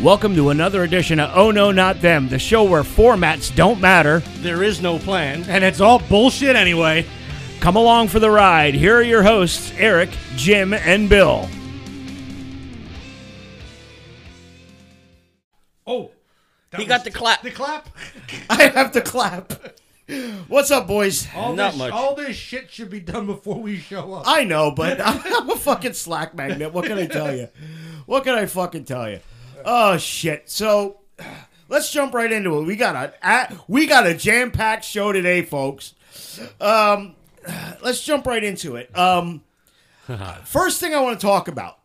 Welcome to another edition of Oh No Not Them, the show where formats don't matter. There is no plan. And it's all bullshit anyway. Come along for the ride. Here are your hosts, Eric, Jim, and Bill. Oh, that He was- got the clap. the clap. I have to clap. What's up, boys? All Not this, much. all this shit should be done before we show up. I know, but I'm a fucking slack magnet. What can I tell you? What can I fucking tell you? Oh shit! So let's jump right into it. We got a at, we got a jam packed show today, folks. Um, let's jump right into it. Um, first thing I want to talk about: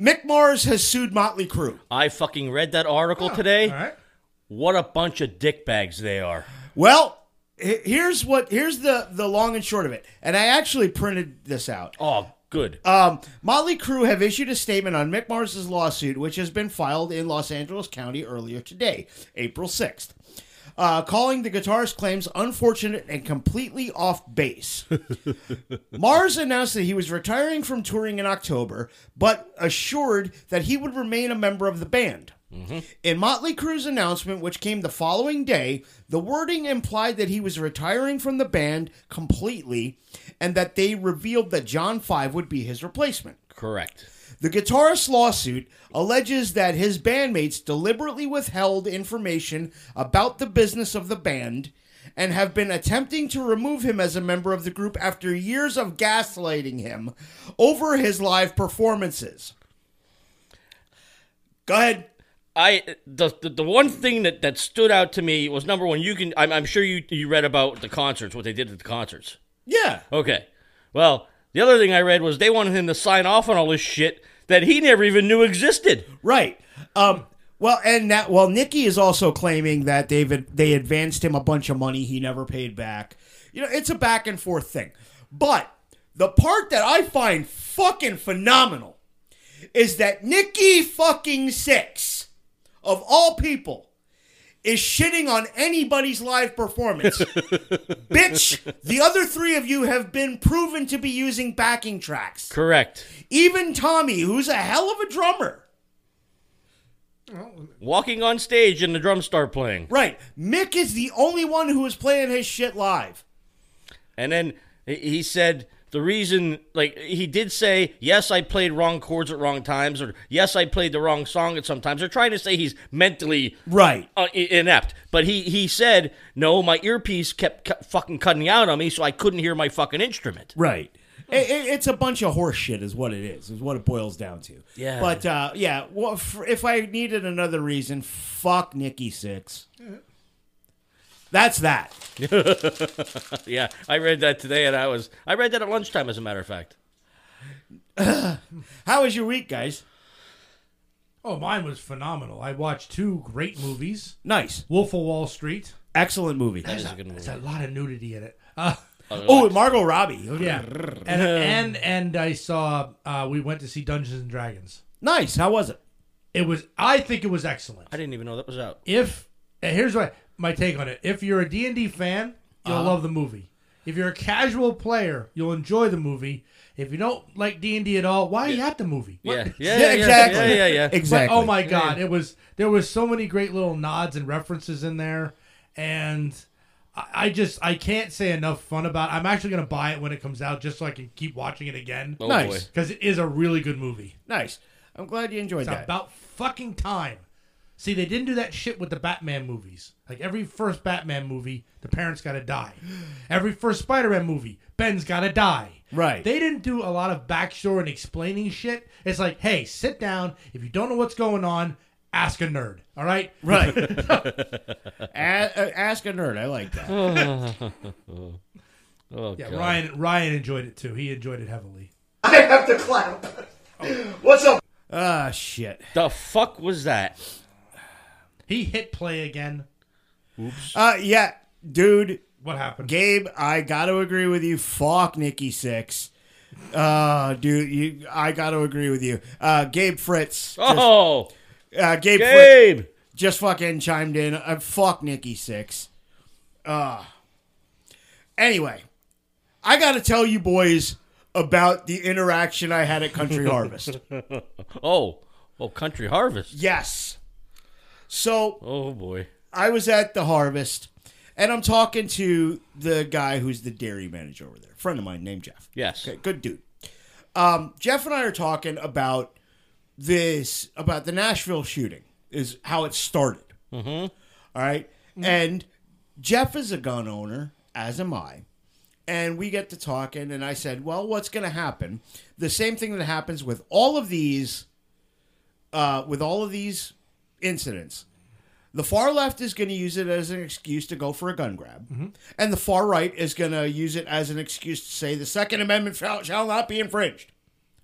Mick Mars has sued Motley Crue. I fucking read that article today. all right. What a bunch of dickbags they are. Well, he- here's what here's the the long and short of it. And I actually printed this out. Oh, good. Um, Motley Crue have issued a statement on Mick Mars's lawsuit, which has been filed in Los Angeles County earlier today, April 6th, uh, calling the guitarist's claims unfortunate and completely off base. Mars announced that he was retiring from touring in October, but assured that he would remain a member of the band. In Motley Crue's announcement, which came the following day, the wording implied that he was retiring from the band completely and that they revealed that John Five would be his replacement. Correct. The guitarist's lawsuit alleges that his bandmates deliberately withheld information about the business of the band and have been attempting to remove him as a member of the group after years of gaslighting him over his live performances. Go ahead. I the, the the one thing that that stood out to me was number one. You can I'm, I'm sure you you read about the concerts, what they did at the concerts. Yeah. Okay. Well, the other thing I read was they wanted him to sign off on all this shit that he never even knew existed. Right. Um, well, and that well, Nikki is also claiming that they've they advanced him a bunch of money he never paid back. You know, it's a back and forth thing. But the part that I find fucking phenomenal is that Nikki fucking Six, of all people, is shitting on anybody's live performance. Bitch, the other three of you have been proven to be using backing tracks. Correct. Even Tommy, who's a hell of a drummer. Walking on stage and the drums start playing. Right. Mick is the only one who is playing his shit live. And then he- he said the reason, like he did say, yes, I played wrong chords at wrong times, or yes, I played the wrong song at some times. They're trying to say he's mentally Right. uh, i- inept, but he he said no, my earpiece kept cu- fucking cutting out on me, so I couldn't hear my fucking instrument. Right. It, it, it's a bunch of horse shit, is what it is, is what it boils down to. Yeah. But uh, yeah, well, f- if I needed another reason, fuck Nikki Six. That's that. Yeah, I read that today, and I was I read that at lunchtime, as a matter of fact. How was your week, guys? Oh, mine was phenomenal. I watched two great movies: Nice. Wolf of Wall Street. Excellent movie. That is a good movie. There's a lot of nudity in it. Uh, Oh, and Margot Robbie. yeah, and and and I saw uh, we went to see Dungeons and Dragons. Nice. How was it? It was I think it was excellent. I didn't even know that was out. if and here's my my take on it if you're a d&d fan you'll Uh-huh. love the movie if you're a casual player you'll enjoy the movie if you don't like d&d at all why are you at the movie What- Yeah, But, yeah, yeah, exactly. Yeah, yeah, yeah. Exactly. oh my god it was there was so many great little nods and references in there and I, I just i can't say enough fun about it. i'm actually going to buy it when it comes out just so i can keep watching it again Oh, Nice. boy. because it is a really good movie Nice. I'm glad you enjoyed it's that. about fucking time. See, they didn't do that shit with the Batman movies. Like every first Batman movie, the parents got to die. Every first Spider-Man movie, Ben's got to die. Right. They didn't do a lot of backstory and explaining shit. It's like, hey, sit down. If you don't know what's going on, ask a nerd. All right. Right. A- uh, ask a nerd. I like that. Oh, Yeah. God. Ryan. Ryan enjoyed it too. He enjoyed it heavily. I have to clap. What's up? Ah, shit. The fuck was that? He hit play again. Uh, yeah, dude, What happened? Gabe, I got to agree with you. Fuck Nikki Six. Uh, dude, you, I got to agree with you. Uh, Gabe Fritz. Oh, Uh, Gabe Fritz Gabe. just fucking chimed in. Uh, fuck Nikki Six. Uh, anyway, I got to tell you boys about the interaction I had at Country Harvest. Oh, Oh, Country Harvest. Yes. So Oh boy. I was at the harvest, and I'm talking to the guy who's the dairy manager over there, a friend of mine named Jeff. Yes. Okay, good dude. Um, Jeff and I are talking about this about the Nashville shooting is how it started. Mm-hmm. right, and Jeff is a gun owner, as am I. And we get to talking, and I said, "Well, what's going to happen? The same thing that happens with all of these, uh, with all of these incidents. The far left is going to use it as an excuse to go for a gun grab, and the far right is going to use it as an excuse to say the Second Amendment shall, shall not be infringed.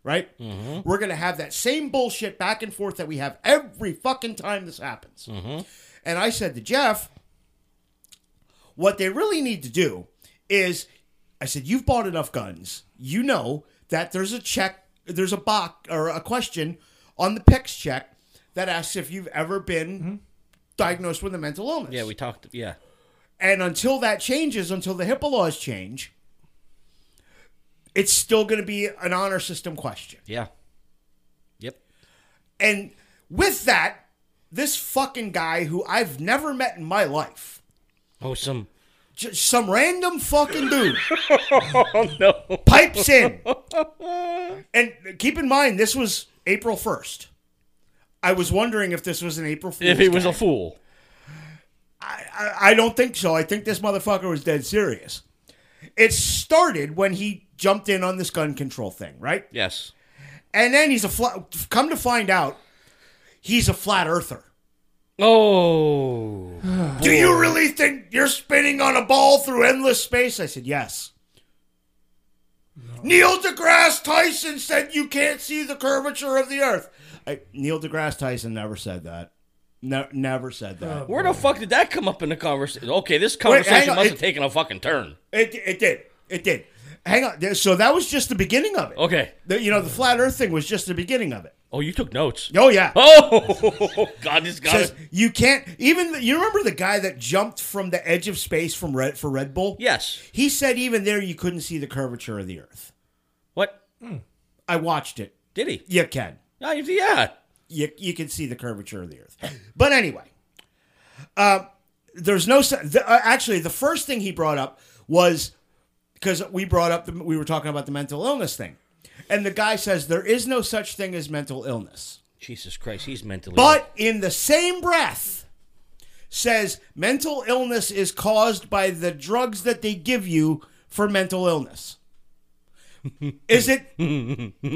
Right? Mm-hmm. We're going to have that same bullshit back and forth that we have every fucking time this happens. Mm-hmm. And I said to Jeff, what they really need to do is I said, You've bought enough guns. You know that there's a check, there's a box or a question on the PIX check that asks if you've ever been diagnosed with a mental illness. Mm-hmm. Yeah, we talked. Yeah. and until that changes, until the HIPAA laws change, it's still going to be an honor system question. Yeah. Yep. And with that, this fucking guy who I've never met in my life, Oh, some. just some random fucking dude. Oh no. pipes in. and keep in mind, this was April 1st. I was wondering if this was an April Fool's. If he was gag. a fool. I, I don't think so. I think this motherfucker was dead serious. It started when he jumped in on this gun control thing, right? Yes. And then he's a flat. Come to find out, he's a flat earther. Oh. Do you really think you're spinning on a ball through endless space? I said, yes. Neil deGrasse Tyson said you can't see the curvature of the earth. I, Neil deGrasse Tyson never said that. No, never said that. Where the fuck did that come up in the conversation? Okay, this conversation on, must it- have taken a fucking turn. It, it did. It did. Hang on. There- So that was just the beginning of it. Okay. The- you know, the flat earth thing was just the beginning of it. Oh, you took notes. Oh, yeah. Oh, God, this guy. Says you can't even. You remember the guy that jumped from the edge of space from Red for Red Bull? Yes. He said even there you couldn't see the curvature of the earth. What I watched it. did he? You can. Yeah, yeah. You, you can see the curvature of the earth. But anyway, um, there's no. se- The, uh, actually, the first thing he brought up was because we brought up, the, we were talking about the mental illness thing. And the guy says there is no such thing as mental illness. Jesus Christ, he's mentally. But in the same breath, says mental illness is caused by the drugs that they give you for mental illness. Is it?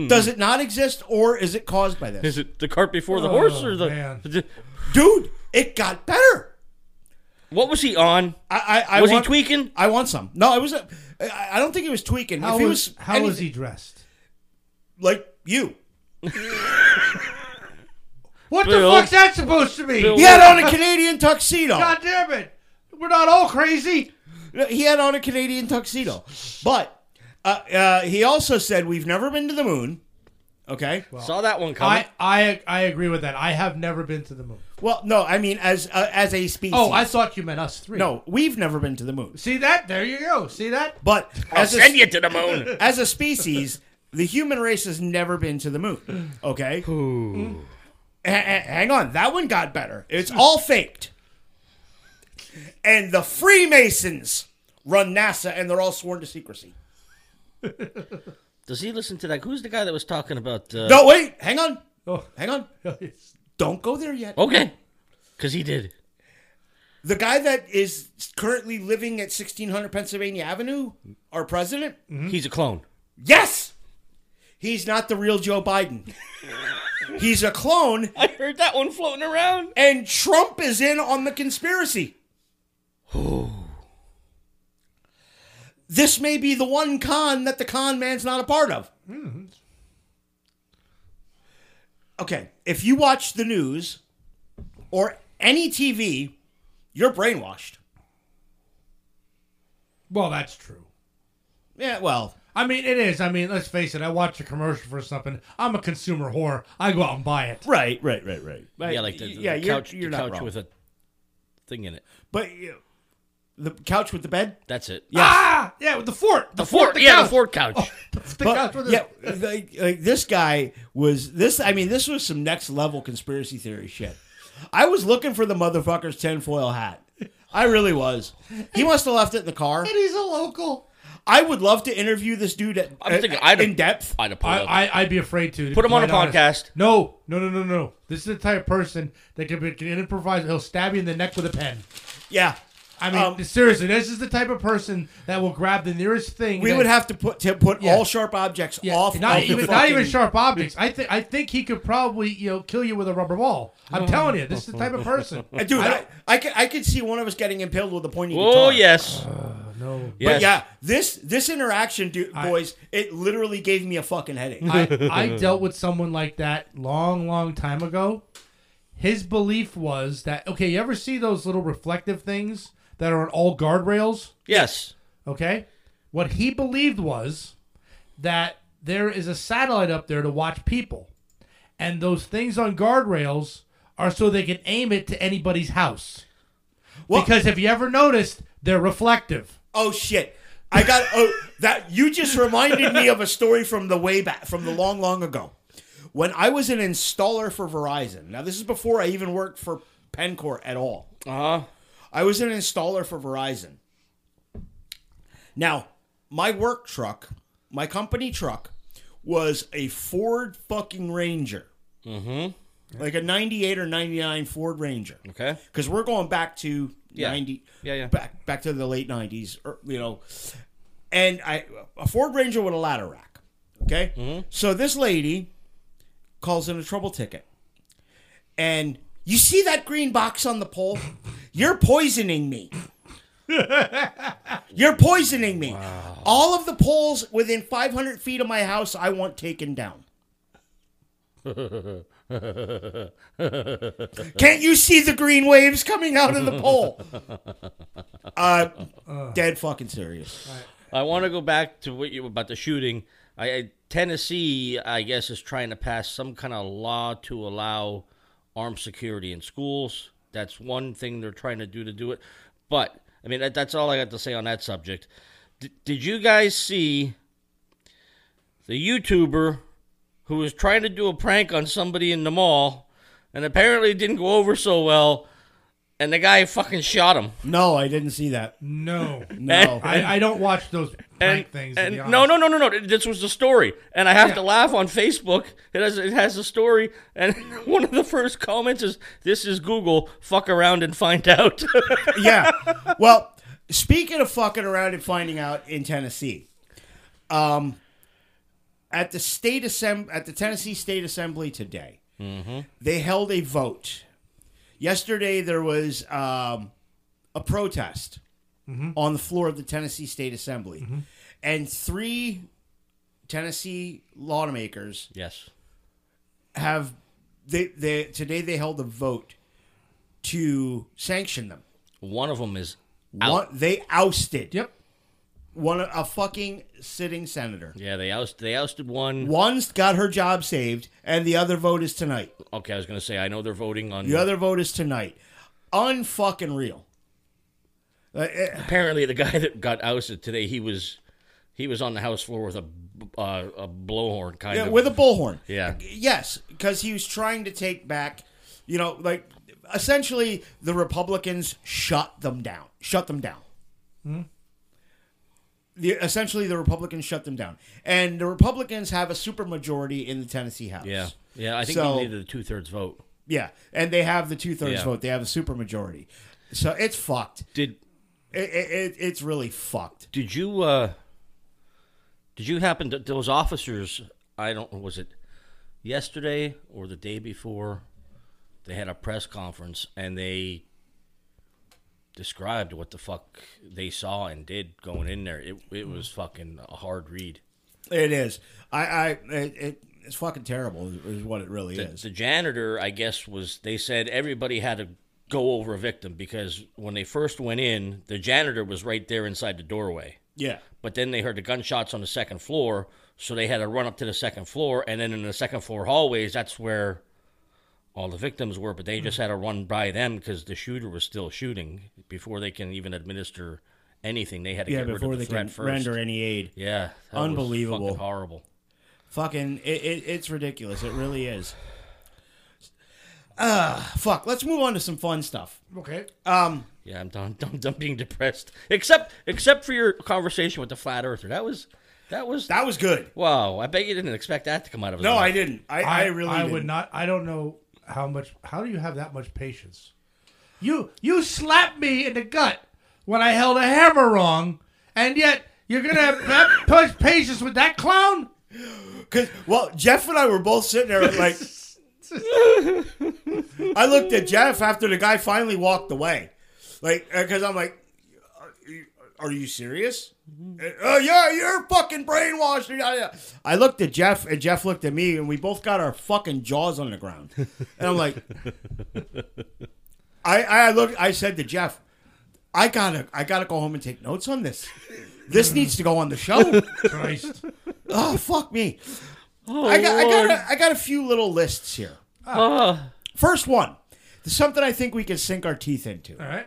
does it not exist, or is it caused by this, is it the cart before the horse or the, Oh, man. the- dude? It got better. What was he on? I, I, I was want- he tweaking? I want some. No, I was. I I I don't think he was tweaking. How if he was, was how was he dressed? like you? What Bill. the fuck's that supposed to mean? Bill. He had on a Canadian tuxedo. God damn it! We're not all crazy. He had on a Canadian tuxedo, but uh, uh, he also said we've never been to the moon. Okay. Saw that one coming. I, I I agree with that. I have never been to the moon. Well, no, I mean as uh, as a species. Oh, I thought you meant us three. no, we've never been to the moon. See that? There you go. See that? But I'll as send a, you to the moon. as a species, the human race has never been to the moon. Okay. Ha- ha- hang on, that one got better. It's all faked. And the Freemasons run NASA, and they're all sworn to secrecy. Does he listen to that? Who's the guy that was talking about? Uh, No, wait, hang on, Oh. hang on. Don't go there yet. Okay, because he did. The guy that is currently living at 1600 Pennsylvania Avenue, our president. He's a clone. Yes! He's not the real Joe Biden. He's a clone, I heard that one floating around. and Trump is in on the conspiracy. this may be the one con that the con man's not a part of. Okay, if you watch the news or any TV, you're brainwashed. Well, that's true. Yeah, well, I mean, it is. I mean, let's face it. I watch a commercial for something. I'm a consumer whore. I go out and buy it. right, right, right, right. Uh, Yeah, like the, the yeah, couch, you're, you're the not couch wrong. with a thing in it. But you, the couch with the bed. That's it. Ah, yeah, with the fort. The, Fort, the yeah, couch. the Fort couch. Oh, The couch But, with the- yeah, like, like this guy was this. I mean, this was some next level conspiracy theory shit. I was looking for the motherfucker's tinfoil hat. I really was. He must have left it in the car. And he's a local. I would love to interview this dude at, I'm thinking at- I'd in depth. I'd have pulled up. I, I I'd be afraid to. to Put be him on a quite podcast. honest. No, no, no, no, no. This is the type of person that can, be, can improvise. He'll stab you in the neck with a pen. Yeah. I mean, Um, seriously, this is the type of person that will grab the nearest thing. We that- would have to put to put Yeah. all sharp objects Yeah, off. not of the even not even fucking- sharp objects. I think I think he could probably you know kill you with a rubber ball. I'm telling you, this is the type of person. Uh, Dude, I I, don't- I, could I could see one of us getting impaled with a pointy guitar. oh yes, no, yes. But yeah, this this interaction, dude, boys, it literally gave me a fucking headache. I, I dealt with someone like that long, long time ago. His belief was that okay, you ever see those little reflective things that are on all guardrails? yes. Okay. What he believed was that there is a satellite up there to watch people. And those things on guardrails are so they can aim it to anybody's house. Well- because if you ever noticed, they're reflective. Oh shit. I got oh that you just reminded me of a story from the way back from the long long ago. When I was an installer for Verizon. Now this is before I even worked for Pencor at all. Uh huh. I was an installer for Verizon. Now, my work truck, my company truck, was a Ford fucking Ranger. Mm-hmm. Like a 98 or 99 Ford Ranger. Okay. Because we're going back to 90. Yeah, yeah. Back, back to the late 90s, or, you know. And I a Ford Ranger with a ladder rack. Okay? Mm-hmm. So this lady calls in a trouble ticket and you see that green box on the pole? You're poisoning me. You're poisoning me. All of the poles within 500 feet of my house, I want taken down. Can't you see the green waves coming out of the pole? Uh, dead fucking serious. I want to go back to what you about the shooting. I, I Tennessee, I guess, is trying to pass some kind of law to allow armed security in schools. That's one thing they're trying to do to do it. But I mean, that, that's all I got to say on that subject. D- did you guys see the YouTuber who was trying to do a prank on somebody in the mall, and apparently it didn't go over so well, and the guy fucking shot him. No, I didn't see that. No. No. I, I don't watch those prank things. to be and honest. no, no, no, no, no. This was the story, and I have Yeah. to laugh on Facebook. It has it has a story, and one of the first comments is, "This is Google. Fuck around and find out." yeah. Well, speaking of fucking around and finding out in Tennessee, um, at the state assemb- at the Tennessee State Assembly today, they held a vote. Yesterday there was um, a protest on the floor of the Tennessee State Assembly, and three Tennessee lawmakers yes. have they, they today they held a vote to sanction them. One of them is One, they ousted Yep. one a fucking sitting senator. yeah. They oust they ousted one. One's got her job saved, and the other vote is tonight. Okay, I was gonna say I know they're voting on. The other vote is tonight. Unfucking real. Uh, eh, Apparently, the guy that got ousted today, he was he was on the House floor with a b- uh, a blowhorn kind yeah, of with a bullhorn. Yeah. Yes, because he was trying to take back. You know, like essentially the Republicans shut them down. Shut them down. Hmm? The, essentially, the Republicans shut them down, and the Republicans have a supermajority in the Tennessee House. yeah yeah. I think So- he needed a two thirds vote. Yeah, and they have the two thirds Yeah. vote. They have a supermajority, so it's fucked. Did It, it, it, it's really fucked. Did you uh did you happen to those officers I don't was it yesterday or the day before they had a press conference and they described what the fuck they saw and did going in there. It it was fucking a hard read. It is. I. I. It, it, it's fucking terrible. Is, is what it really is. The janitor, I guess, was they said everybody had to go over a victim because when they first went in, the janitor was right there inside the doorway. Yeah. but then they heard the gunshots on the second floor, so they had to run up to the second floor, and then in the second floor hallways, that's where all the victims were, but Hmm. they just had to run by them because the shooter was still shooting before they can even administer anything. They had to Yeah, get rid before of they the threat can first. render any aid. Yeah, that was Unbelievable. fucking horrible. Fucking, it, it, it's ridiculous. It really is. Uh, fuck. Let's move on to some fun stuff. Um, Okay. Yeah, I'm done. I'm done being depressed. Except, except for your conversation with the flat earther. That was, that was. That was good. wow, I bet you didn't expect that to come out of his No, mouth. I didn't. I, I, really I didn't. would not. I don't know how much. How do you have that much patience? You you slapped me in the gut when I held a hammer wrong, and yet you're gonna have that much patience with that clown. Cause well, Jeff and I were both sitting there like. I looked at Jeff after the guy finally walked away, like because I'm like, are you, are you serious? Oh yeah, you're fucking brainwashed. Yeah, yeah. I looked at Jeff and Jeff looked at me, and we both got our fucking jaws on the ground. And I'm like, I I looked. I said to Jeff, I gotta I gotta go home and take notes on this. This needs to go on the show. Christ. Oh fuck me! Oh, I got I got a, I got a few little lists here. Ah, First one, something I think we can sink our teeth into. All right.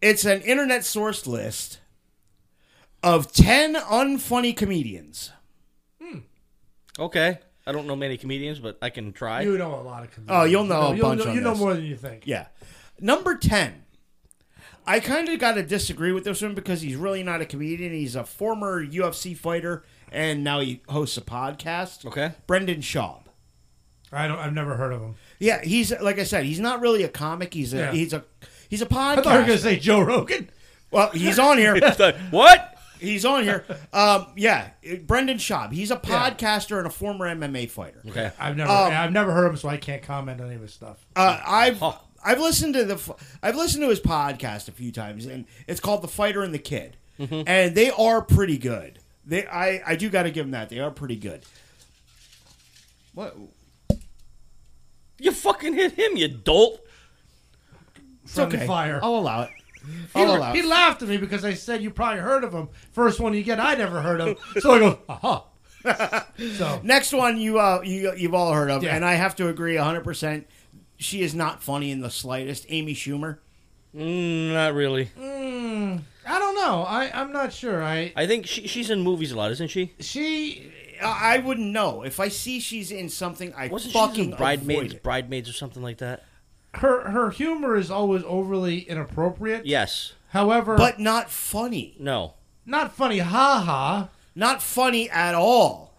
It's an internet sourced list of ten unfunny comedians. Okay, I don't know many comedians, but I can try. You know a lot of comedians. Oh, you'll know a you'll bunch know, on You know this. more than you think. Yeah, number ten. I kind of got to disagree with this one because he's really not a comedian. He's a former UFC fighter and now he hosts a podcast. Okay. Brendan Schaub. I don't. I've never heard of him. Yeah, he's like I said, he's not really a comic. He's a Yeah. he's a he's a I thought you were gonna podcast. say Joe Rogan. Well, he's on here. what? He's on here. Um, yeah, Brendan Schaub. He's a podcaster and a former MMA fighter. Okay. I've never. Um, I've never heard of him, so I can't comment on any of his stuff. Uh, I've I've listened to the f- I've listened to his podcast a few times, and it's called The Fighter and the Kid, Mm-hmm. and they are pretty good. They I I do got to give them that. They are pretty good. What? You fucking hit him, you dolt. It's Friendly okay. fire. I'll allow it. He, I'll allow he it. laughed at me because I said you probably heard of him. First one you get, I never heard of. So I go, aha. So Next one you uh you you've all heard of, Yeah. and I have to agree hundred percent. She is not funny in the slightest. Amy Schumer. Mm, not really. I don't know. I I'm not sure. I I think she, she's in movies a lot, isn't she? she I I wouldn't know. If I see she's in something, I Wasn't fucking she in bridesmaids, avoid it. bridesmaids or something like that? her her humor is always overly inappropriate. Yes. However, But not funny. No. not funny. Ha ha. Not funny at all.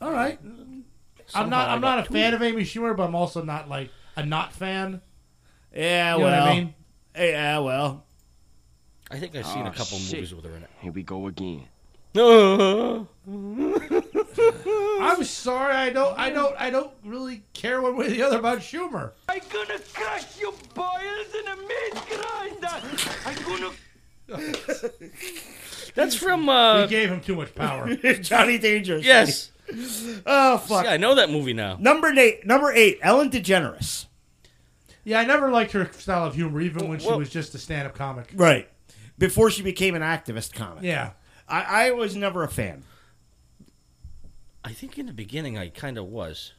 All right. I'm Somehow not I I'm got not a fan of Amy Schumer, but I'm also not like a not fan. Yeah, You know well. what I mean? Yeah, well. I think I've seen Oh, a couple shit. movies with her in it. Here we go again. No. I'm sorry. I don't I don't I don't really care one way or the other about Schumer. I'm gonna crush you boys in a meat grinder. I'm gonna That's from We uh gave him too much power. Johnny Dangerous. Yes. Oh fuck. Yeah, I know that movie now. Number eight. Number eight. Ellen DeGeneres. Yeah, I never liked her style of humor, even when she Well- was just a stand-up comic. Right. Before she became an activist comic. Yeah, I, I was never a fan. I think in the beginning I kind of was.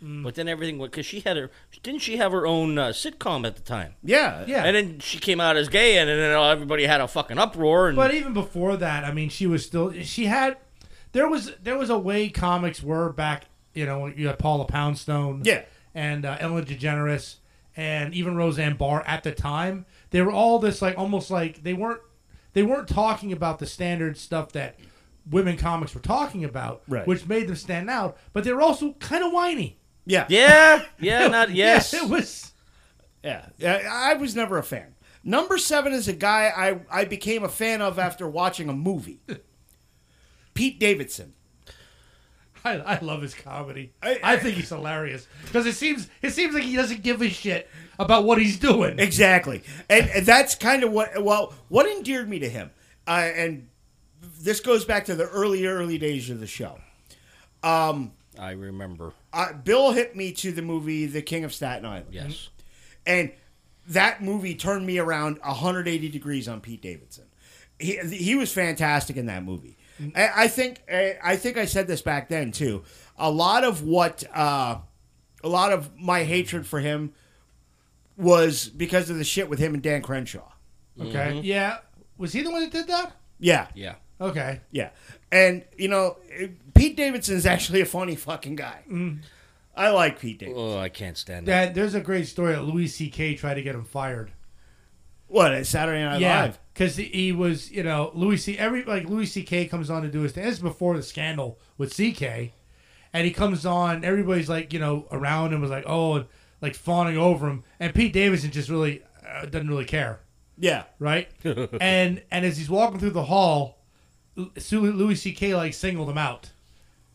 But then everything went because she had her didn't she have her own uh, sitcom at the time? Yeah. yeah. And then she came out as gay, and then uh, everybody had a fucking uproar. And but even before that, I mean, she was still she had there was there was a way comics were back. You know, you had Paula Poundstone, Yeah. and uh, Ellen DeGeneres, and even Roseanne Barr at the time. They were all this like almost like they weren't they weren't talking about the standard stuff that women comics were talking about, Right. which made them stand out. But they were also kind of whiny. Yeah. yeah, yeah, not yes. it was. Yeah. Yeah, I I was never a fan. Number seven is a guy I, I became a fan of after watching a movie. Pete Davidson. I, I love his comedy. I- I, think he's hilarious because it seems it seems like he doesn't give a shit about what he's Eh. doing. Exactly, and, and that's kind of what well what endeared me to him, uh, and this goes back to the early early days of the show. I remember. Uh, Bill hit me to the movie The King of Staten Island, Yes. and that movie turned me around 180 degrees on Pete Davidson. He he was fantastic in that movie. I, I think I, I think I said this back then too. A lot of what uh, a lot of my hatred for him was because of the shit with him and Dan Crenshaw. Okay. Yeah. Was he the one that did that? Yeah, Yeah. Okay. yeah. And you know, it- Pete Davidson's actually a funny fucking guy. Mm. I like Pete Davidson. Oh, I can't stand that. That there's a great story that Louis C.K. tried to get him fired. What at Saturday Night yeah, Live? because he was, you know, Louis C. Every like Louis C.K. comes on to do his thing. This is before the scandal with C.K. And he comes on, everybody's like, you know, around him was like, oh, and, like fawning over him. And Pete Davidson just really uh, doesn't really care, Yeah, right? and and as he's walking through the hall, L- Su- Louis C.K. like singled him out.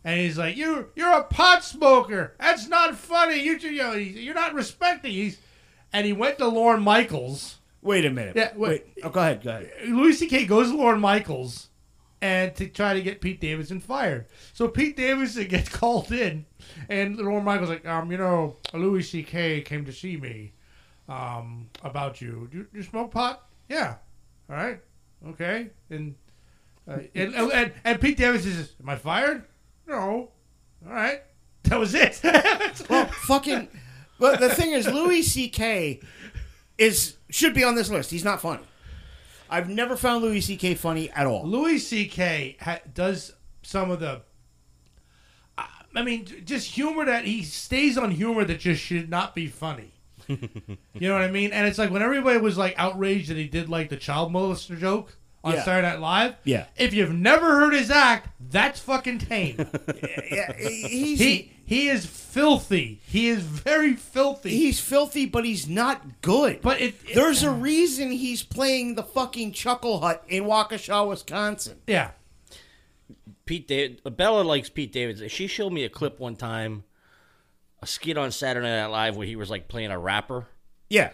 And he's like, "You, you're a pot smoker. That's not funny. You, you know, you're not respecting." He's, and he went to Lorne Michaels, Wait a minute. Yeah, wait. wait. Oh, go ahead. Go ahead. Louis C.K. goes to Lauren Michaels and to try to get Pete Davidson fired. So Pete Davidson gets called in, and Lauren Michaels like, um, you know, Louis C.K. came to see me, um, about you. Do you, you smoke pot? Yeah. All right. Okay. And uh, and, and and Pete Davidson says, "Am I fired? No. All right. That was it. Well, fucking. But the thing is, Louis C.K. is should be on this list. He's not funny. I've never found Louis C.K. funny at all. Louis C.K. Ha- does some of the. I- I mean, j- just humor that he stays on humor that just should not be funny. you know what I mean? And it's like when everybody was like outraged that he did like the child molester joke on Yeah. Saturday Night Live. Yeah. If you've never heard his act, that's fucking tame. Yeah, he's he he is filthy. He is very filthy. he's filthy, but he's not good. but it, it- there's a reason he's playing the fucking Chuckle Hut in Waukesha, Wisconsin. yeah. Pete David Bella likes Pete Davidson. She showed me a clip one time, a skit on Saturday Night Live where he was like playing a rapper. Yeah,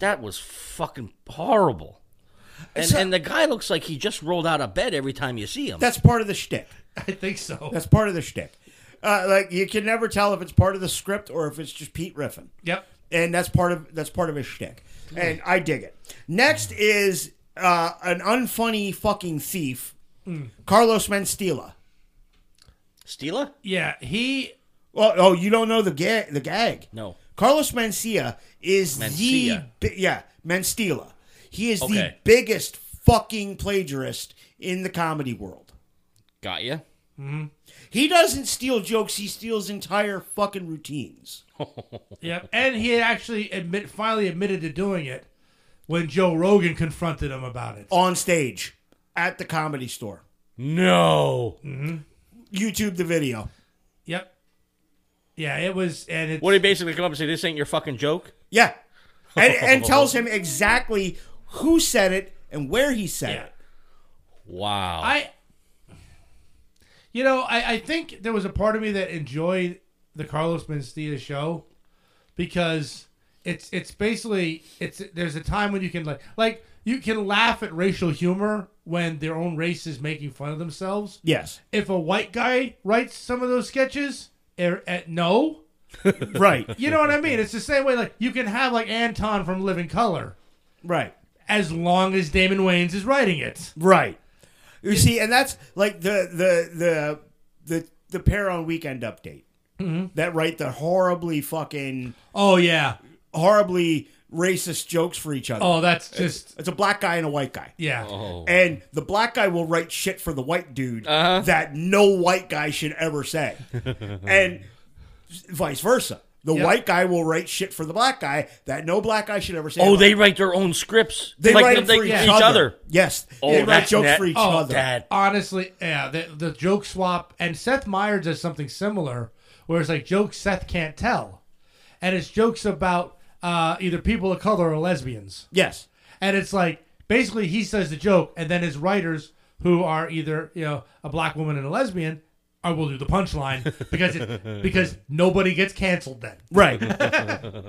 That was fucking horrible. And So- and the guy looks like he just rolled out of bed every time you see him. that's part of the shtick. I think so. That's part of the shtick. Uh, like you can never tell if it's part of the script or if it's just Pete riffing. Yep. and that's part of that's part of his shtick, and I dig it. Next is uh, an unfunny fucking thief, Mm. Carlos Menstila. Steela? Yeah. He Well, oh, you don't know the gag? The gag? No. Carlos Mencia is the Mencia. bi- yeah Menstila. He is the Okay. biggest fucking plagiarist in the comedy world. Got ya. He doesn't steal jokes; he steals entire fucking routines. Yep. And he had actually admit finally admitted to doing it when Joe Rogan confronted him about Oh, it. on stage at the comedy store. No. YouTube the video. Yep. Yeah, it was and it What he basically come up and say, This ain't your fucking joke? Yeah. And, and tells him exactly who said it and where he said yeah. it. Wow. I You know, I, I think there was a part of me that enjoyed the Carlos Mencia show because it's it's basically it's there's a time when you can like like you can laugh at racial humor when their own race is making fun of themselves. Yes. If a white guy writes some of those sketches, er, eh, no, Right. You know what I mean? It's the same way. Like you can have like Anton from Living Color right. as long as Damon Wayans is writing it. Right. You see, and that's like the the the the the pair on weekend update. Mm-hmm. That write the horribly fucking Oh yeah. horribly racist jokes for each other. Oh, that's just It's a black guy and a white guy. yeah. oh. And the black guy will write shit for the white dude that no white guy should ever say. and vice versa. The Yep. white guy will write shit for the black guy that no black guy should ever say. Oh, about they him. write their own scripts. they Like, write they- them for they- each, other. Yes. Oh, they write that's jokes net- for each oh, other. That Honestly, yeah. The the joke swap and Seth Meyers does something similar, where it's like jokes Seth can't tell, and it's jokes about uh, either people of color or lesbians. Yes. And it's like basically he says the joke, and then his writers, who are either you know a black woman and a lesbian, are will do the punchline because it, because nobody gets canceled then. Right.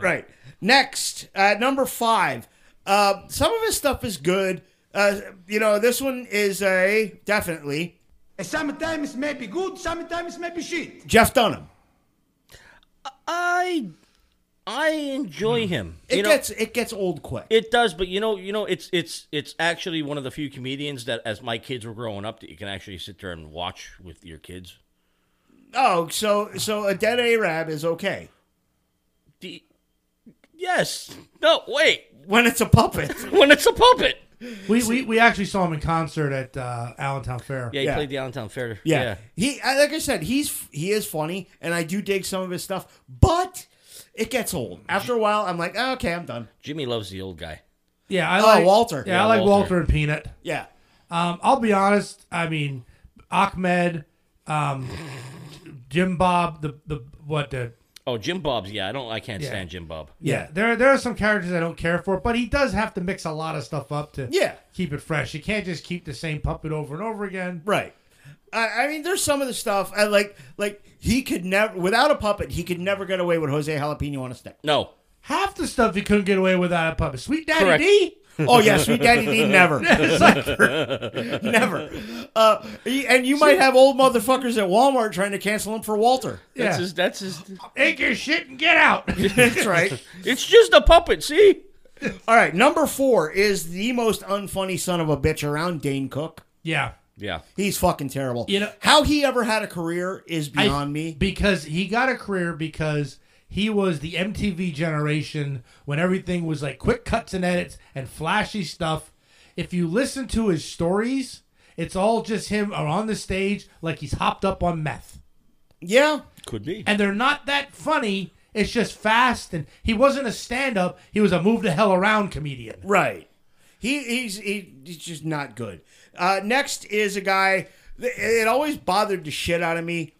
right. Next, uh, number five. Uh, some of his stuff is good. Uh, you know, this one is a definitely Sometimes may be good, sometimes may be shit. Jeff Dunham. I I enjoy him. It you know, gets it gets old quick. it does, but you know, you know, it's it's it's actually one of the few comedians that, as my kids were growing up, that you can actually sit there and watch with your kids. Oh, so so a dead Arab is okay. The, yes. No, wait. When it's a puppet. When it's a puppet. We, we, we actually saw him in concert at uh, Allentown Fair. Yeah, he Yeah. played the Allentown Fair. Yeah. He I, like I said, he's he is funny and I do dig some of his stuff, but it gets old. After a while I'm like, "Oh, "Okay, I'm done." Jimmy loves the old guy. Yeah, I Oh, like Walter. Yeah, Yeah, I like Walter. Walter. and Peanut. Yeah. Um, I'll be honest. I mean, Ahmed, um, Jim Bob, the the what the Oh, Jim Bob's. Yeah, I don't. I can't stand Jim Bob. yeah. There there are some characters I don't care for, but he does have to mix a lot of stuff up to Yeah. keep it fresh. You can't just keep the same puppet over and over again. Right. I, I mean, there's some of the stuff I like. Like he could never, without a puppet, he could never get away with Jose Jalapeno on a stick. No. Half the stuff he couldn't get away without a puppet. Sweet Daddy Correct. D. Oh yeah, Sweet Daddy D, never, It's like, never. Uh, he- and you might have old motherfuckers at Walmart trying to cancel him for Walter. That's yeah. his. That's his. Take your shit and get out. That's right. It's just a puppet. See. All right, number four is the most unfunny son of a bitch around. Dane Cook. yeah. Yeah. He's fucking terrible. You know- how he ever had a career is I- beyond me. because he got a career because he was the MTV generation when everything was like quick cuts and edits and flashy stuff. If you listen to his stories, it's all just him on the stage like he's hopped up on meth. yeah, Could be. And they're not that funny. It's just fast and he wasn't a stand up, he was a move the hell around comedian. Right. He he's he, he's just not good. Uh, next is a guy. th- It always bothered the shit out of me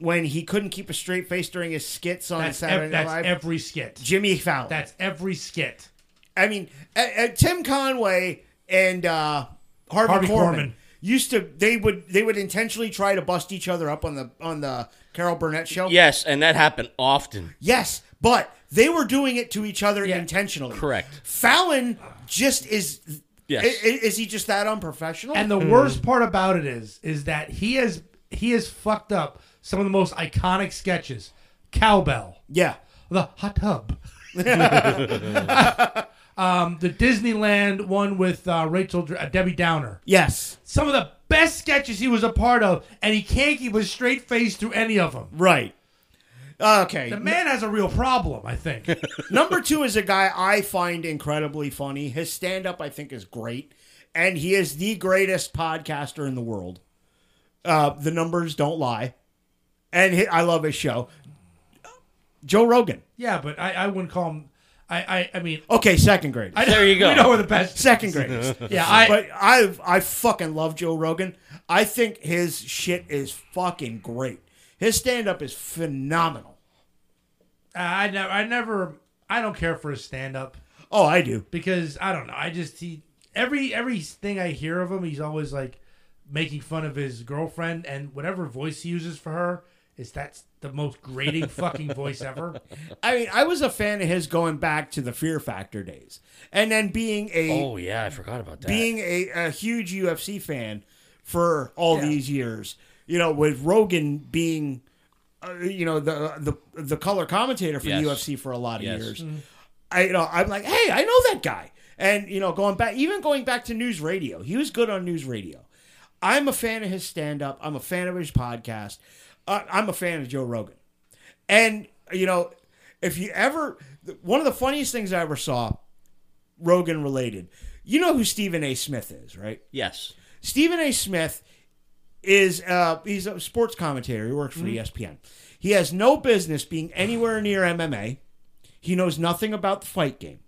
when he couldn't keep a straight face during his skits on That's, Saturday ev- Night that's Live. every skit. Jimmy Fallon. That's every skit. I mean, uh, uh, Tim Conway and uh, Harvey, Harvey Korman, Korman. used to. They would they would intentionally try to bust each other up on the on the Carol Burnett show. Yes, and that happened often. Yes, but they were doing it to each other Yeah. intentionally. Correct. Fallon just is. Yes. i- i- Is, he just that unprofessional? And the worst part about it is, is that he has he has fucked up some of the most iconic sketches. Cowbell, yeah. the hot tub, um, the Disneyland one with uh, Rachel Dr- uh, Debbie Downer. Yes. Some of the best sketches he was a part of, and he can't keep a straight face through any of them. Right. Okay. The man has a real problem, I think. Number two is a guy I find incredibly funny. His stand up, I think, is great. And he is the greatest podcaster in the world. Uh, the numbers don't lie. And he, I love his show. Joe Rogan. yeah, but I, I wouldn't call him. I I, I mean, Okay, second grade. I, There you go. We know we're the best. second grade. Yeah, I but I I fucking love Joe Rogan. I think his shit is fucking great. His stand up is phenomenal. I never I never I don't care for his stand up. Oh, I do. because I don't know. I just he every everything I hear of him, he's always like making fun of his girlfriend and whatever voice he uses for her is that's the most grating fucking voice ever. I mean, I was a fan of his going back to the Fear Factor days, and then being a Oh yeah, I forgot about that. being a, a huge UFC fan for all these years. You know, with Rogan being, uh, you know, the the the color commentator for Yes. the UFC for a lot of Yes. years. I you know I'm like, hey, I know that guy, and you know, going back even going back to news radio, he was good on news radio. I'm a fan of his stand up. I'm a fan of his podcast. Uh, I'm a fan of Joe Rogan. And you know, if you ever one of the funniest things I ever saw Rogan related. You know who Stephen A. Smith is, right? yes. Stephen A. Smith is uh, he's a sports commentator. He works for E ESPN. He has no business being anywhere near MMA. He knows nothing about the fight game.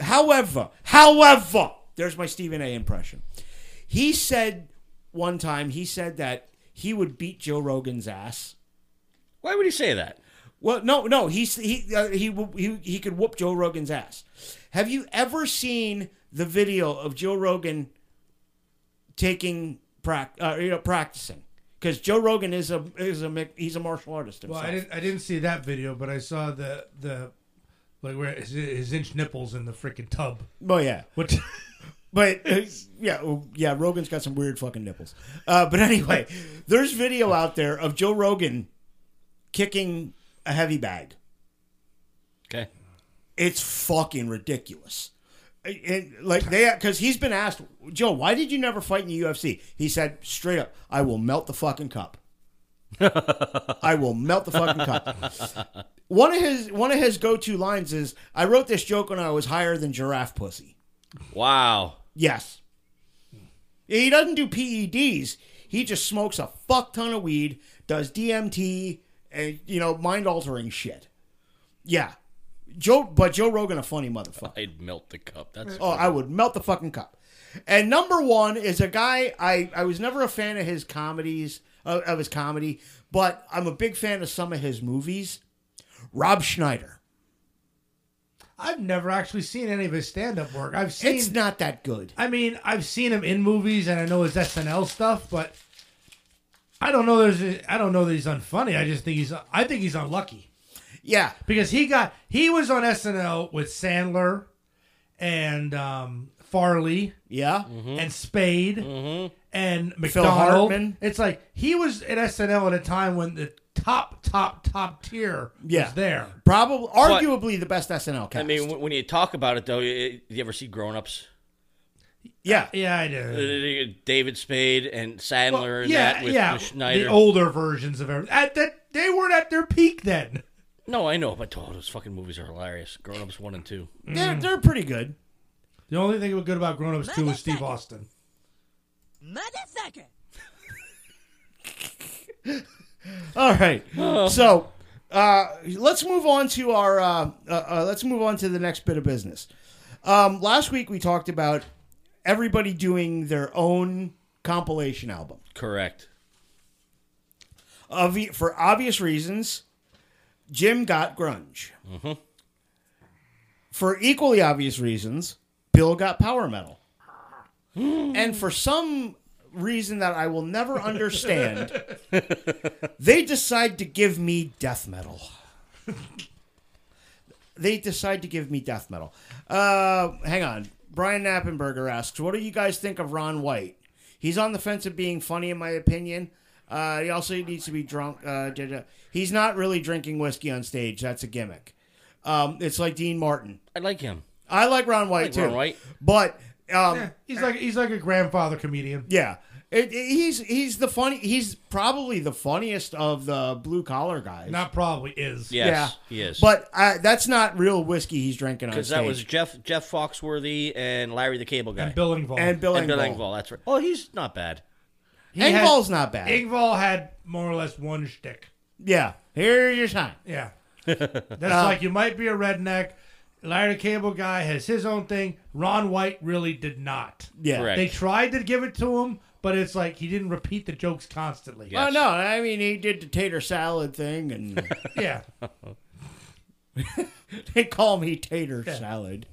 However, however, there's my Stephen A. impression. He said one time he said that he would beat Joe Rogan's ass. Why would he say that? Well, no, no, he's he uh, he, wo- he he could whoop Joe Rogan's ass. Have you ever seen the video of Joe Rogan taking prac uh, you know, practicing? Because Joe Rogan is a is a mi- he's a martial artist Well, himself. I didn't I didn't see that video, but I saw the the like where his, his inch nipples in the freaking tub. oh yeah, Which but uh, yeah, oh, yeah, Rogan's got some weird fucking nipples. Uh, but anyway, there's video out there of Joe Rogan kicking a heavy bag. Okay. it's fucking ridiculous. And like they, because he's been asked, Joe, why did you never fight in the UFC? He said straight up, I will melt the fucking cup. I will melt the fucking cup. one of his one of his go to lines is, "I wrote this joke when I was higher than giraffe pussy." Wow. Yes. He doesn't do PEDs. He just smokes a fuck ton of weed, does DMT, and you know mind altering shit. Yeah, Joe. But Joe Rogan a funny motherfucker. I'd melt the cup. That's Oh, I would melt the fucking cup. And number one is a guy I, I was never a fan of his comedies of, of his comedy, but I'm a big fan of some of his movies. Rob Schneider. I've never actually seen any of his stand-up work. I've seen. It's not that good. I mean, I've seen him in movies, and I know his SNL stuff, but I don't know. There's, a- I don't know that he's unfunny. I just think he's. I think he's unlucky Yeah, because he got. He was on SNL with Sandler, and um, Farley, yeah. and Spade, and Mm-hmm. Phil McDonald. Hartman. It's like he was at SNL at a time when the top, top, top tier Yeah. was there. Probably, arguably the best SNL cast. I mean, when- when you talk about it, though, you, you ever see Grown Ups? yeah, Uh, Yeah, I did. David Spade and Sandler Well, and that with the Schneider. The older versions of everything. At that, they weren't at their peak then. no, I know, but oh, those fucking movies are hilarious. Grown Ups 1 and 2. they're they're pretty good. The only thing that was good about Grown Ups 2 was Steve Austin. Motherfucker! All right, so uh, let's move on to our uh, uh, uh, let's move on to the next bit of business. Um, last week we talked about everybody doing their own compilation album. Correct. Obvi- for obvious reasons, Jim got grunge. For equally obvious reasons, Bill got power metal. and for some reason that I will never understand, they decide to give me death metal. they decide to give me death metal. Uh, hang on. Brian Nappenberger asks, "What do you guys think of Ron White? He's on the fence of being funny, in my opinion. Uh, he also needs to be drunk. Uh, da- da- he's not really drinking whiskey on stage. That's a gimmick. Um, it's like Dean Martin. I like him. I like Ron White like too, Ron White. but um, He's like he's like a grandfather comedian. yeah, it, it- he's he's the funny. He's probably the funniest of the blue collar guys. Not probably is. Yes, Yeah. he is. But uh, that's not real whiskey he's drinking on because stage. that was Jeff Jeff Foxworthy and Larry the Cable Guy And Bill Engvall. and Bill and Bill Engvall. Engvall. That's right. Oh, he's not bad. He had- Engvall's not bad. Engvall had more or less one shtick. yeah, here your time. Yeah. That's like you might be a redneck. Larry the Cable Guy has his own thing. Ron White really did not. Yeah. Correct. They tried to give it to him, but it's like he didn't repeat the jokes constantly. Yeah. Oh no, I mean he did the tater salad thing, and Yeah. they call me tater salad.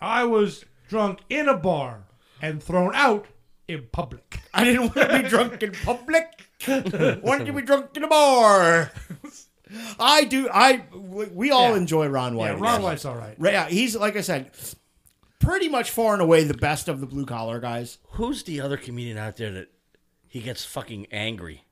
I was drunk in a bar and thrown out in public. I didn't want to be drunk in public. Wanted to be drunk in a bar. I do. I we all Yeah. enjoy Ron White. Yeah, Ron White's all right. Right, yeah, he's like I said, pretty much far and away the best of the blue collar guys. Who's the other comedian out there that he gets fucking angry?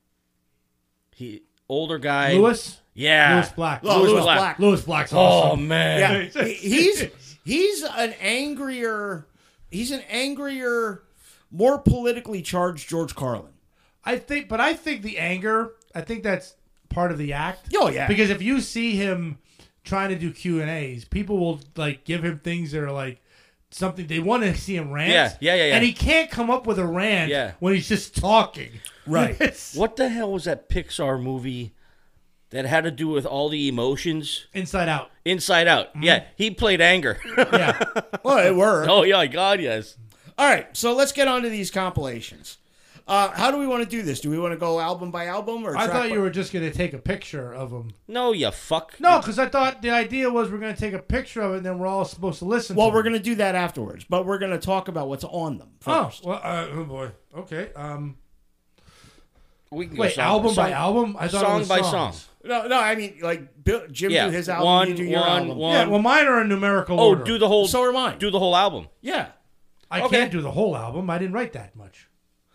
He older guy. Lewis? Yeah. Lewis Black. Oh, Lewis Louis Black. Black. Lewis Black's Oh awesome. man. Yeah, he- he's he's an angrier, he's an angrier, more politically charged George Carlin. I think, but I think the anger, I think that's part of the act. Oh, yeah. Because if you see him trying to do Q and A's, people will like give him things that are like something they want to see him rant. Yeah, yeah, yeah, yeah. And he can't come up with a rant Yeah. when he's just talking. Right. It's What the hell was that Pixar movie that had to do with all the emotions? Inside Out. Inside Out. Hmm? Yeah, he played anger. Yeah. Well, it were. oh yeah, God yes. All right, so let's get on to these compilations. Uh, how do we want to do this? Do we want to go album by album or? I track thought by- you were just gonna take a picture of him. No, you fuck. No, because I thought the idea was we're gonna take a picture of it, and then we're all supposed to listen. Well, to we're it. gonna do that afterwards, but we're gonna talk about what's on them. Oh, First. well, uh, oh boy. Okay. Um. We can go Wait, song- album by song- album. I thought it song was by songs. song. No, no, I mean like Bill, Jim Yeah, do his album, one, you do your one, album. one. Yeah. Well, mine are in numerical Um, Oh, order. do the whole. So are mine. Do the whole album. Yeah, I Okay. can't do the whole album. I didn't write that much.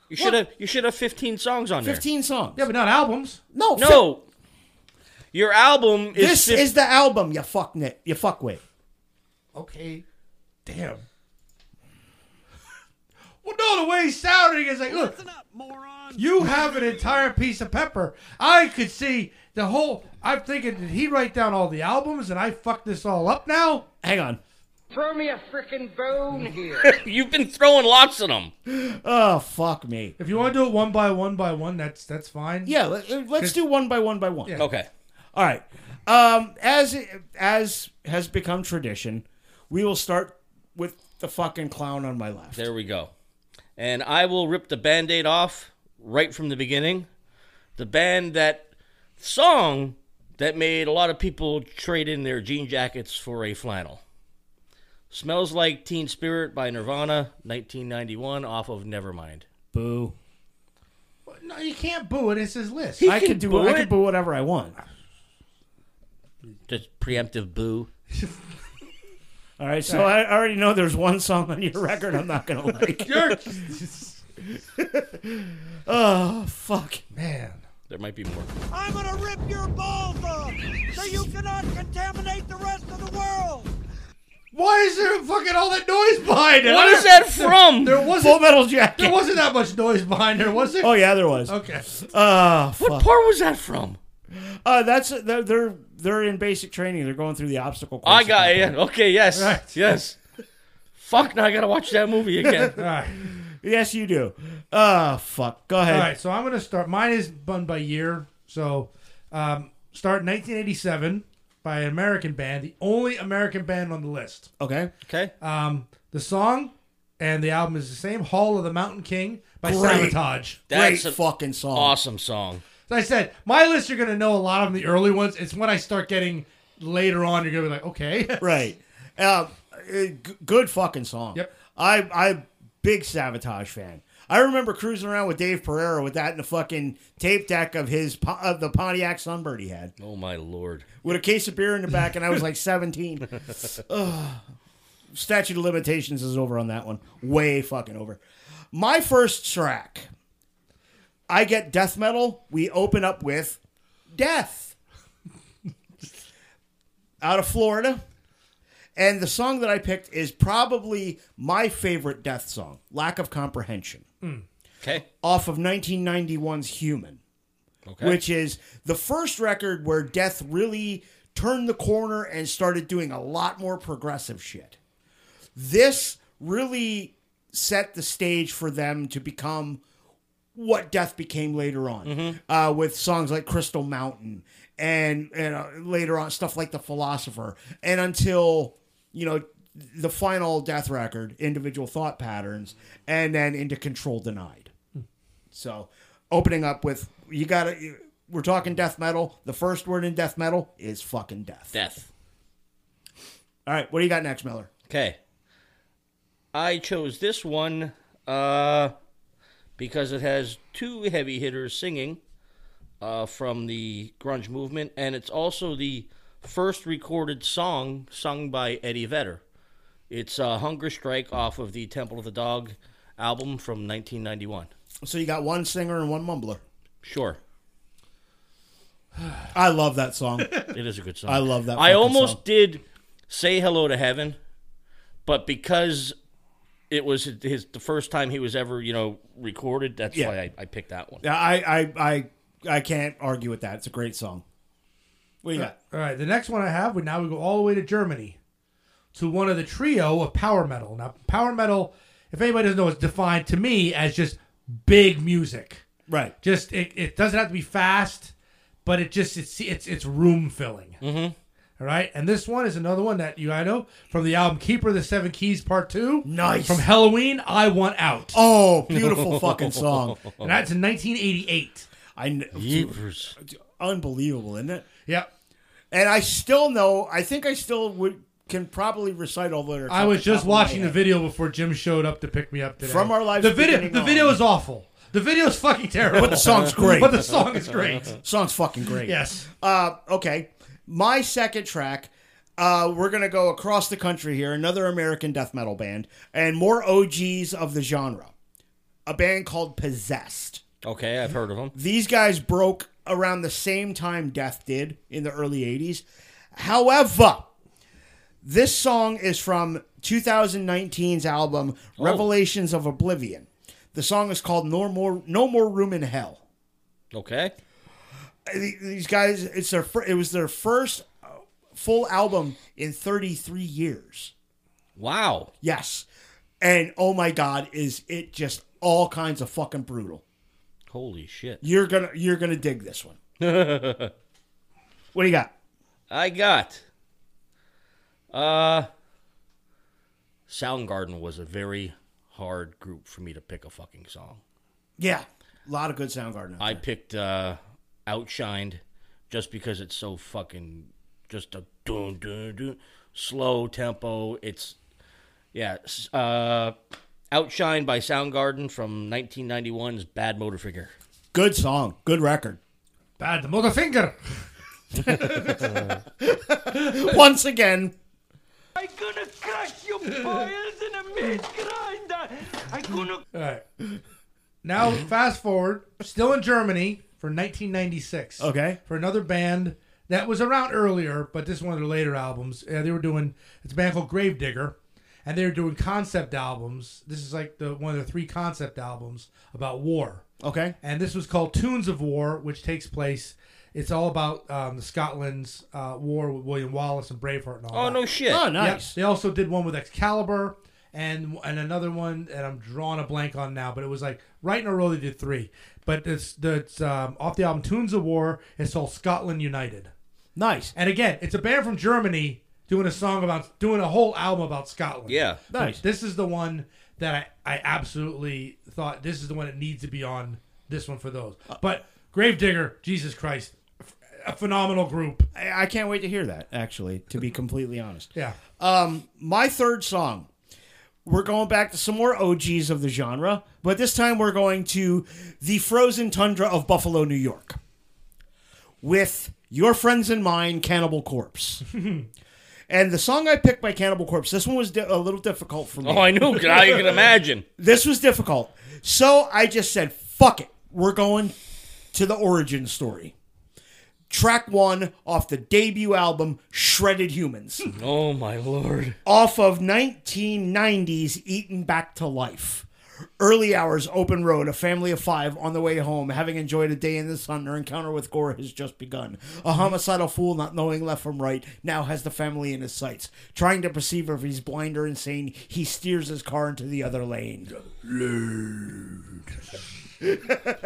You should have. You should have fifteen songs on there. fifteen songs. Yeah, but not albums. no, fi- No, your album is. this fif- is the album. You fuck nit. You fuck with. Okay. Damn. well, no, the way he sounded is like, look, Listen up, moron! you have an entire piece of pepper. I could see The whole I'm thinking, did he write down all the albums and I fucked this all up now? Hang on. Throw me a freaking bone here. You've been throwing lots of them. Oh, fuck me. If you want to do it one by one by one, that's that's fine. Yeah, let, us do one by one by one. Yeah. Okay. All right. Um, as as has become tradition, we will start with the fucking clown on my left. There we go. And I will rip the band aid off right from the beginning. The band that song that made a lot of people trade in their jean jackets for a flannel. Smells Like Teen Spirit by Nirvana, 1991, off of Nevermind. Boo. No, you can't boo it. It's his list. I can can do boo I can it. boo whatever I want. Just preemptive boo. All right, so I already know there's one song on your record I'm not gonna like. oh fuck! Man. There might be more. I'm gonna rip your balls off so you cannot contaminate the rest of the world. Why is there fucking all that noise behind it? What is that from? There Full wasn't Metal Jacket. there wasn't that much noise behind there, was there? Oh yeah, there was. Okay. Oh what fuck! part was that from? Uh, that's they're, they're they're in basic training. They're going through the obstacle course. I got it. Okay, yes. Right. Yes. Fuck, now I gotta watch that movie again. All right. Yes, you do. Oh fuck! Go ahead. All right, so I'm going to start. Mine is done by year. So um, start 1987 by an American band, the only American band on the list. Okay. Okay. Uh, Um, the song and the album is the same Hall of the Mountain King by Great. Sabotage. That's Great an fucking song. awesome song. So I said, my list, you're going to know a lot of them, the early ones. It's when I start getting later on, you're going to be like, okay. Right. Um, uh, g- good fucking song. Yep. I I big Sabotage fan. I remember cruising around with Dave Pereira with that in the fucking tape deck of his Po- of the Pontiac Sunbird he had Oh my lord. with a case of beer in the back, and I was like seventeen. Ugh. Statute of limitations is over on that one. Way fucking over. My first track. I get death metal. We open up with death out of Florida. And the song that I picked is probably my favorite death song, Lack of Comprehension, Okay. off of 1991's Human Okay. which is the first record where death really turned the corner and started doing a lot more progressive shit. This really set the stage for them to become what death became later on, uh, with songs like Crystal Mountain and, and uh, later on stuff like The Philosopher, and until you know the final death record, Individual Thought Patterns, and then into Control Denied. So, opening up with you got to we're talking death metal. The first word in death metal is fucking death. Death. All right, what do you got next, Miller? Okay. I chose this one uh, because it has two heavy hitters singing uh, from the grunge movement, and it's also the first recorded song sung by Eddie Vedder. It's uh, Hunger Strike off of the Temple of the Dog album from 1991. So you got one singer and one mumbler. Sure. I love that song. It is a good song. I love that I fucking almost song. did say hello to heaven, but because it was his the first time he was ever you know recorded, that's Yeah. why I, I picked that one. Yeah, I I I I can't argue with that. It's a great song. What do you got? All right, the next one I have, we now we go all the way to Germany to one of the trio of power metal. Now, power metal, if anybody doesn't know, it's defined to me as just big music. Right. Just it, it doesn't have to be fast, but it just it's it's it's room filling. Mm-hmm. right, and this one is another one that you I know from the album Keeper of the Seven Keys Part Two. Nice. from Halloween. I want out, Oh, beautiful fucking song. and that's in 1988. I kn- Jeepers. unbelievable, isn't it? Yep. And I still know. I think I still would can probably recite all their. I was just watching the video before Jim showed up to pick me up today. From our lives the video, beginning the on. video is awful. The video is fucking terrible. But the song's great. but the song is great. Song's fucking great. Yes. Uh, okay. My second track, uh, we're going to go across the country here. Another American death metal band and more OGs of the genre. A band called Possessed. Okay, I've heard of him. These guys broke around the same time Death did in the early 80s. However, this song is from 2019's album Revelations of Oblivion. The song is called No More No More Room in Hell. Okay, the- these guys it's their fir- it was their first uh, full album in 33 years. Wow. Yes. And oh my god, is it just all kinds of fucking brutal. Holy shit. You're gonna you're gonna dig this one. what do you got? I got. Uh, Soundgarden was a very hard group for me to pick a fucking song. Yeah. A lot of good Soundgarden. I picked uh, Outshined just because it's so fucking just a dun dun dun slow tempo. It's yeah, s- uh, Outshined by Soundgarden from 1991's Bad Motor Figure. good song. Good record. Bad mother finger. Once again, I'm gonna crush you boils in a meat grinder. I'm gonna All right. Now Mm-hmm. fast forward, still in Germany for 1996. Okay. For another band that was around earlier, but this is one of their later albums. Uh, they were doing it's a band called Gravedigger, and they were doing concept albums. This is like the one of the three concept albums about war. okay. And this was called Tunes of War, which takes place. It's all about um, the Scotland's uh, war with William Wallace and Braveheart and all Oh that. no shit! Oh, Yep. nice. They also did one with Excalibur and and another one and I'm drawing a blank on now, but it was like right in a row they did three. But it's that's um, off the album Tunes of War. It's called Scotland United. Nice. And again, it's a band from Germany doing a song about doing a whole album about Scotland. Yeah, But Nice. This is the one that I, I absolutely thought this is the one that needs to be on this one for those. Uh, But Gravedigger, Jesus Christ, f- a phenomenal group. I I can't wait to hear that, actually, to be completely honest. Yeah. My third song. We're going back to some more OGs of the genre, but this time we're going to the frozen tundra of Buffalo, New York. With your friends and mine, Cannibal Corpse. and the song I picked by Cannibal Corpse, this one was di- a little difficult for me. Oh, I knew. Now you can imagine. This was difficult. So I just said, fuck it. We're going to the origin story. Track one off the debut album, Shredded Humans, Oh my lord! off of 1990's Eaten Back to Life. Early hours, open road, a family of five on the way home, having enjoyed a day in the sun, their encounter with gore has just begun. A homicidal fool, not knowing left from right, now has the family in his sights. Trying to perceive if he's blind or insane, he steers his car into the other lane.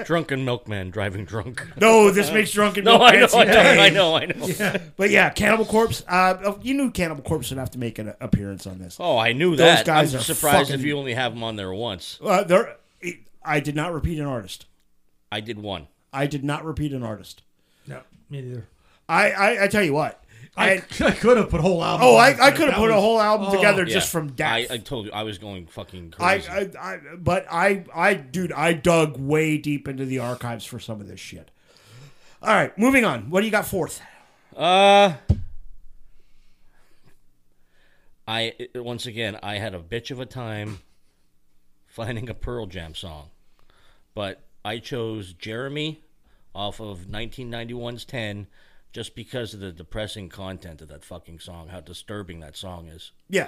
Drunken milkman driving drunk. No, this makes drunken No, milk I know, pants I know, insane. I know, I know. But yeah, Cannibal Corpse. Uh, oh, you knew Cannibal Corpse would have to make an appearance on this. Oh, I knew Those that. guys I'm are surprised if fucking- you only have them on there once. Uh, there, I did not repeat an artist. I did one. I did not repeat an artist. No, me neither. I, I, I tell you what. I, I, I could have put a whole album. oh, on I, this, I but could have that put a was- whole album oh. together Yeah. just from I, death. I told you I was going fucking I, crazy. I, I, but I, I, dude, I dug way deep into the archives for some of this shit. All right, moving on. What do you got fourth? Uh, I once again I had a bitch of a time finding a Pearl Jam song, but I chose Jeremy off of 1991's Ten just because of the depressing content of that fucking song, how disturbing that song is. Yeah.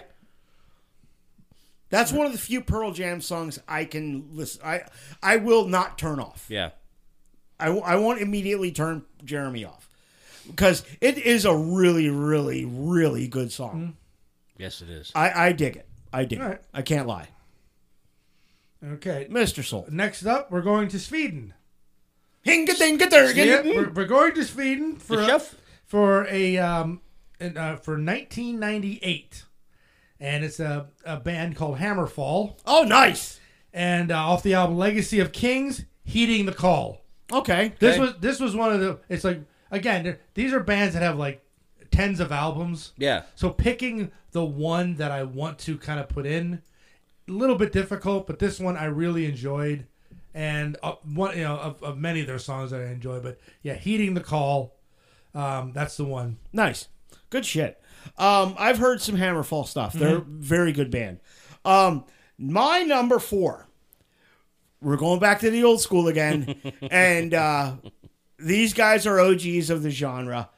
That's one of the few Pearl Jam songs I can listen. I, I will not turn off. Yeah, I, I won't immediately turn Jeremy off because it is a really, really, really good song. yes it is. I, I dig it. I dig Alright. it. I can't lie. Okay. Mr. Soul. Next up, we're going to Sweden. Hinga dinga Yeah, derga. we're, we're going to Sweden for The a, chef? for a um an, uh, for 1998, and it's a, a band called Hammerfall, Oh, nice. and uh, off the album Legacy of Kings, Heeding the Call. Okay. This was this was one of the. It's like again, they're- these are bands that have like tens of albums. Yeah. So picking the one that I want to kind of put in, a little bit difficult, but this one I really enjoyed, and uh, one you know of, of many of their songs that I enjoy, but yeah, heeding the call, um, that's the one. Nice. Good shit. Um, I've heard some Hammerfall stuff. They're a very good band. Um, my number four. We're going back to the old school again, and uh, these guys are OGs of the genre.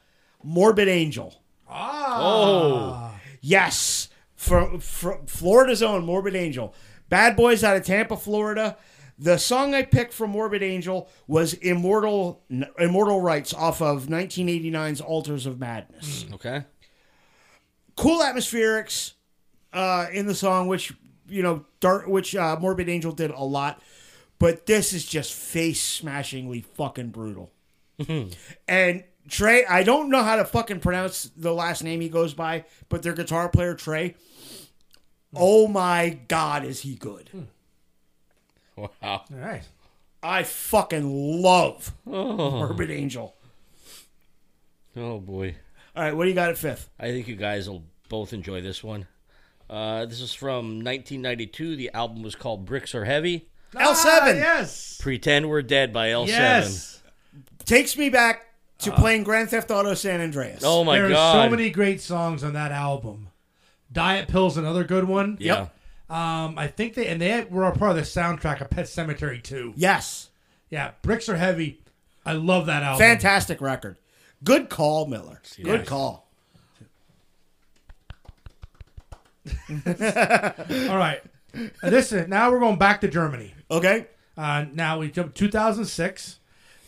Morbid Angel. Oh, Yes, from, from Florida's own Morbid Angel. Bad Boys out of Tampa, Florida. The song I picked from Morbid Angel was Immortal Immortal Rights off of 1989's Altars of Madness. Okay. Cool atmospherics uh, in the song, which you know, Dark, which uh, Morbid Angel did a lot, but this is just face smashingly fucking brutal. and Trey, I don't know how to fucking pronounce the last name he goes by, but their guitar player Trey. Oh my god, is he good? Wow. All right. I fucking love Morbid Angel. Oh boy. All right, what do you got at fifth? I think you guys will both enjoy this one. Uh, this is from 1992. The album was called Bricks Are Heavy. Ah, L7 yes. Pretend We're Dead by L7. Yes. takes me back to playing Grand Theft Auto San Andreas. Oh my there god. are so many great songs on that album. Diet Pill's another good one. Yeah. Um, I think they and they were a part of the soundtrack of Pet Cemetery too. Yes. Yeah, Bricks Are Heavy. I love that album. Fantastic record. Good call, Miller. Good call. All right. Uh, Listen, now we're going back to Germany. Okay? Uh, now we jump 2006.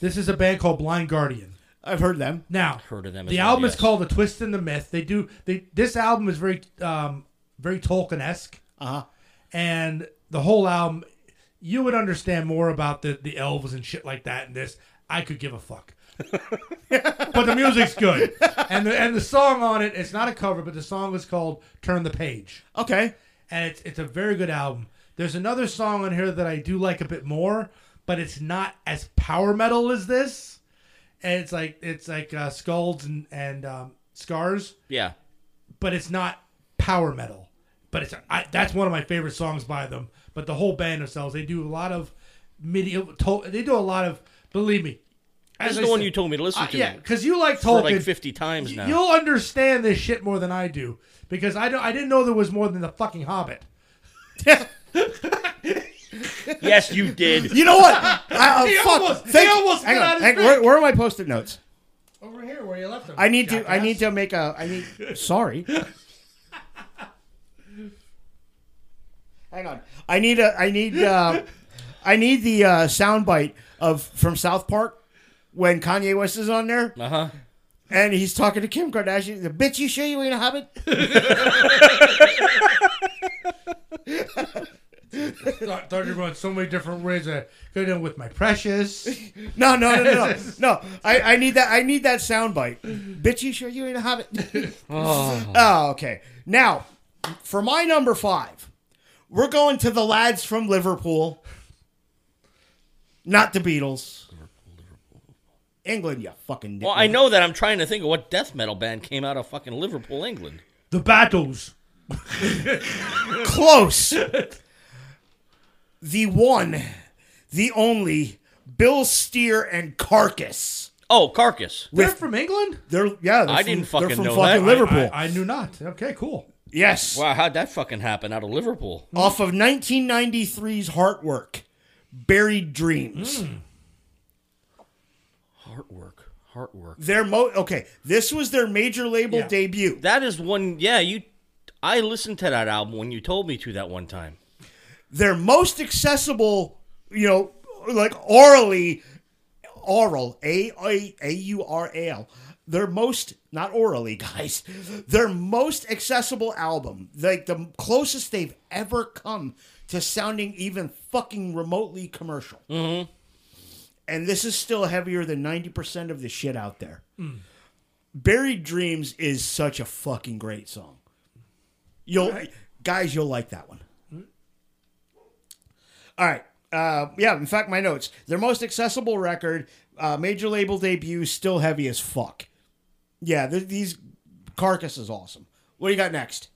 This is a band called Blind Guardian. I've heard them. Now, Heard of them as the well, album yes. is called "The Twist and the Myth." They do. They this album is very, um, very Tolkien esque, Uh-huh. and the whole album, you would understand more about the the elves and shit like that. And this, I could give a fuck. but the music's good, and the and the song on it, it's not a cover, but the song is called "Turn the Page." Okay. and it's it's a very good album. There's another song on here that I do like a bit more, but it's not as power metal as this. And it's like it's like uh, skulls and and um, scars, Yeah. but it's not power metal. But it's I, that's one of my favorite songs by them. But the whole band themselves, they do a lot of medieval. To, they do a lot of. Believe me, This as is I the one said- you told me to listen uh, to. yeah, because you like for Tolkien like 50 times now. You'll understand this shit more than I do because I don't. I didn't know there was more than the fucking Hobbit. Yes, you did. You know what? I, I- He fuck. almost- he Thank- almost hang got on. out his Hang- dick. where, where are my post-it notes? Over here, where you left them. I need to I need to make a I need sorry. Hang on. I need a I need uh I need the uh soundbite of from South Park when Kanye West is on there Uh Uh-huh. huh. and he's talking to Kim Kardashian. The bitch, you sure you ain't a hobbit? Thought, thought you were going so many different ways. I could have done with my precious. No, no, no, no, no. no. I, I need that. I need that soundbite. Bitch, you sure you ain't a hobbit? oh. okay. Now, for my number five, we're going to the lads from Liverpool, not the Beatles. England, you fucking. Well, I know that. I'm trying to think of what death metal band came out of fucking Liverpool, England. The battles. close. the one, the only, Bill Steer and Carcass. Oh, Carcass. They're from England. They're yeah. They're I from, didn't they're fucking from know fucking that. I- Liverpool. I, I knew not. Okay, cool. yes. Wow, how'd that fucking happen out of Liverpool? off of 1993's Heartwork, Buried Dreams. Heartwork. Heartwork. Their mo okay, this was their major label Yeah. debut. That is one. Yeah, you. I listened to that album when you told me to that one time. Their most accessible, you know, like orally, oral, A A A U R A L. Their most not orally, guys. Their most accessible album, like the closest they've ever come to sounding even fucking remotely commercial. and this is still heavier than 90% of the shit out there. Buried Dreams is such a fucking great song. You'll guys, you'll like that one. All right. Uh, yeah, in fact, my notes. Their most accessible record, uh, major label debut, still heavy as fuck. Yeah, th- these carcass is awesome. What do you got next?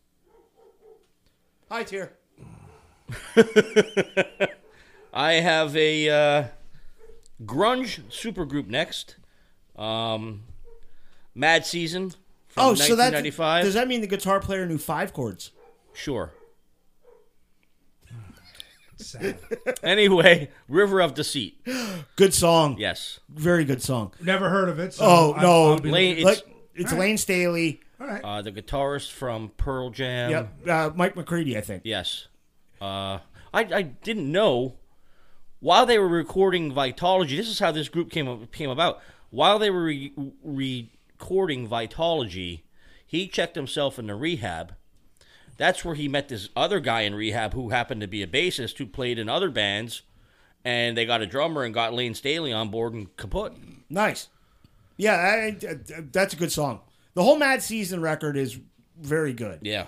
Hi, tier. I have a uh, grunge supergroup next. Um, Mad Season. From Oh, so that 1995. does that mean the guitar player knew five chords? Sure. Sad. Anyway, River of Deceit. Good song. Yes. Very good song. Never heard of it. So Oh, I- no. I'll be- Lane, it's, Look, it's Lane Staley. all right. uh, the guitarist from Pearl Jam. uh, Yep, uh, Mike McCready, I think. Yes. Uh, I, I didn't know While they were recording Vitology, this is how this group came up, came about. While they were re- re- recording Vitology, he checked himself into rehab. That's where he met this other guy in rehab who happened to be a bassist who played in other bands, and they got a drummer and got Lane Staley on board and kaput. Nice. Yeah, I, I- that's a good song. The whole Mad Season record is very good. Yeah.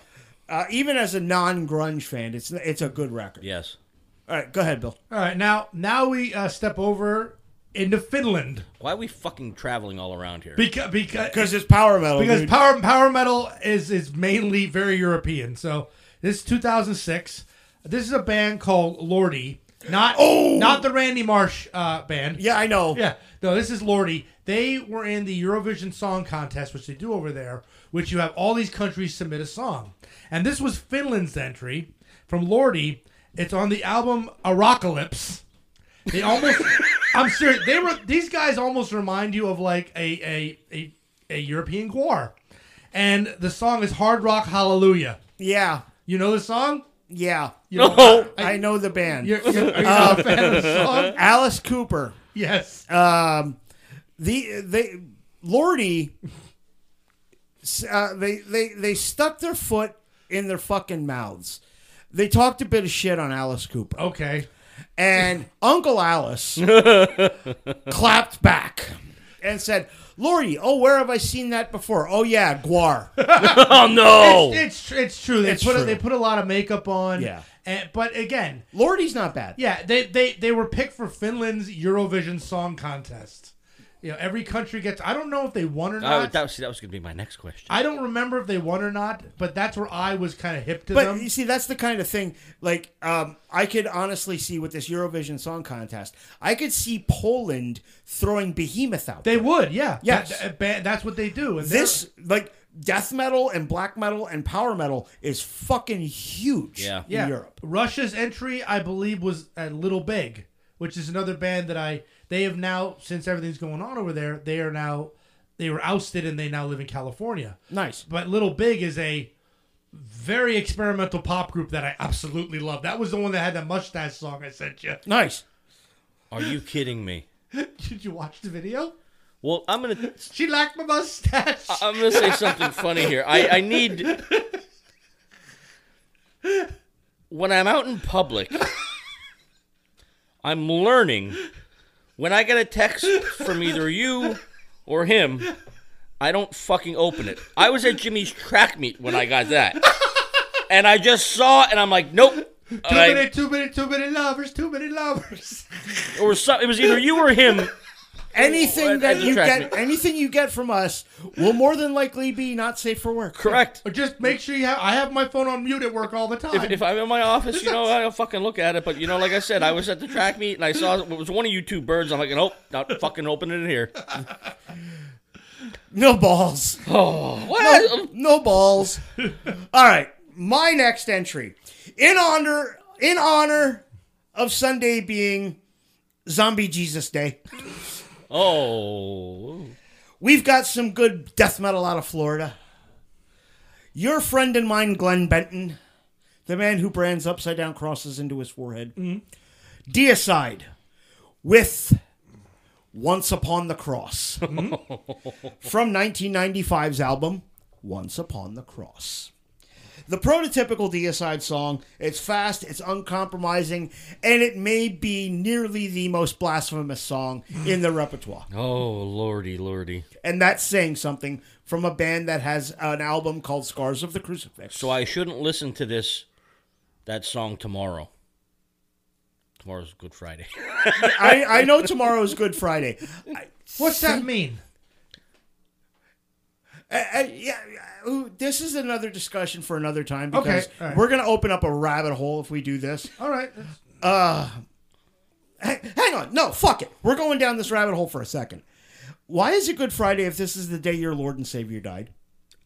Uh, even as a non-grunge fan, it's it's a good record. Yes. All right, go ahead, Bill. All right, now now we uh, step over into Finland Why are we fucking traveling all around here? because because Because it's power metal. because dude. power power metal is is mainly very European. So this is 2006. This is a band called Lordy, not Oh! not the Randy Marsh uh, band. yeah, I know. Yeah, no, this is Lordy. They were in the Eurovision Song Contest, which they do over there, which you have all these countries submit a song. And this was Finland's entry from Lordy. It's on the album Arocalypse. They almost, I'm serious. They were these guys almost remind you of like a a a, a European guar, and the song is Hard Rock Hallelujah. yeah, You know the song? yeah. You know, No. I, know the band. You're, you're, are you not a fan of the song? Alice Cooper. Yes. Um, the they Lordy. s- Uh, they they they stuck their foot in their fucking mouths. They talked a bit of shit on Alice Cooper. Okay. And Uncle Alice clapped back and said, Lordy, oh, where have I seen that before? Oh, yeah, Guar. Oh no! It's, it's it's true. They It's put A, true. they put a lot of makeup on. Yeah. And, but again, Lordy's not bad. yeah, they, they they were picked for Finland's Eurovision Song Contest. You know, every country gets. I don't know if they won or Oh, not. that, was- see, that was going to be my next question. I don't remember if they won or not, but that's where I was kind of hip to But them. you see, that's the kind of thing, like, um, I could honestly see with this Eurovision Song Contest, I could see Poland throwing Behemoth out. They would, yeah, Yes. That- that- ba- that's what they do. And they're- this, like, death metal and black metal and power metal is fucking huge Yeah. in yeah, Europe. Russia's entry, I believe, was at Little Big, which is another band that I they have now since everything's going on over there. They are now they were ousted and they now live in California. Nice. But Little Big is a very experimental pop group that I absolutely love. That was the one that had that mustache song I sent you. Nice. Are you kidding me? Did you watch the video? Well, I'm gonna She liked my mustache. I'm gonna say something funny here. I, I need when I'm out in public, I'm learning when I get a text from either you or him, I don't fucking open it. I was at Jimmy's track meet when I got that, and I just saw it, and I'm like, nope. too And I- many, too many, too many lovers, too many lovers. or some, it was either you or him. Anything that you attract get, me. anything you get from us will more than likely be not safe for work. Correct. Or just make sure you have. I have my phone on mute at work all the time. If, if I'm in my office, you know, I don't fucking look at it. But you know, like I said, I was at the track meet and I saw it was one of you two birds. I'm like, nope, not fucking opening it here. No balls. What? No balls. All right. My next entry. In honor in honor of Sunday being Zombie Jesus Day, Oh, we've got some good death metal out of Florida. Your friend and mine, Glenn Benton, the man who brands upside down crosses into his forehead, deicide with Once Upon the Cross from 1995's album Once Upon the Cross. The prototypical deicide song, it's fast, it's uncompromising, and it may be nearly the most blasphemous song in the repertoire oh, lordy, lordy. and that's saying something from a band that has an album called Scars of the Crucifix. So I shouldn't listen to this, that song tomorrow. Tomorrow's Good Friday. I, I know tomorrow is Good Friday. I, What's that mean? I- I- Uh, yeah, ooh, this is another discussion for another time because Okay, all right. we're going to open up a rabbit hole if we do this. All right. H- hang on, no, fuck it. We're going down this rabbit hole for a second. Why is it Good Friday if this is the day your Lord and Savior died?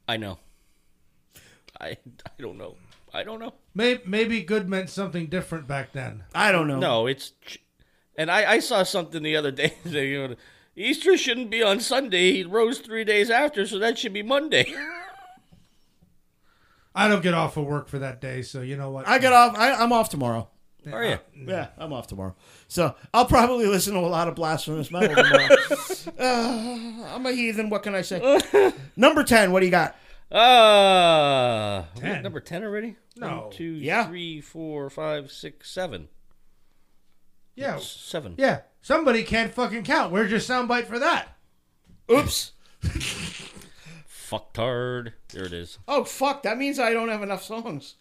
I know. I I don't know. I don't know. Maybe, maybe good meant something different back then. I don't know. No, it's. And I, I saw something the other day. That, you know, Easter shouldn't be on Sunday. He rose three days after, so that should be Monday. I don't get off of work for that day, so you know what? I got off. I, I'm off tomorrow. Are you? Yeah, I'm off tomorrow. So I'll probably listen to a lot of blasphemous metal tomorrow. Uh, I'm a heathen. What can I say? Number 10, what do you got? Uh, are we at Ten. number 10 already? No. One, two, Yeah. three, four, five, six, seven. Yeah. Seven. Yeah. Somebody can't fucking count. Where's your soundbite for that? Oops. Fucktard. There it is. Oh, fuck. That means I don't have enough songs.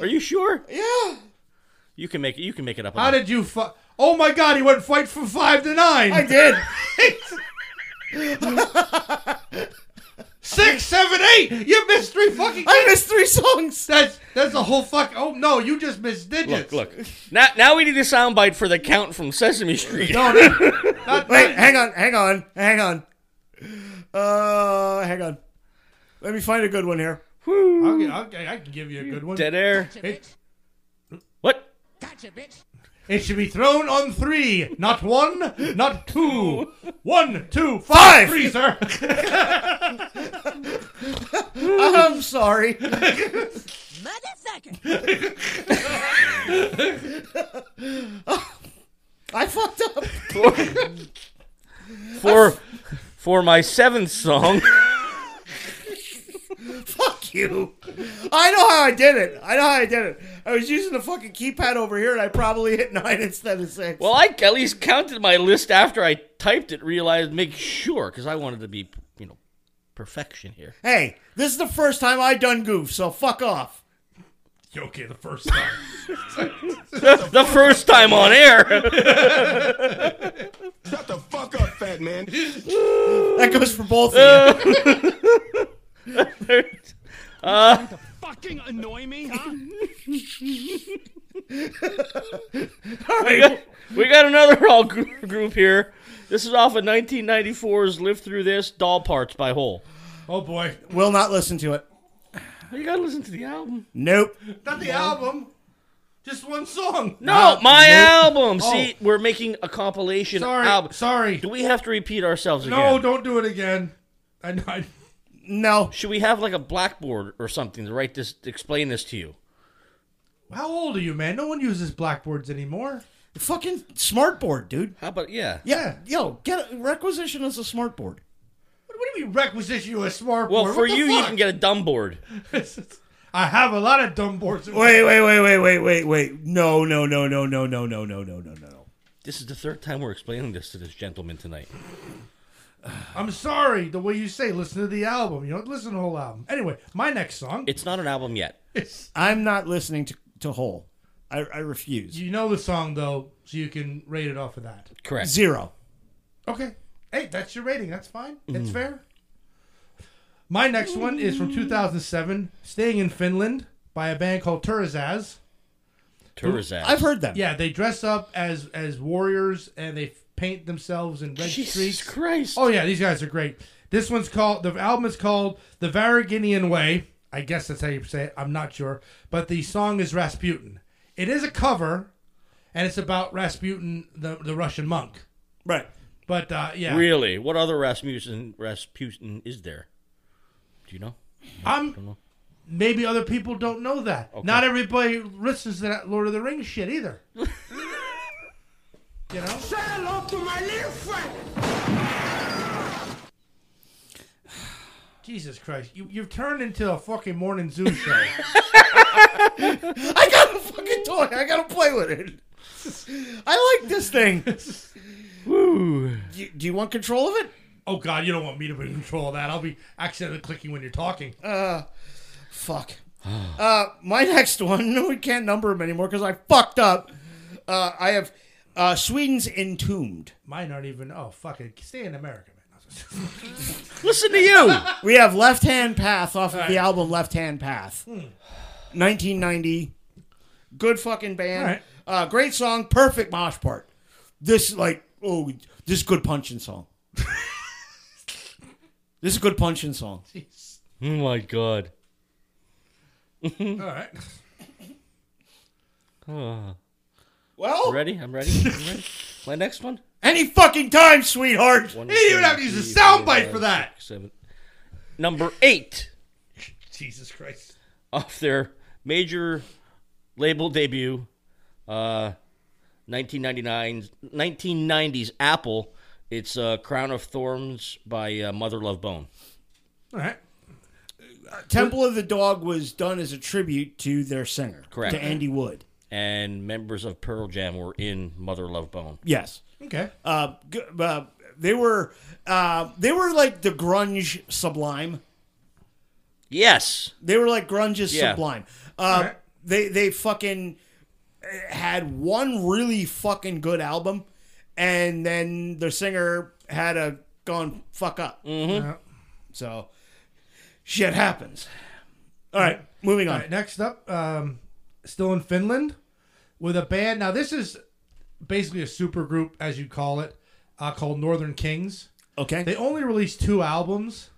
Are you sure? Yeah. You can make it. You can make it up. How did you fu- Oh my god, he went fight from five to nine. I did. Six, seven, eight. You missed three fucking. I missed three songs. That's that's a whole fuck. Oh no, you just missed digits. look, look. Now, now we need a soundbite for the count from Sesame Street. No, no, not, Wait, hang on, hang on, hang on. Uh, hang on. Let me find a good one here. I'll get- I'll- i can give you a good one. Dead air. It, What? it should be thrown on three, not one, not two. One, two, Five! five, three, sir. I'm sorry. Motherfucker! I fucked up. For for my seventh song. Fuck you. I know how I did it. I know how I did it. I was using the fucking keypad over here and I probably hit nine instead of six. Well, I at least counted my list after I typed it. Realized, make sure, because I wanted to be, you know, perfection here. hey, this is the first time I done goof, so fuck off. You okay, the first time. the first time on air. Shut the fuck up, fat man. That goes for both of you. Fucking annoy me, huh? All right. we got another all group, group here. This is off of 1994's "Live Through This" doll parts by Hole. Oh boy, Will not listen to it. Oh, You gotta listen to the album. Nope. not the album. Just one song. No, my album. Oh. See, we're making a compilation Sorry, album. sorry. Do we have to repeat ourselves again? No, don't do it again. I know. I, No. Should we have like a blackboard or something to write this, to explain this to you? how old are you, man? No one uses blackboards anymore. Fucking smartboard, dude. How about yeah? Yeah. Yo, get a, requisition as a smartboard. What, what do you mean requisition you a smart Well, board? for What the you, you fuck? can get a dumb board. I have a lot of dumb boards. Wait, wait, wait, wait, wait, wait, wait. No, no, no, no, no, no, no, no, no, no, no. This is the third time we're explaining this to this gentleman tonight. I'm sorry, the way you say listen to the album. You don't listen to the whole album. Anyway, my next song. It's not an album yet. is I'm not listening to, to Hole. I, I refuse. you know the song though, so you can rate it off of that. Correct. Zero. Okay. Hey, that's your rating. That's fine. Mm-hmm. It's fair. My next one is from 2007, "Staying in Finland" by a band called Turizaz. Turizak. I've heard them. Yeah, they dress up as as warriors and they f- paint themselves in red Jesus streaks. Christ. Oh yeah, these guys are great. This one's called the album is called The Variginian Way. I guess that's how you say it. I'm not sure, but the song is Rasputin. It is a cover, and it's about Rasputin, the the Russian monk. Right. But uh, yeah, Really? What other Rasmussen Rasputin is there? Do you know? I'm. Maybe other people don't know that. Not everybody listens to that Lord of the Rings shit either. you know. Say hello to my little friend. Jesus Christ, you, you've turned into a fucking morning zoo show. I got a fucking toy. I gotta play with it. I like this thing. Do you, do you want control of it? oh God, you don't want me to be in control of that. I'll be accidentally clicking when you're talking. Fuck. Uh, my next one. We can't number them anymore because I fucked up. Uh, I have uh, Sweden's Entombed. Mine aren't even. Oh fuck it, stay in America, man. Listen to you. We have Left Hand Path off of the album Left Hand Path. 1990. Good fucking band. All right. Uh, great song. Perfect mosh part. This, like, oh, this is good punching song. this is a good punching song. oh my god. All right, Well, Ah. Ready? I'm ready. I'm ready. My next one. any fucking time, sweetheart. One, you didn't even two, have to use a three, four, soundbite five, for that. six, seven. Number eight Jesus Christ. off their major label debut, uh, 1999's 1990s Apple. It's uh, Crown of Thorns by uh, Mother Love Bone. All right. Temple of the Dog was done as a tribute to their singer, Correct. To Andy Wood. And members of Pearl Jam were in Mother Love Bone. Yes. Okay. Uh, g- uh, they were uh, they were like the grunge sublime. Yes. They were like grunge is Yeah. sublime. Uh, Alright. They they fucking uh, had one really fucking good album, and then their singer had a gone fuck up. Mm-hmm. Yeah. So shit happens. All right, moving on. All right, next up, um, still in Finland with a band. Now, this is basically a super group, as you call it, uh, called Northern Kings. Okay. They only released two albums,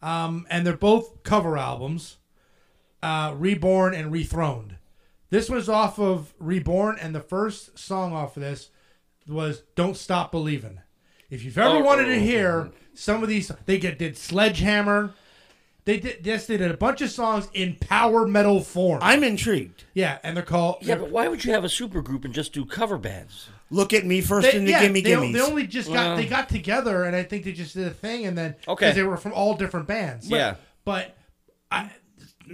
um, and they're both cover albums uh, Reborn and Rethroned. This was off of Reborn, and the first song off of this was Don't Stop Believin'. If you've ever wanted to hear some of these, they get, did Sledgehammer. They did this. They did a bunch of songs in power metal form. I'm intrigued. yeah, and they're called Yeah, but why would you have a supergroup and just do cover bands? Look at me first in the gimme they, gimmies. they only just got they got together, and I think they just did a thing, and then 'cause Okay. they were from all different bands. Yeah. but I,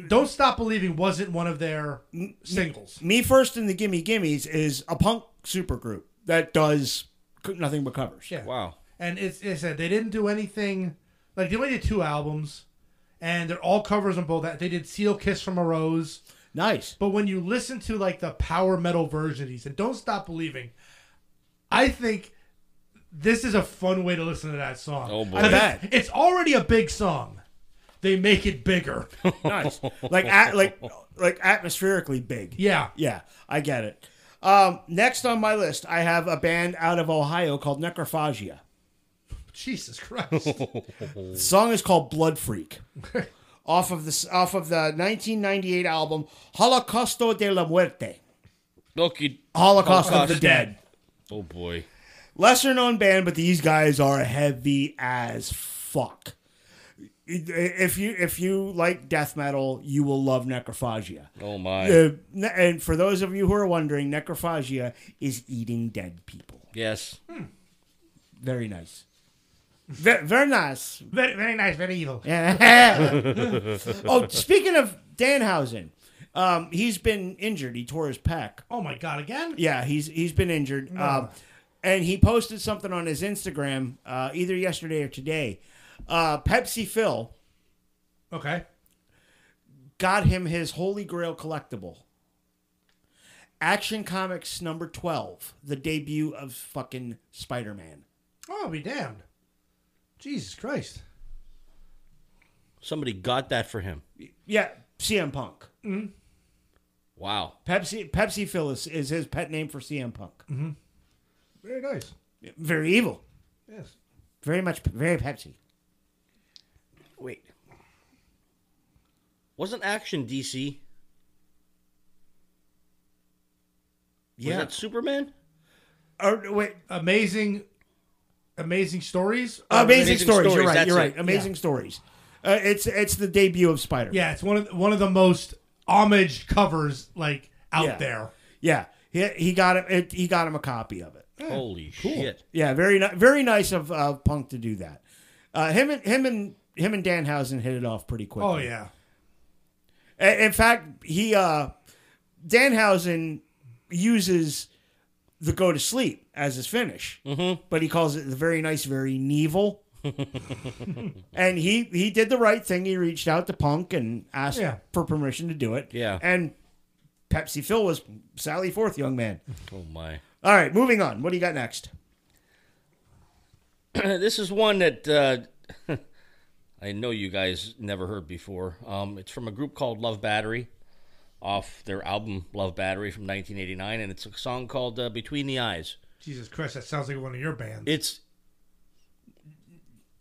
don't stop believing wasn't one of their singles. me first in the gimme gimmies is a punk supergroup that does co- nothing but covers. Yeah, Wow. and it's it's said they didn't do anything like they only did two albums, and they're all covers on both. That they did Seal Kiss from a Rose, Nice. but when you listen to like the power metal version of these, and don't stop believing, I think. This is a fun way to listen to that song. Oh, boy. I mean, I bet. It's already a big song. They make it bigger. Nice. like at, like like atmospherically big. Yeah. Yeah, I get it. Um, next on my list, I have a band out of Ohio called Necrophagia. Jesus Christ. The song is called Blood Freak. off of this off of the 1998 album Holocausto de la Muerte. Milky. Holocaust, Holocaust of the of Dead. Oh boy. lesser known band, but these guys are heavy as fuck. If you if you like death metal, you will love Necrophagia. Oh my. Uh, ne- and for those of you who are wondering, Necrophagia is eating dead people. Yes. Very nice. Ve- very nice. very, very nice, very evil. oh, speaking of Danhausen, um, he's been injured. He tore his pec. Oh my god, again? Yeah, he's he's been injured. Um, and he posted something on his Instagram uh, either yesterday or today. Uh, Pepsi Phil Okay. got him his Holy Grail collectible. Action Comics number 12, the debut of fucking Spider Man. Oh, I'll be damned. Jesus Christ. Somebody got that for him. Yeah, CM Punk. Wow. Pepsi Pepsi Phil is, is his pet name for CM Punk. Very nice. Very evil. Yes. Very much, very Pepsi. Wait. Wasn't Action DC? Yeah. Was that Superman? Or, wait, Amazing amazing stories. amazing, Amazing stories. You're Stories, right. that's You're right. it. Amazing stories. Uh, it's it's the debut of Spider. Yeah, it's one of one of the most homage covers like out Yeah. there. yeah. He, he got him. It, he got him a copy of it. Holy shit. Yeah, very ni- very nice of uh, Punk to do that. Uh, him and him and him and Danhausen hit it off pretty quickly. Oh yeah. A- In fact, he uh, Danhausen uses the go to sleep as his finish, mm-hmm. but he calls it the very nice, very Neville. and he he did the right thing. He reached out to Punk and asked Yeah. for permission to do it. Yeah. and Pepsi Phil was Sally Forth, young man. Oh my. All right, moving on. What do you got next? this is one that uh, I know you guys never heard before. Um, it's from a group called Love Battery, off their album Love Battery from 1989, and it's a song called uh, Between the Eyes. Jesus Christ, that sounds like one of your bands. It's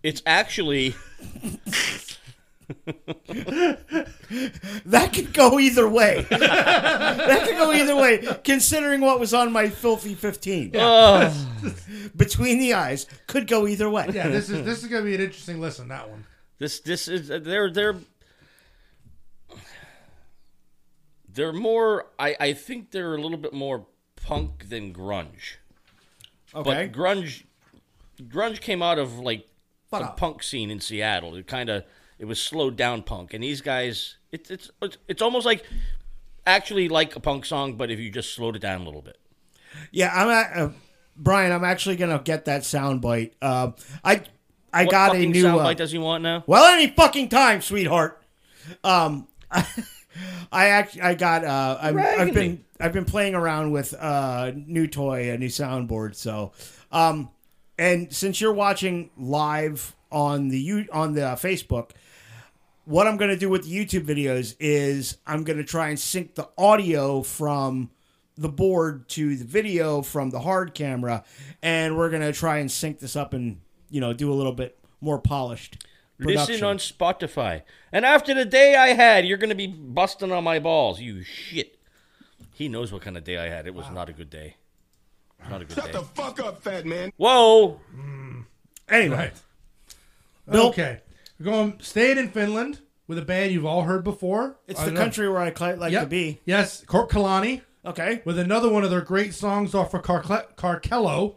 it's actually That could go either way. that could go either way, considering what was on my filthy 15. Uh. Between the eyes could go either way. yeah, this is this is gonna be an interesting listen, that one. This this is they're they're They're more. I I think they're a little bit more punk than grunge. Okay. But grunge, grunge came out of like Fuck the up. punk scene in Seattle. It kind of it was slowed down punk, and these guys, it's it's it's- it's almost like actually like a punk song, but if you just slowed it down a little bit. yeah, I'm at, uh, Brian. I'm actually gonna get that sound bite. Uh, I I What got a fucking new soundbite uh, does he want now? Well, any fucking time, sweetheart. Um, I, I act, I got. Uh, I'm, I've Raggedy. been I've been playing around with uh, new toy, a new soundboard. So, um, and since you're watching live on the you on the Facebook, what I'm gonna do with the YouTube videos is I'm gonna try and sync the audio from the board to the video from the hard camera, and we're gonna try and sync this up and you know do a little bit more polished. Listen production. on Spotify. And after the day I had, you're gonna be busting on my balls. You shit. He knows what kind of day I had. It was not a good day. Not a good day. fuck up, fat man. Whoa. Anyway, Right. Bill, Okay. We're going staying in Finland with a band you've all heard before. it's I the don't know. country where I cli- like to be. Yes, Kurt Kalani Okay. with another one of their great songs off of Carcle- Carcello.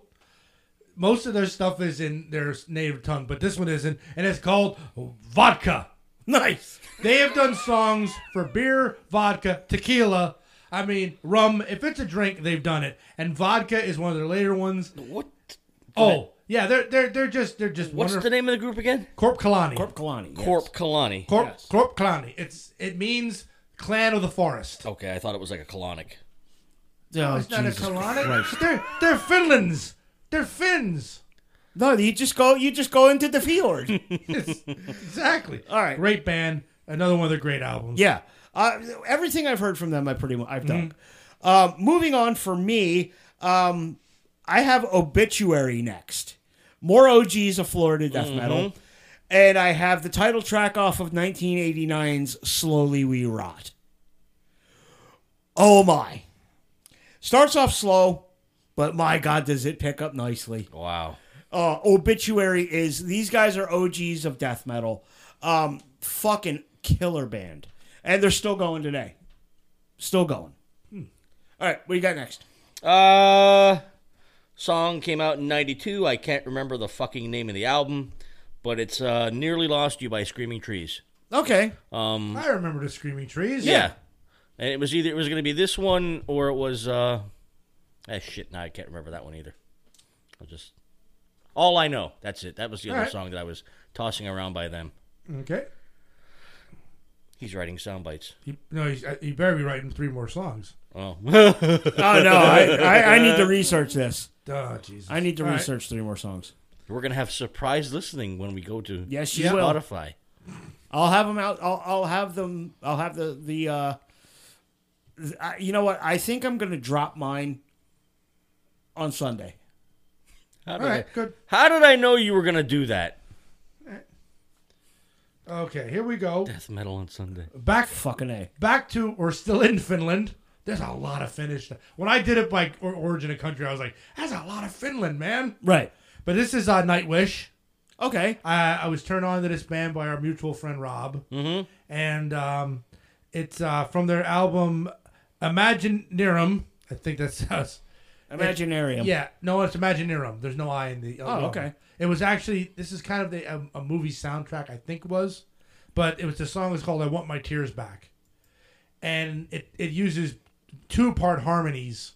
Most of their stuff is in their native tongue, but this one isn't, and it's called Vodka. Nice. They have done songs for beer, vodka, tequila. I mean, rum. If it's a drink, they've done it. And vodka is one of their later ones. What Oh, yeah, they're they're they're just they're just what's the wonderful. name of the group again? Corp Kalani. Corp Kalani. yes. Corp Kalani. Corp, Corp Kalani. It's it means clan of the forest. Okay, I thought it was like a colonic. Oh, it's not Jesus a Kalani. Christ. They're they're Finlands. They're Finns. No, you just go. You just go into the fjord. Yes, exactly. All right. Great band. Another one of their great albums. yeah. Uh, everything I've heard from them, I pretty much I've done. Um, moving on for me, um, I have Obituary next. More OGs of Florida death metal, and I have the title track off of 1989's "Slowly We Rot." Oh my! Starts off slow, but my God, does it pick up nicely. Wow. uh, obituary is these guys are OGs of death metal. Um, fucking killer band, and they're still going today. Still going. Hmm. All right, what do you got next? Uh song came out in 92. I can't remember the fucking name of the album, but it's uh Nearly Lost You by Screaming Trees. Okay, I remember the Screaming Trees. Yeah. And it was either it was going to be this one or it was uh ah, shit, now I can't remember that one either. I'll just All I Know. That's it. That was the other Alright. song that I was tossing around by them. Okay. He's writing sound bites. You, no, he's, uh, he better be writing three more songs. Oh. oh no, I, I, I need to research this. Oh, Jesus. I need to All right. research three more songs. We're going to have surprise listening when we go to Yes, you will. Spotify. I'll have them out. I'll, I'll have them. I'll have the the. Uh, th- I, you know what? I think I'm gonna drop mine on Sunday. How did, All right. I, Good. how did I know you were going to do that? Okay. Here we go. Death metal on Sunday. Back Fucking a. back to or still in Finland. There's a lot of Finnish. stuff. When I did it by or, origin of country, I was like, "That's a lot of Finland, man." Right. But this is uh, Nightwish. Okay. I, I was turned on to this band by our mutual friend Rob, mm-hmm. and um, it's uh, from their album Imaginarium. I think that's us. Imaginarium. Yeah, no, it's Imaginarium. There's no I in the. Oh, okay. It was actually this is kind of the, um, a, a movie soundtrack, I think it was, but it was the song is called "I Want My Tears Back," and it it uses two part harmonies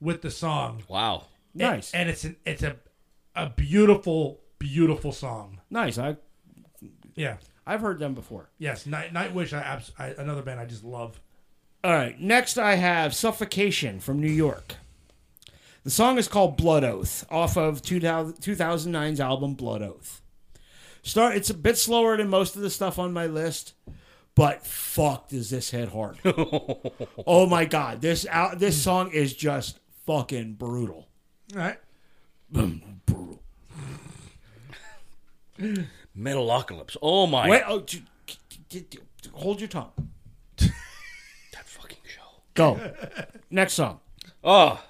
with the song. Wow. Nice. and it's an, it's a a beautiful beautiful song. nice. I Yeah. I've heard them before. Yes, Night, Nightwish. I, abs- I another band I just love. All right, next I have Suffocation from New York. The song is called Blood Oath off of 2000, 2009's album Blood Oath. Start. It's a bit slower than most of the stuff on my list, but fuck, does this hit hard? oh my god, this out this song is just fucking brutal. All right, Brutal. Metalocalypse. Oh my Wait, oh, j- j- j- j- hold your tongue. that fucking show. Go. next song. Oh.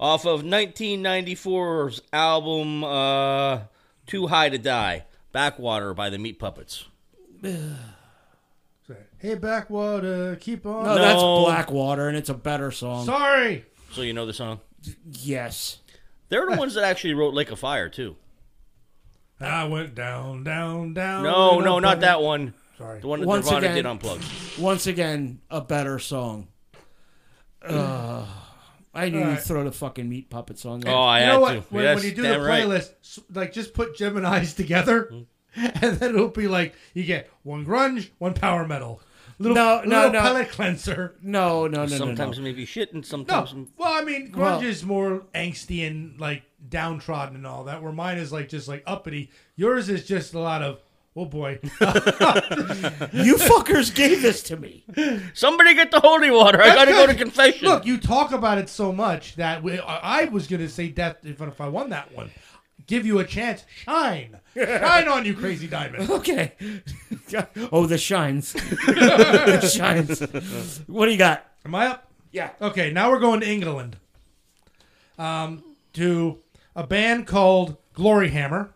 Off of 1994's album uh Too High to Die, Backwater by the Meat Puppets. Sorry. Hey, backwater, keep on. No, Oh, that's No. Blackwater, and it's a better song. Sorry. So you know the song. yes. They're the ones that actually wrote Lake of Fire too. I went down, down, down. No, and no, up, not up. that one. Sorry. The one that Once Nirvana again- did unplugged. Once again, a better song. Ugh. I knew you'd Alright. throw the fucking meat puppet song. Oh, I you had know to. what? When, That's when you do the damn right. Hmm. playlist, s like just put Gemini's together, and then it'll be like you get one grunge, one power metal, little No, no, little no. palate cleanser. No, no, no, no, sometimes no. maybe shit and No, sometimes well, I mean, Well- grunge is more angsty and like downtrodden and all that. Where mine is like just like uppity. Yours is just a lot of oh boy. You fuckers gave this to me. somebody get the holy water. I gotta go to good. confession. Look, you talk about it so much that we, I I was going to say death if, if I won that one. Give you a chance, shine, shine on you, crazy diamond. Okay. oh, the shines. the shines. What do you got? Am I up? Yeah. Okay, now we're going to England. Um, to a band called Glory Hammer.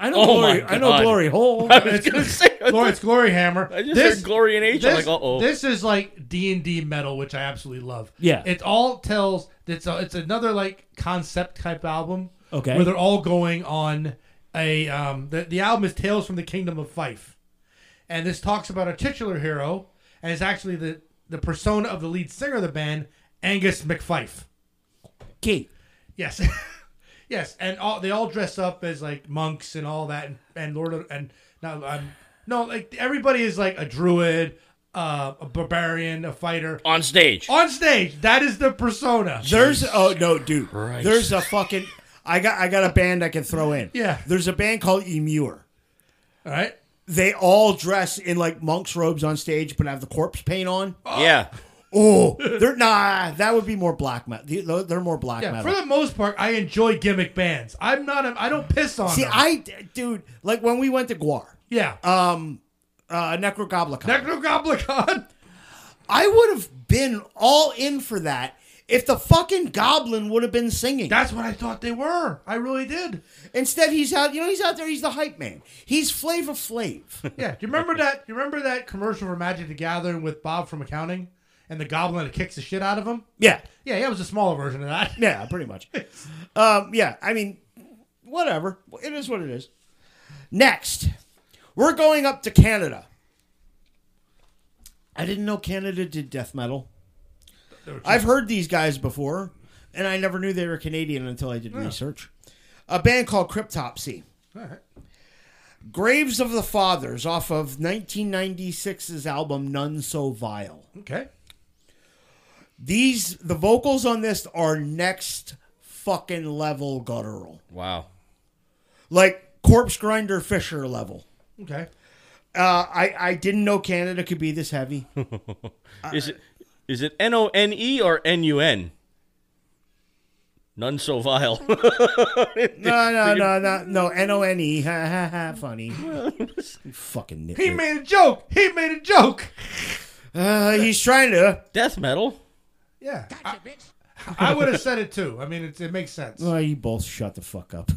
I know Oh glory. my I know God. glory hole. I was gonna say I Glory, just- it's Glory Hammer. I just heard glory and H. am like, uh oh. This is like D and D metal, which I absolutely love. Yeah. it all tells. It's a, it's another like concept type album. Okay. where they're all going on a um. The, the album is Tales from the Kingdom of Fife, and this talks about a titular hero, and it's actually the the persona of the lead singer of the band, Angus McFife. Key. Yes. yes, and all they all dress up as like monks and all that, and, and Lord of, and no, um, no, like everybody is like a druid, uh, a barbarian, a fighter on stage. on stage. That is the persona. There's oh no, dude. There's a fucking. I got I got a band I can throw in. Yeah. There's a band called Emure. All right. They all dress in like monks robes on stage, but have the corpse paint on. yeah. Oh, they're nah. That would be more black metal. They're more black Yeah. metal. For the most part, I enjoy gimmick bands. I'm not. A, I don't piss on See, them. I dude, like when we went to Guar, yeah. uh, Necrogoblicon. Necrogoblicon. I would have been all in for that if the fucking goblin would have been singing. That's what I thought they were. I really did. Instead, he's out. You know, he's out there. He's the hype man. He's Flavor Flav. Yeah. Do you remember that? You remember that commercial for Magic the Gathering with Bob from accounting, and the goblin that kicks the shit out of him? yeah, Yeah, yeah, it was a smaller version of that. yeah, pretty much. um, yeah, I mean, whatever. It is what it is. Next, we're going up to Canada. I didn't know Canada did death metal. I've heard these guys before, and I never knew they were Canadian until I did research. A band called Cryptopsy. Graves of the Fathers off of 1996's album None So Vile. Okay. These the vocals on this are next fucking level guttural. Wow. Like corpse grinder Fisher level. Okay. Uh, I I didn't know Canada could be this heavy. Is it is it N O N E or N U N? None so vile. No, no, no, no, no. N O N E. Ha ha ha. Funny. You fucking He nitwit. made a joke. He made a joke. Uh, he's trying to. Death metal. Yeah. I, I would have said it too. I mean, it, it makes sense. Well, Uh, you both shut the fuck up.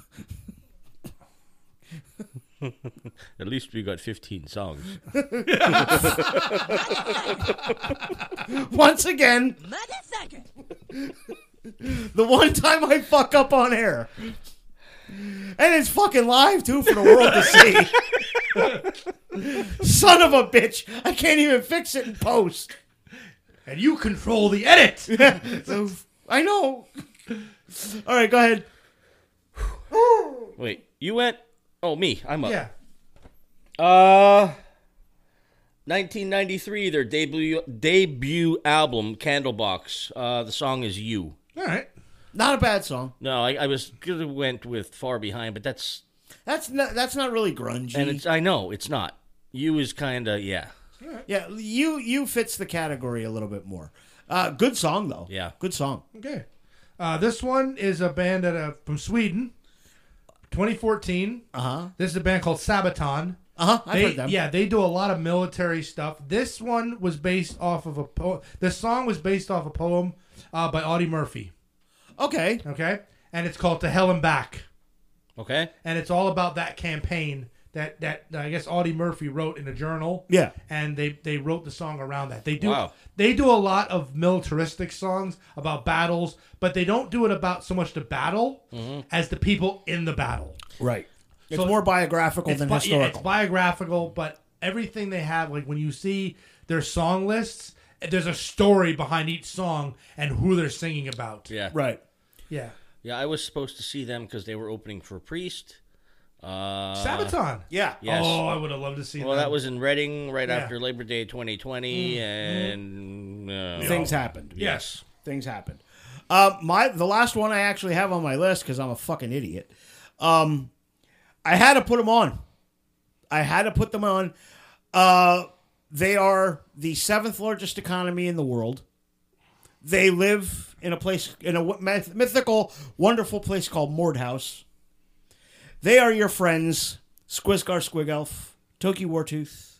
At least we got 15 songs. Once again, Motherfucker! the one time I fuck up on air. And it's fucking live too for the world to see. Son of a bitch. I can't even fix it in post. And you control the edit. I know. All right, go ahead. Wait, you went? Oh, me. I'm up. yeah. Uh, 1993, their debut debut album, Candlebox. Uh, the song is "You." All right. Not a bad song. No, I, I was gonna went with "Far Behind," but that's That's not, that's not really grungy. and it's I know it's not. "You" is kind of yeah, yeah, you you fits the category a little bit more. Uh, good song though. Yeah. good song. Okay. Uh, this one is a band that, uh, from Sweden, 2014. Uh huh. This is a band called Sabaton. Uh huh. I've They- heard them. Yeah, they do a lot of military stuff. This one was based off of a poem. The song was based off a poem uh, by Audie Murphy. Okay. Okay. And it's called To Hell and Back. okay. and it's all about that campaign that that I guess Audie Murphy wrote in a journal. Yeah. and they they wrote the song around that. They do Wow. they do a lot of militaristic songs about battles, but they don't do it about so much the battle Mm-hmm. as the people in the battle. Right. It's So- more biographical than bi- Yeah, it's historical. biographical, but everything they have, like when you see their song lists, there's a story behind each song and who they're singing about. Yeah. right. Yeah. Yeah, I was supposed to see them because they were opening for Priest. Uh, Sabaton. Yeah. Yes. Oh, I would have loved to see well, them. that was in Reading right Yeah. after Labor Day 2020, and uh, Things happened. Yes. Things happened. Uh, my the last one I actually have on my list because I'm a fucking idiot. Um, I had to put them on. I had to put them on. Uh, they are the seventh largest economy in the world. They live in a place in a myth- mythical, wonderful place called Mordhouse. They are your friends, Squizgar Squigelf, Toki Wartooth,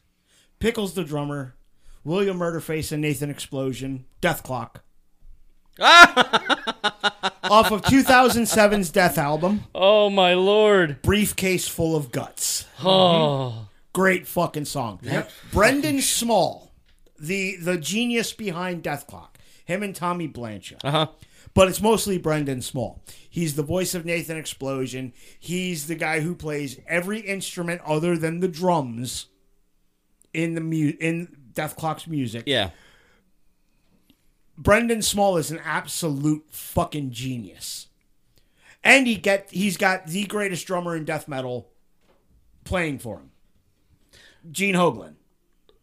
Pickles the drummer, William Murderface and Nathan Explosion, Death Clock. Off of 2007's Death album, oh my lord! Briefcase Full of Guts. Oh, Great fucking song. Brendan Small, the the genius behind Death Clock, him and Tommy Blanchard. uh-huh. But it's mostly Brendan Small. He's the voice of Nathan Explosion. He's the guy who plays every instrument other than the drums in the mu- in Death Clock's music. yeah, Brendan Small is an absolute fucking genius. And he get he's got the greatest drummer in death metal playing for him. Gene Hoglan.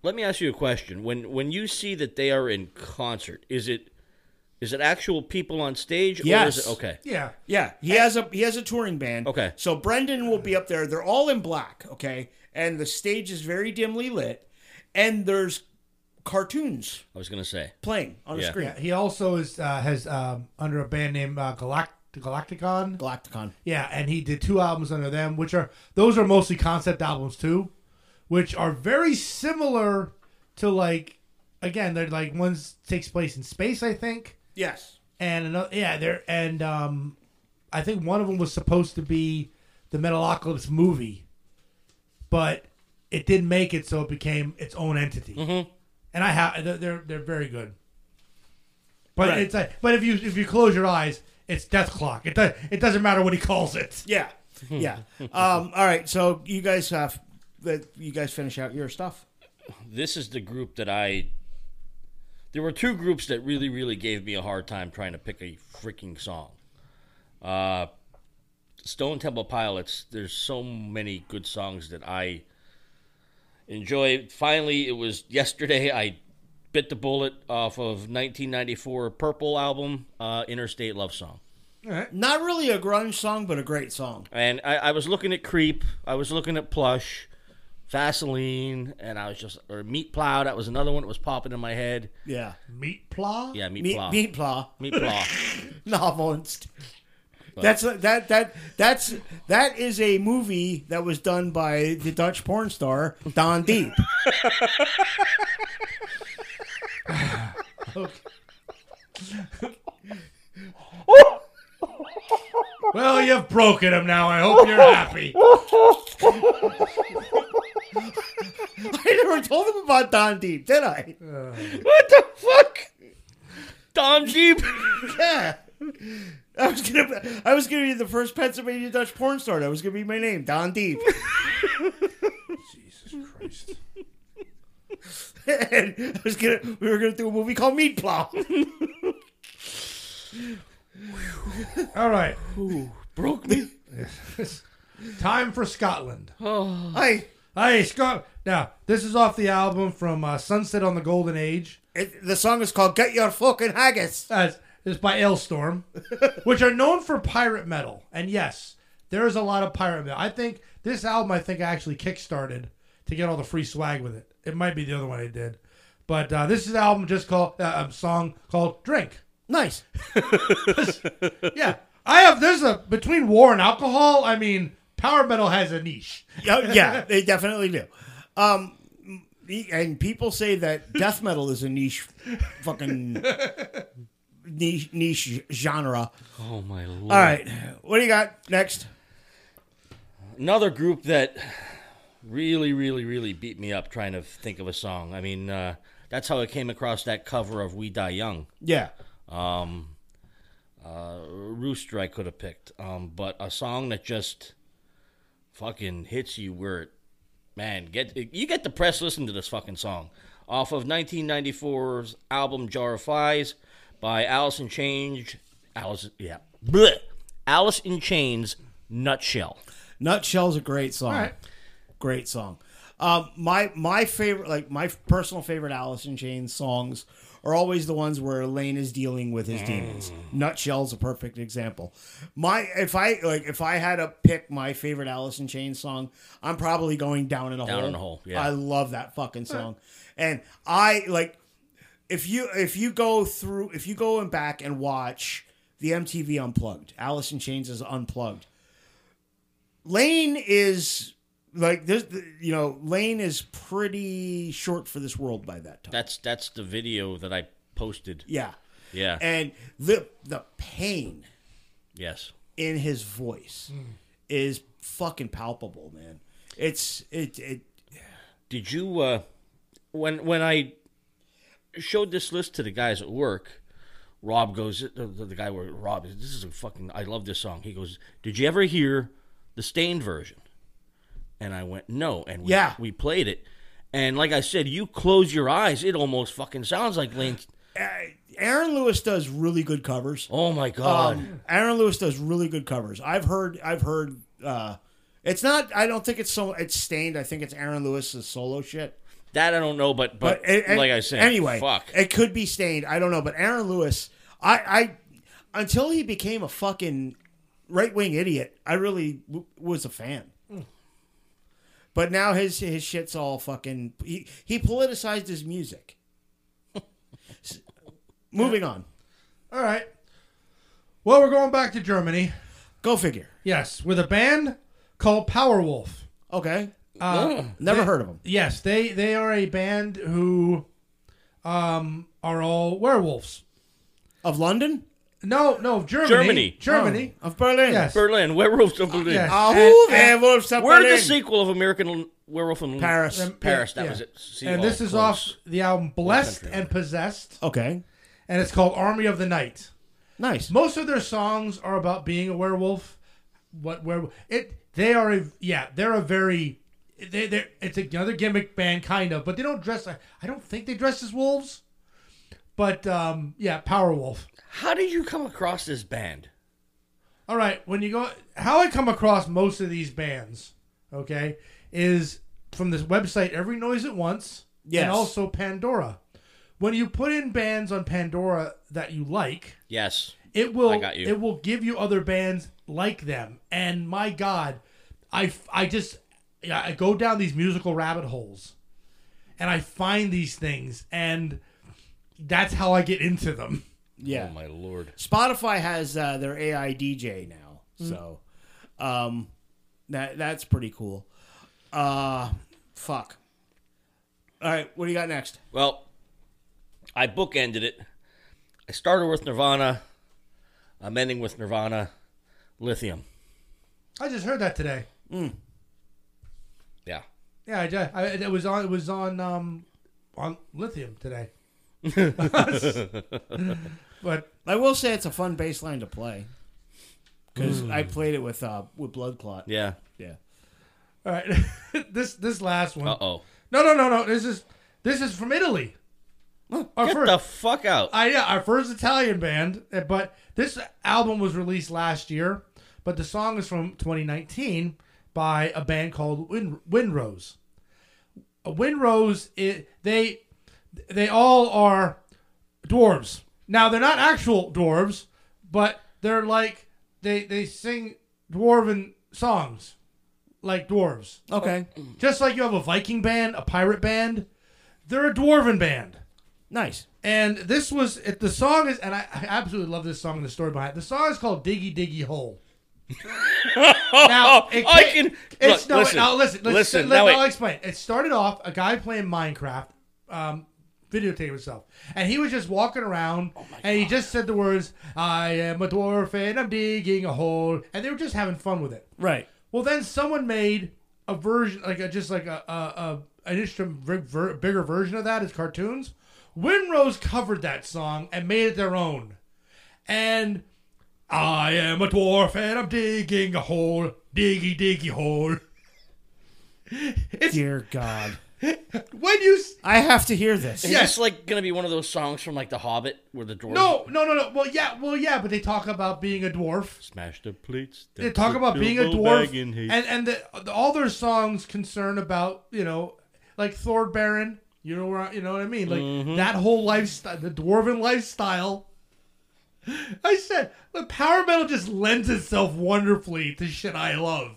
Let me ask you a question. When when you see that they are in concert, is it is it actual people on stage? Or Yes. is it, okay. Yeah. Yeah, he has a he has a touring band. Okay. So Brendan will be up there. They're all in black, okay? And the stage is very dimly lit and there's cartoons I was gonna say. playing on Yeah. a screen. Yeah. He also is uh, has um, under a band named uh, Galact- Galacticon. Galacticon. Yeah, and he did two albums under them, which are those are mostly concept albums too, which are very similar to like again they're like one takes place in space I think, Yes. and another yeah they're and um, I think one of them was supposed to be the Metalocalypse movie, but it didn't make it, so it became its own entity. Mm-hmm. And I have they're, they're they're very good, but Right. it's like but if you if you close your eyes. It's Death Clock. It, does, it doesn't matter what he calls it. Yeah. Yeah. um all right, so you guys have that you guys finish out your stuff. this is the group that I. There were two groups that really, really gave me a hard time trying to pick a freaking song. Uh, Stone Temple Pilots. There's so many good songs that I enjoy. Finally, it was yesterday. I bit the bullet off of 1994 Purple album, uh, Interstate Love Song. Not really a grunge song, but a great song. And I, I was looking at Creep. I was looking at Plush, Vaseline, and I was just or Meat Plow. That was another one that was popping in my head. Yeah. Meat Plow? Yeah, meat, Meat, plow. meat Plow, meat plow. novel and st- that's a, that that that's that is a movie that was done by the Dutch porn star Don Deep. Well, you've broken him now. I hope you're happy. I never told him about Don Deep, did I? what the fuck? Don Jeep. Yeah. I was gonna I was gonna be the first Pennsylvania Dutch porn star. That was gonna be my name, Don Deep. Jesus Christ. and I was gonna we were gonna do a movie called Meat Plow. All right. Broke me. Time for Scotland. Oh. I Hey, Scott. Now, this is off the album from uh, Sunset on the Golden Age. it, the song is called Get Your Fucking Haggis. Uh, it's by Ailstorm, which are known for pirate metal. And yes, there is a lot of pirate metal. I think this album, I think I actually kickstarted to get all the free swag with it. It might be the other one I did. But uh, this is an album just called, uh, a song called Drink. Nice. Yeah, I have. There's a between war and alcohol. I mean, power metal has a niche. yeah, Oh, yeah, they definitely do. Um, the- and people say that death metal is a niche, fucking niche, niche genre. Oh my lord. All right, what do you got next? Another group that really, really, really beat me up trying to think of a song. I mean, uh, that's how I came across that cover of "We Die Young." Yeah. Um, uh, Rooster, I could have picked, um, but a song that just fucking hits you where it, man, get you get depressed listening to this fucking song off of 1994's album Jar of Flies by Alice in Chains. Alice, yeah, bleh, Alice in Chains, Nutshell. Nutshell's a great song. right. Great song. Um, my my favorite, like my personal favorite Alice in Chains songs are always the ones where Lane is dealing with his demons. Mm. Nutshell's a perfect example. My if I like if I had to pick my favorite Alice in Chains song, I'm probably going down in a hole. Down in a Hole, yeah. I love that fucking song, and I like if you if you go through if you go and back and watch the MTV Unplugged, Alice in Chains is unplugged. Lane is like this, you know, Lane is pretty short for this world by that time. That's that's the video that I posted. yeah, Yeah. and the the pain yes. in his voice Hmm. is fucking palpable, man. It's it it Did you uh when when I showed this list to the guys at work, Rob goes the, the the guy where Rob is this is a fucking I love this song. He goes, "Did you ever hear the stained version?" And I went, "No." And we, Yeah. we played it. And like I said, you close your eyes, it almost fucking sounds like Lane. Aaron Lewis does really good covers. Oh my god. Um, Aaron Lewis does really good covers. I've heard. I've heard. uh It's not. I don't think it's so. It's stained. I think it's Aaron Lewis's solo shit. that I don't know, but but, it- it- like I said, anyway, fuck. it could be stained. I don't know, but Aaron Lewis, I, I until he became a fucking right wing idiot, I really w- was a fan. Hmm. But now his his shit's all fucking. He he politicized his music. S- Moving on, All right. Well, we're going back to Germany. go figure. Yes, with a band called Powerwolf. Okay, Uh, never heard of him. Yes, they they are a band who um, are all werewolves. Of London, Oh, No, no, Germany. Germany. Germany. of Berlin. Yes. Berlin, werewolves of Berlin. yes. Ah, And- who and- the wolves of We're the Berlin? sequel of American L- Werewolf in L- Paris. Um, Oh. Paris, that yeah. was it. See and all this is close. off the album Blessed country. and Possessed, Okay, and it's called Army of the Night. nice. Most of their songs are about being a werewolf. What where it they are a yeah they're a very they they it's another gimmick band kind of but they don't dress like I don't think they dress as wolves, but um yeah Power Wolf. How did you come across this band? All right, when you go, how I come across most of these bands, okay, is from this website Every Noise at Once, Yes. and also Pandora. When you put in bands on Pandora that you like, Yes. it will I got you. it will give you other bands like them. And my God, I f- I just yeah, I go down these musical rabbit holes, and I find these things, and that's how I get into them. Yeah. Oh my lord. Spotify has uh, their AI DJ now, so um, that that's pretty cool. Uh, fuck. All right, what do you got next? Well, I bookended it. I started with Nirvana. I'm ending with Nirvana. Lithium. I just heard that today. Yeah. Yeah, I, ju- I it was on it was on um on lithium today. but I will say it's a fun bass line to play because I played it with uh, with Blood Clot. Yeah. yeah. all right, this this last one. Uh oh. No, no, no, no. This is this is from Italy. Our Get first, the fuck out. I, yeah, our first Italian band. uh, But this album was released last year, but the song is from 2019 by a band called Win, Windrose. Uh, Windrose, it, they they all are dwarves. Now they're not actual dwarves, but they're like they they sing dwarven songs, like dwarves. Okay, Just like you have a Viking band, a pirate band, they're a dwarven band. nice. And this was it, the song is, and I, I absolutely love this song and the story behind it. The song is called "Diggy Diggy Hole." now it I can't- can- It's look, no. listen, no, listen. Listen. listen, let- now wait. I'll explain. It started off a guy playing Minecraft, um, videotaping himself, and he was just walking around, Oh and he just said the words, "I am a dwarf and I'm digging a hole," and they were just having fun with it. Right. Well, then someone made a version, like a, just like a, a, a an instrument ver- ver- bigger version of that is cartoons. Winrose covered that song and made it their own. And I am a dwarf and I'm digging a hole, diggy diggy hole. Dear God, When you s- I have to hear this. Is this like gonna be one of those songs from like The Hobbit where the dwarves no no no no well yeah well yeah but they talk about being a dwarf. smash the plates? They talk about being a dwarf and and the, the- all their songs concern about you know like Thor Baron. You know where I- you know what I mean? Like that whole lifestyle, the dwarven lifestyle. I said the power metal just lends itself wonderfully to shit I love.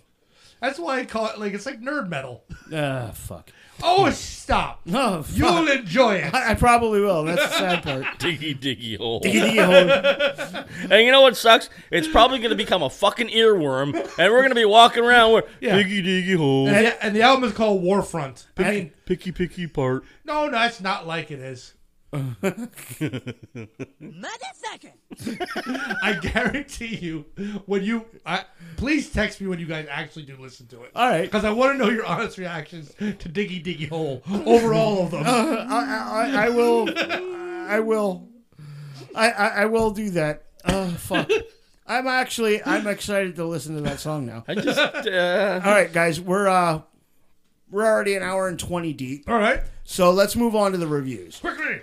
That's why I call it like it's like nerd metal. Ah, fuck. Oh stop! Oh, fuck. You'll enjoy it. I, I probably will. That's the sad part. diggy diggy hole. Diggy-diggy-hole. And you know what sucks? It's probably gonna become a fucking earworm, and we're gonna be walking around where Yeah. diggy diggy hole, And, and the album is called Warfront. I mean, picky picky part. no, no, it's not like it is. Motherfucker! I guarantee you, when you I, please text me when you guys actually do listen to it. All right. Because I want to know your honest reactions to Diggy Diggy Hole over all of them. I, I, I- I will. I will. I, I, I will do that. Oh, fuck. I'm actually. I'm excited to listen to that song now. I just uh, All right, guys. We're uh, we're already an hour and twenty deep. All right, So let's move on to the reviews. quickly.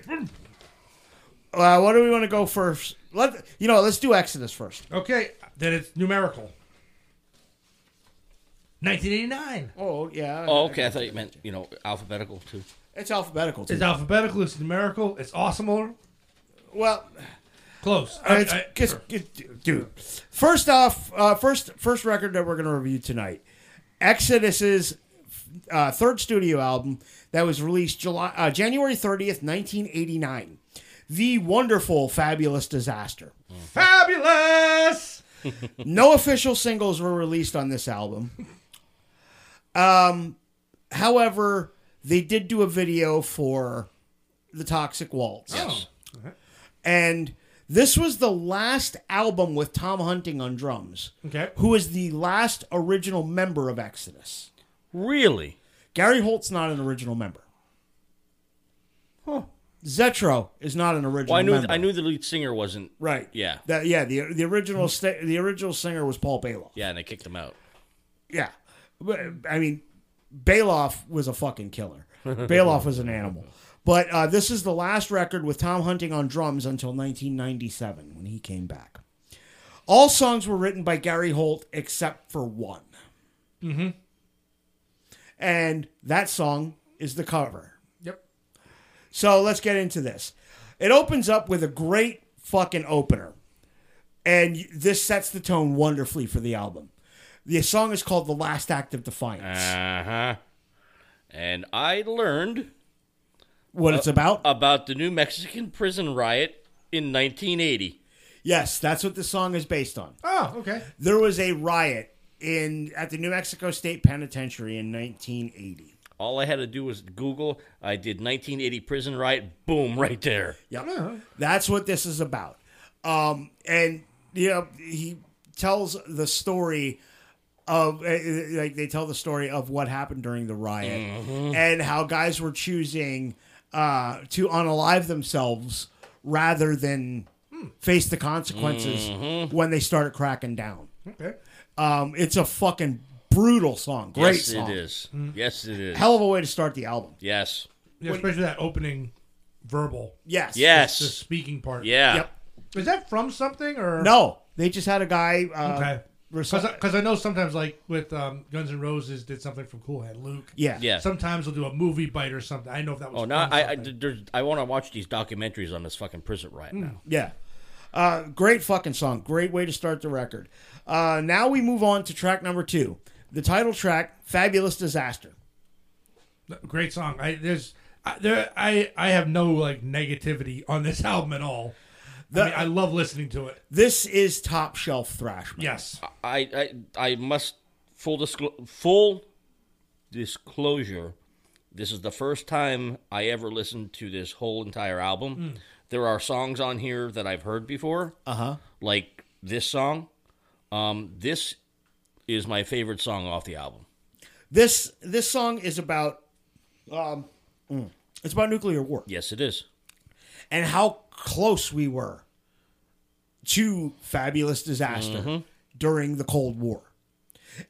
Uh, what do we want to go first? Let you know. Let's do Exodus first. Okay, then it's numerical. 1989. Oh yeah. oh okay. I thought you meant you know alphabetical too. It's alphabetical. Too. It's alphabetical. It's numerical. It's awesome. well, Close. Uh, it's, I- I- it's- it- dude. First off, uh, first first record that we're going to review tonight, Exodus's uh, third studio album that was released July uh, January thirtieth, nineteen eighty nine. The wonderful, fabulous disaster. fabulous. No official singles were released on this album. Um, however, they did do a video for the Toxic Waltz. Oh, And this was the last album with Tom Hunting on drums, Okay. who is the last original member of Exodus. Really? Gary Holt's not an original member. Zetro is not an original Well, I knew member. I knew the lead singer wasn't Right. Yeah. That, yeah. The, the original sta- the original singer was Paul Bailoff. Yeah, and they kicked him out. Yeah. But, I mean, Bailoff was a fucking killer. Bailoff was an animal. But uh, this is the last record with Tom Hunting on drums until 1997 when he came back. All songs were written by Gary Holt except for one. Mm-hmm. And that song is the cover. Yep. So let's get into this. It opens up with a great fucking opener. And y- this sets the tone wonderfully for the album. The song is called The Last Act of Defiance. Uh huh. And I learned what it's about? about the New Mexican prison riot in 1980. yes, that's what the song is based on. Oh, okay. There was a riot in at the New Mexico State Penitentiary in 1980. All I had to do was Google. I did 1980 prison riot. Boom, right there. Yep. That's what this is about. Um, and you know, he tells the story of uh, uh, like they tell the story of what happened during the riot and how guys were choosing uh, to unalive themselves rather than face the consequences when they started cracking down. Okay. Um, it's a fucking brutal song. Great yes, song. Mm-hmm. it is. Yes, it is. Hell of a way to start the album. Yes. Yeah, especially that opening verbal, Yes. the Yes. speaking part. Yeah. Yep. Is that from something or No, they just had a guy. Uh, Okay. recite- Because I, know sometimes, like with um, Guns N' Roses, did something from Cool Hand Luke. Yeah. Yeah. Sometimes they'll do a movie bite or something. I know if that was. Oh, now from I I, something. there's- I want to watch these documentaries on this fucking prison riot Hmm. now. Yeah. Uh, great fucking song. Great way to start the record. Uh, now we move on to track number two, the title track, "Fabulous Disaster." great song. I there's I, there I I have no like negativity on this album at all. I, mean, I love listening to it. This is top shelf thrash. metal. Yes. I I, I must full disclo- full disclosure. This is the first time I ever listened to this whole entire album. Hmm. There are songs on here that I've heard before. Uh Uh-huh. huh. Like this song. Um, this is my favorite song off the album. This this song is about um, mm, it's about nuclear war Yes, it is. and how close we were to fabulous disaster during the Cold War.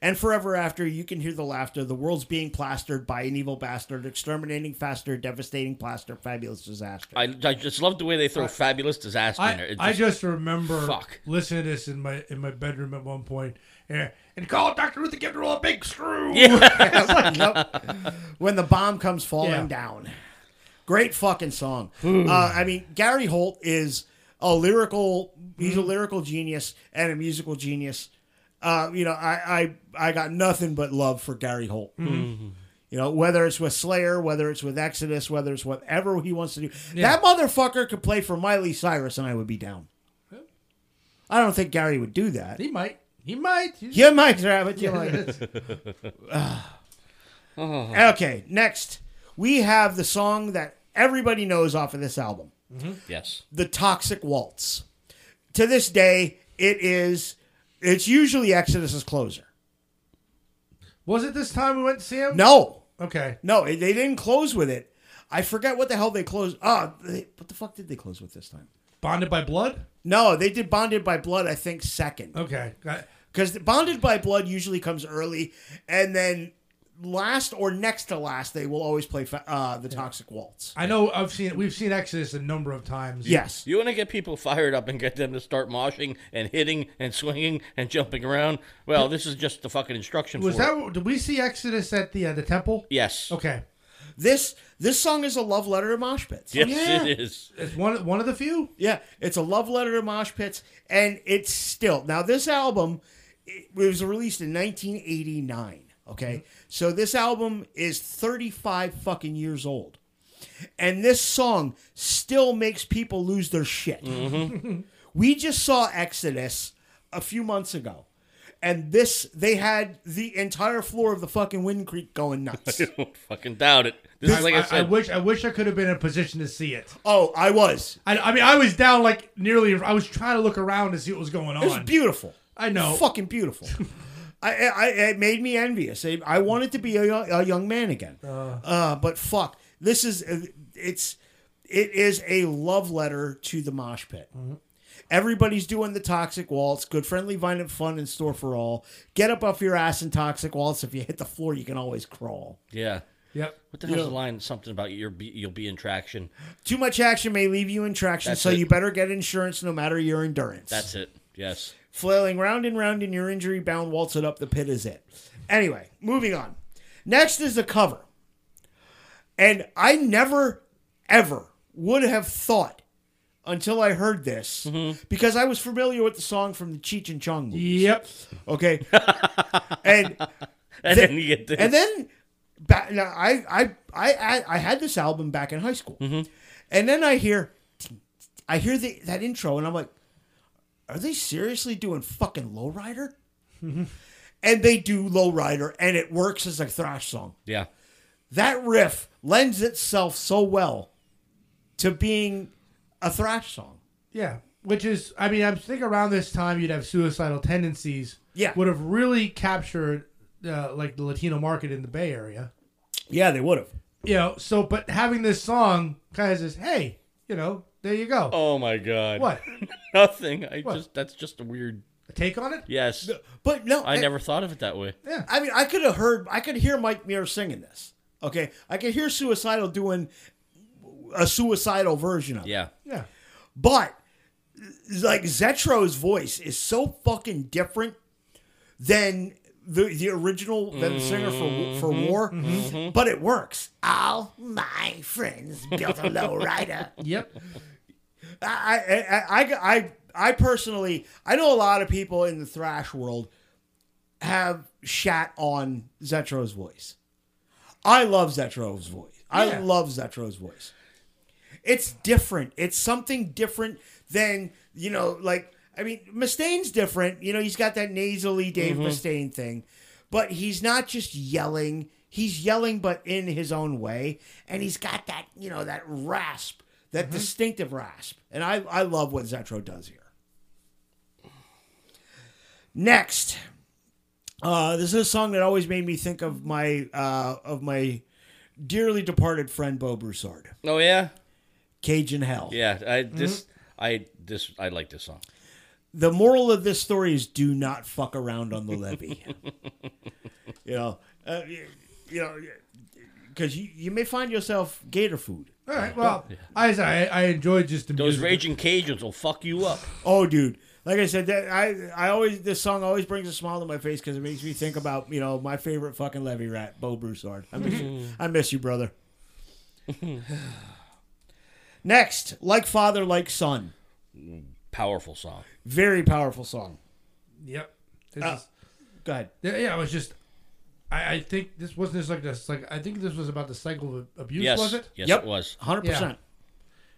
And forever after, you can hear the laughter. The world's being plastered by an evil bastard, exterminating faster, devastating plaster, fabulous disaster. I, I just love the way they throw fabulous disaster in there. I, It I just remember Fuck. listening to this in my in my bedroom at one point, and, and called Doctor Ruth to give her a big screw. It's like, nope. When the bomb comes falling Yeah. down. Great fucking song. Uh, I mean, Gary Holt is a lyrical. He's a lyrical genius and a musical genius. Uh, you know, I, I I got nothing but love for Gary Holt. You know, whether it's with Slayer, whether it's with Exodus, whether it's whatever he wants to do, that motherfucker could play for Miley Cyrus, and I would be down. I don't think Gary would do that. He might. He might. He's- You might grab it. You might. okay, next we have the song that everybody knows off of this album, yes. "The Toxic Waltz." To this day, it is. It's usually Exodus's closer. Was it this time we went to see him? No, Okay. no, they didn't close with it. I forget what the hell they closed. Ah, they what the fuck did they close with this time? Bonded by blood. No, they did "Bonded by Blood." I think second. Okay. Got- because bonded by blood usually comes early and then last or next to last they will always play fa- uh, the toxic waltz I know I've seen we've seen Exodus a number of times. yes You want to get people fired up and get them to start moshing and hitting and swinging and jumping around? Well, this is just the fucking instruction Was for it. that? Did we see Exodus at the uh, the temple? Yes. Okay. this this song is a love letter to mosh pits Yes, Yeah. it is. It's one one of the few. yeah it's a love letter to mosh pits and it's still now this album it, it was released in 1989 okay so this album is 35 fucking years old and this song still makes people lose their shit We just saw Exodus a few months ago, and this they had the entire floor of the fucking Wind Creek going nuts. Don't fucking doubt it. This is like I, I, I said. wish I wish I could have been in a position to see it. oh, I was. I, I mean, I was down like nearly. I was trying to look around to see what was going It was on. beautiful. I know. Fucking beautiful. I, I, it made me envious. I, I wanted to be a, young- a young man again. Uh, but fuck, this is it's it is a love letter to the mosh pit. Mm-hmm. Everybody's doing the toxic waltz. Good friendly, violent fun in store for all. Get up off your ass and toxic waltz. If you hit the floor, you can always crawl. yeah. Yep. What the hell's the line? Something about you're be, you'll be in traction. Too much action may leave you in traction, That's so it. you better get insurance no matter your endurance. That's it. Yes. Flailing round and round in your injury bound, waltz it up the pit is it. Anyway, moving on. Next is the cover. And I never, ever would have thought until I heard this because I was familiar with the song from the Cheech and Chong movie. Yep. Okay. and And The- then you get this. and then back, now I, I I I I had this album back in high school, Mm-hmm. and then I hear I hear the, that intro, and I'm like, are they seriously doing fucking Lowrider? and they do Lowrider, and it works as a thrash song. yeah. That riff lends itself so well to being a thrash song. Yeah. Which is, I mean, I think around this time you'd have suicidal tendencies. Yeah. Would have really captured uh, like the Latino market in the Bay Area. Yeah, they would have. You know. So, but having this song kind of says, hey, you know, there you go. Oh my god. What? Nothing. I What? just that's just a weird. A take on it? Yes. But no, I it- never thought of it that way. I mean, I could have heard, I could hear Mike Muir singing this. Okay, I could hear Suicidal doing a suicidal version of it. Yeah. Yeah. But like Zetro's voice is so fucking different than the the original than the singer for for War, but it works. All my friends built a low rider. Yep. I, I, I, I, I personally, I know a lot of people in the thrash world have shat on Zetro's voice. I love Zetro's voice. I Yeah. love Zetro's voice. It's different. It's something different than, you know, like, I mean, Mustaine's different. You know, he's got that nasally Dave Mustaine thing, but he's not just yelling. He's yelling, but in his own way. And he's got that, you know, that rasp, that distinctive rasp. And I, I love what Zetro does here. Next, Uh, this is a song that always made me think of my uh, of my dearly departed friend Bo Broussard, Oh yeah, Cajun Hell. yeah. I this I this I like this song. the moral of this story is do not fuck around on the levee. you know, uh, you, you know, because you, you may find yourself gator food. All right. Well, I I, I enjoyed just the Those music. raging Cajuns will fuck you up. Oh, dude. Like I said, that I I always this song always brings a smile to my face because it makes me think about you know my favorite fucking levy rat, Bo Broussard. I miss you, I miss you, brother. Next, like father, like son, Powerful song. very powerful song. Yep. This Ah. Uh, is, Go ahead. yeah, yeah, I was just. I, I think this wasn't this like this. Like I think this was about the cycle of abuse, Yes, was it? yes, Yep. it was. Hundred percent.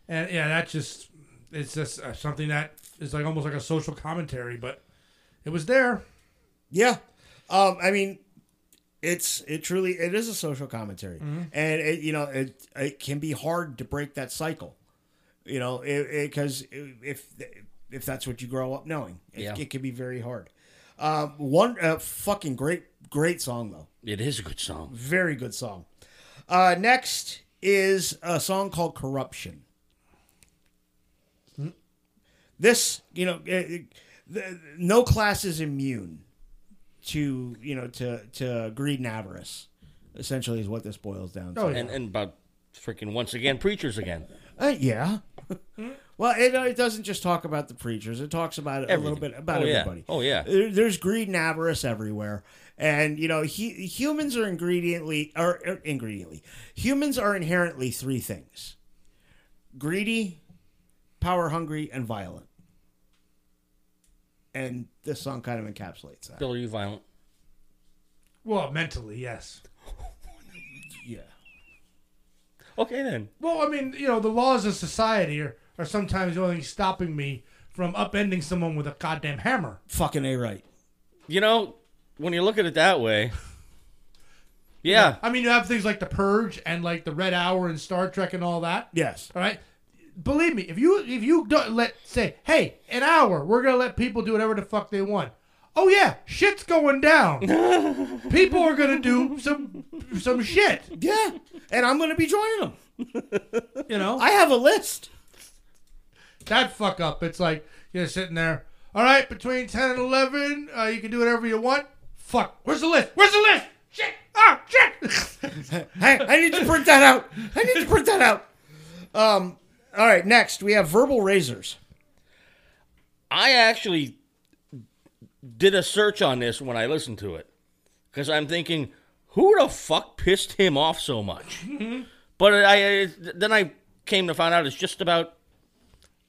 And yeah, that just it's just uh, something that is like almost like a social commentary, but it was there. Yeah. Um, I mean, it's it truly it is a social commentary, and it you know it it can be hard to break that cycle, you know, because if if that's what you grow up knowing, it, Yeah. it can be very hard. Um, one uh, fucking great great song though, It is a good song. very good song. Uh, next is a song called "Corruption." Hmm? This, you know, it- it- the, no class is immune to you know to to greed and avarice. Essentially, is what this boils down to. Oh, yeah. And and about freaking once again preachers again. Uh, yeah. well, it, uh, it doesn't just talk about the preachers. It talks about a little Everything. bit about Oh, yeah. everybody. Oh, yeah. There- there's greed and avarice everywhere, and you know he, humans are ingrediently or, or ingrediently humans are inherently three things: greedy, power hungry, and violent. And this song kind of encapsulates that. Bill, are you violent? Well, mentally, yes. Yeah. Okay then. Well, I mean, you know, the laws of society are, are sometimes the only thing stopping me from upending someone with a goddamn hammer. Fucking a right. You know, when you look at it that way, yeah, I mean, you have things like the Purge and like the Red Hour and Star Trek and all that. Yes. All right. Believe me, if you if you don't let say, hey, an hour, we're gonna let people do whatever the fuck they want. Oh yeah, shit's going down. people are gonna do some some shit. Yeah. And I'm going to be joining them. You know I have a list. that fuck up. It's like you're sitting there. All right, between ten and eleven, uh, you can do whatever you want. Fuck. Where's the list? Where's the list? Shit. Oh shit. hey, I need to print that out. I need to print that out. Um, all right, next we have verbal razors. I actually did a search on this when I listened to it because I'm thinking, who the fuck pissed him off so much? Mm-hmm. but I, I then I came to find out it's just about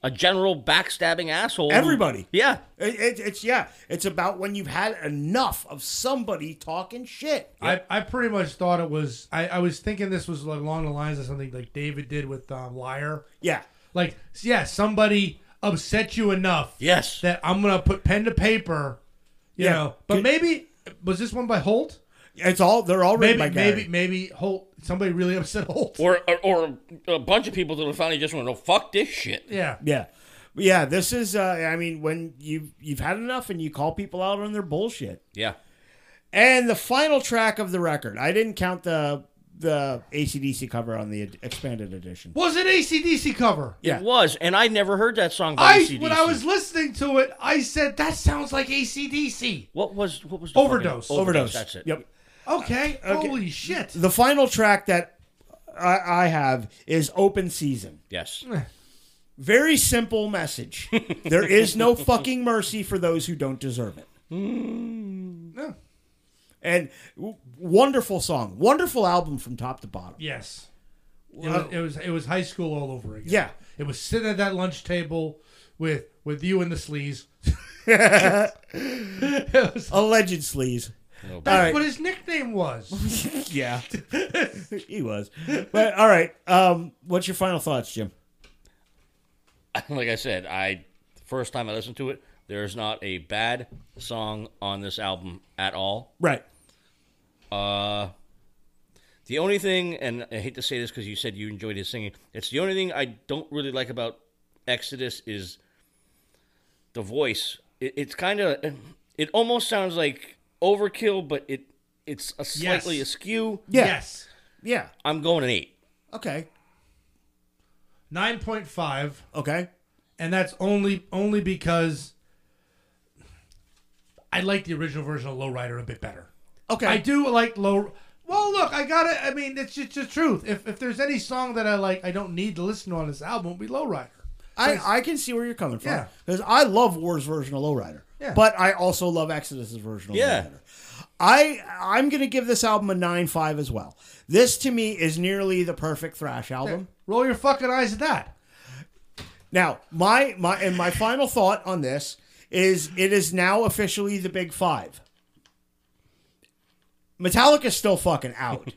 a general backstabbing asshole. who- Everybody. yeah, It, it, it's yeah, it's about when you've had enough of somebody talking shit. I, I pretty much thought it was. I, I was thinking this was like along the lines of something like David did with um, Liar. Yeah, Like, yeah, somebody upset you enough yes. that I'm gonna put pen to paper. You Yeah. know, but Could- maybe was this one by Holt? it's all they're all written Maybe, by maybe, Gary. maybe Holt. Somebody really upset Holt. or, or or a bunch of people that are finally just want to know, fuck this shit. yeah, Yeah, But yeah. This is uh, I mean when you you've had enough and you call people out on their bullshit. Yeah. And the final track of the record, I didn't count the the ACDC cover on the expanded edition. was an ACDC cover. Yeah. It was, and I never heard that song by I AC/DC. when I was listening to it, I said that sounds like ACDC. what was what was the Overdose. fucking- Overdose. That's it. Yep. Okay, holy shit. The final track that I, I have is Open Season. Yes. Very simple message. there is no fucking mercy for those who don't deserve it. No. And w- wonderful song, wonderful album from top to bottom. Yes. It was, it was it was high school all over again. Yeah. It was sitting at that lunch table with with you and the sleaze. It was- Alleged sleaze. that's All right. what his nickname was. Yeah, he was. But all right, um, what's your final thoughts, Jim? like I said, I first time I listened to it, there's not a bad song on this album at all. Right. Uh the only thing, and I hate to say this because you said you enjoyed his singing, it's the only thing I don't really like about Exodus is the voice. It, it's kind of, it almost sounds like overkill, but it it's a slightly Yes. askew. Yeah. Yes. Yeah. I'm going an eight. Okay. 9.5 Okay. and that's only only because I like the original version of Lowrider a bit better. Okay. I do like low. Well, look, I gotta. I mean, it's just the truth. If if there's any song that I like, I don't need to listen to on this album. It'd be Lowrider. I, I can see where you're coming from Yeah. because I love War's version of Lowrider, Yeah. but I also love Exodus's version of Yeah. Lowrider. I I'm gonna give this album a nine five as well. This to me is nearly the perfect thrash album. Roll your fucking eyes at that. Now my my and my final thought on this is it is now officially the big five. Metallica's still fucking out.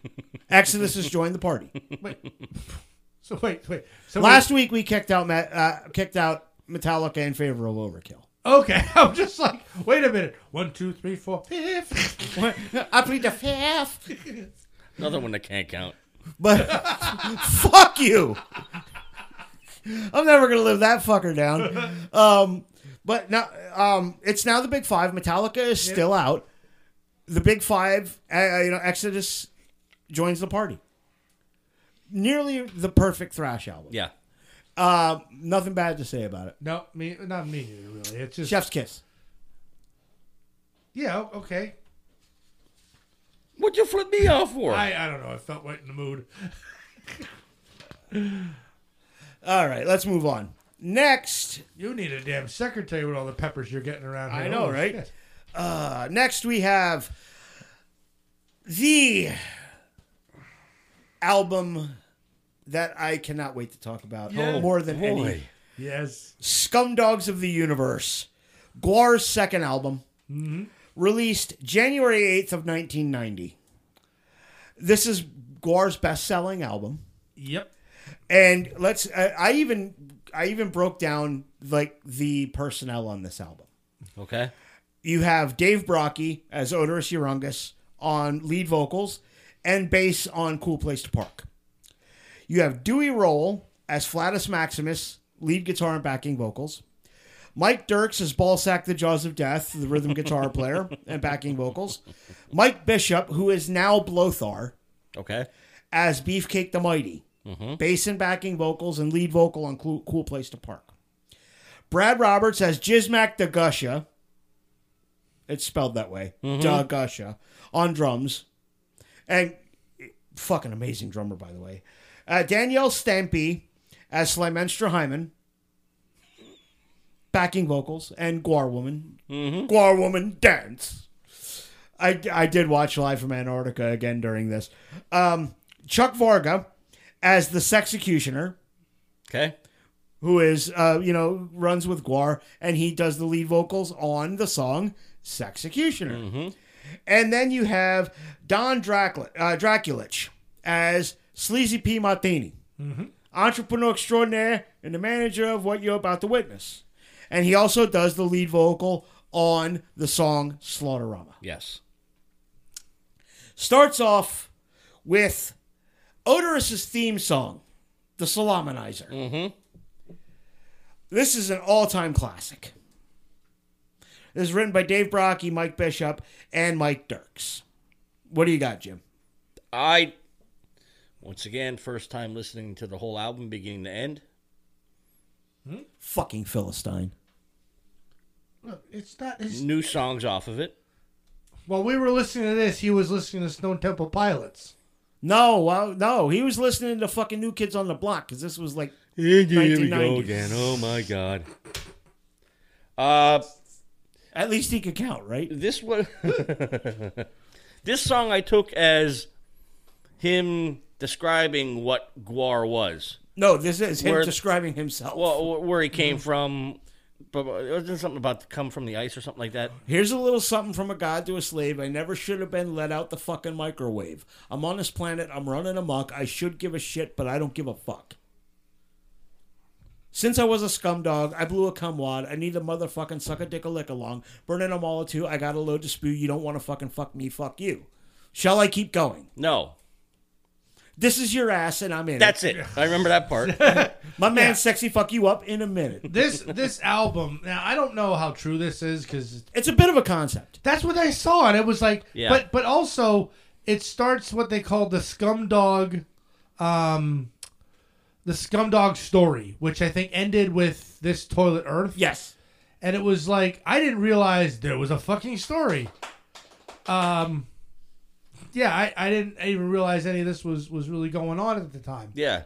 Exodus has joined the party. Wait. so wait, wait. So Last week we kicked out Ma- uh, kicked out Metallica in favor of Overkill. wait- okay, I'm just like, wait a minute. One, two, three, four, fifth. I plead the fifth. Another one that can't count. But fuck you. I'm never gonna live that fucker down. Um, but now um, it's now the Big Five. Metallica is still out. The Big Five, uh, you know, Exodus joins the party. Nearly the perfect thrash album. Yeah. Uh, nothing bad to say about it. no, me, not me. either, Really, it's just Chef's kiss. yeah. o- Okay. What'd you flip me off for? I I don't know. I felt right in the mood. All right, let's move on. Next, You need a damn secretary with all the peppers you're getting around here. I know, Holy right? shit. Uh, next we have the album that I cannot wait to talk about Yeah. more than any Boy. Yes. Scumdogs of the Universe, Guar's second album, released January 8th of 1990. This is Guar's best-selling album Yep. and let's I, I even I even broke down like the personnel on this album. Okay. you have Dave Brocky as Odorous Urungus on lead vocals and bass on Cool Place to Park. You have Dewey Roll as Flatus Maximus, lead guitar and backing vocals. Mike Dirks as Ballsack the Jaws of Death, the rhythm guitar player and backing vocals. Mike Bishop, who is now Blothar, Okay. as Beefcake the Mighty, bass and backing vocals and lead vocal on cool, cool Place to Park. Brad Roberts as Jizmac the Gusha. It's spelled that way. Da Gusha. On drums. And fucking amazing drummer, by the way. Uh, Danielle Stampy as Slimenstra Hyman. Backing vocals and Guar Woman. Guar Woman Dance. I, I did watch Live from Antarctica again during this. Um, Chuck Varga as the Sexecutioner, Okay. who is, uh, you know, runs with Guar, and he does the lead vocals on the song Sexecutioner. And then you have Don Dracula, uh, Draculich as Sleazy P. Martini, entrepreneur extraordinaire and the manager of what you're about to witness. And he also does the lead vocal on the song Slaughterama Yes. starts off with Odorous's theme song, The Salaminizer. Mm-hmm. This is an all time classic. This is written by Dave Brocky, Mike Bishop, and Mike Dirks. What do you got, Jim? I once again first time listening to the whole album beginning to end. Fucking Philistine. Look, it's not. It's, New songs off of it. while we were listening to this, he was listening to Stone Temple Pilots. No, well, no, he was listening to fucking New Kids on the Block because this was like, Here we go 1990s. again. Oh my god. Uh at least he could count, right? this was this song I took as him describing what Guar was, No, this is him Where- describing himself. well, where he came from. But but wasn't something about come from the ice or something like that? Here's a little something from a god to a slave. I never should have been let out the fucking microwave. I'm on this planet. I'm running amok. I should give a shit, but I don't give a fuck. Since I was a scum dog, I blew a cumwad. I need a motherfucking suck a dick a lick along. Burning a molotov. I got a load to spew. You don't want to fucking fuck me. Fuck you. Shall I keep going? No, This is your ass, and I'm in. That's it. I remember that part. it. my man, sexy fuck you up in a minute. This this album. Now I don't know how true this is because It's a bit of a concept. that's what I saw, and it was like, Yeah. but but also it starts what they call the scum dog, um, the scum dog story, which I think ended with this toilet Earth. Yes, and it was like I didn't realize there was a fucking story. Um, yeah, I, I didn't even realize any of this was was really going on at the time. Yeah.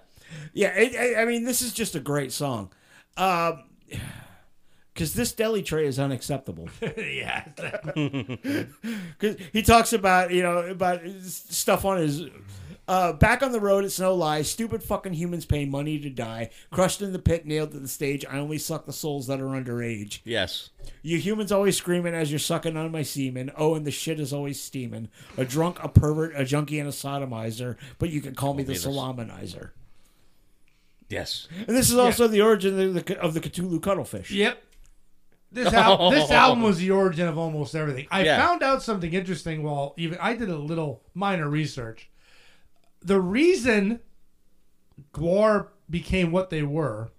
yeah. It, I, I mean, this is just a great song. Um 'cause because this deli tray is unacceptable. yeah, Because he talks about you know about s- stuff on his uh, back on the road. It's no lie. Stupid fucking humans pay money to die. Crushed in the pit, nailed to the stage. I only suck the souls that are underage. Yes. You humans always screaming as you're sucking on my semen. Oh, and the shit is always steaming. A drunk, a pervert, a junkie, and a sodomizer. But you can call me the this. salaminizer. Yes. And this is also the origin of the, of the Cthulhu cuttlefish. yep. This al- this album was the origin of almost everything. I Yeah. found out something interesting while even I did a little minor research. The reason Guar became what they were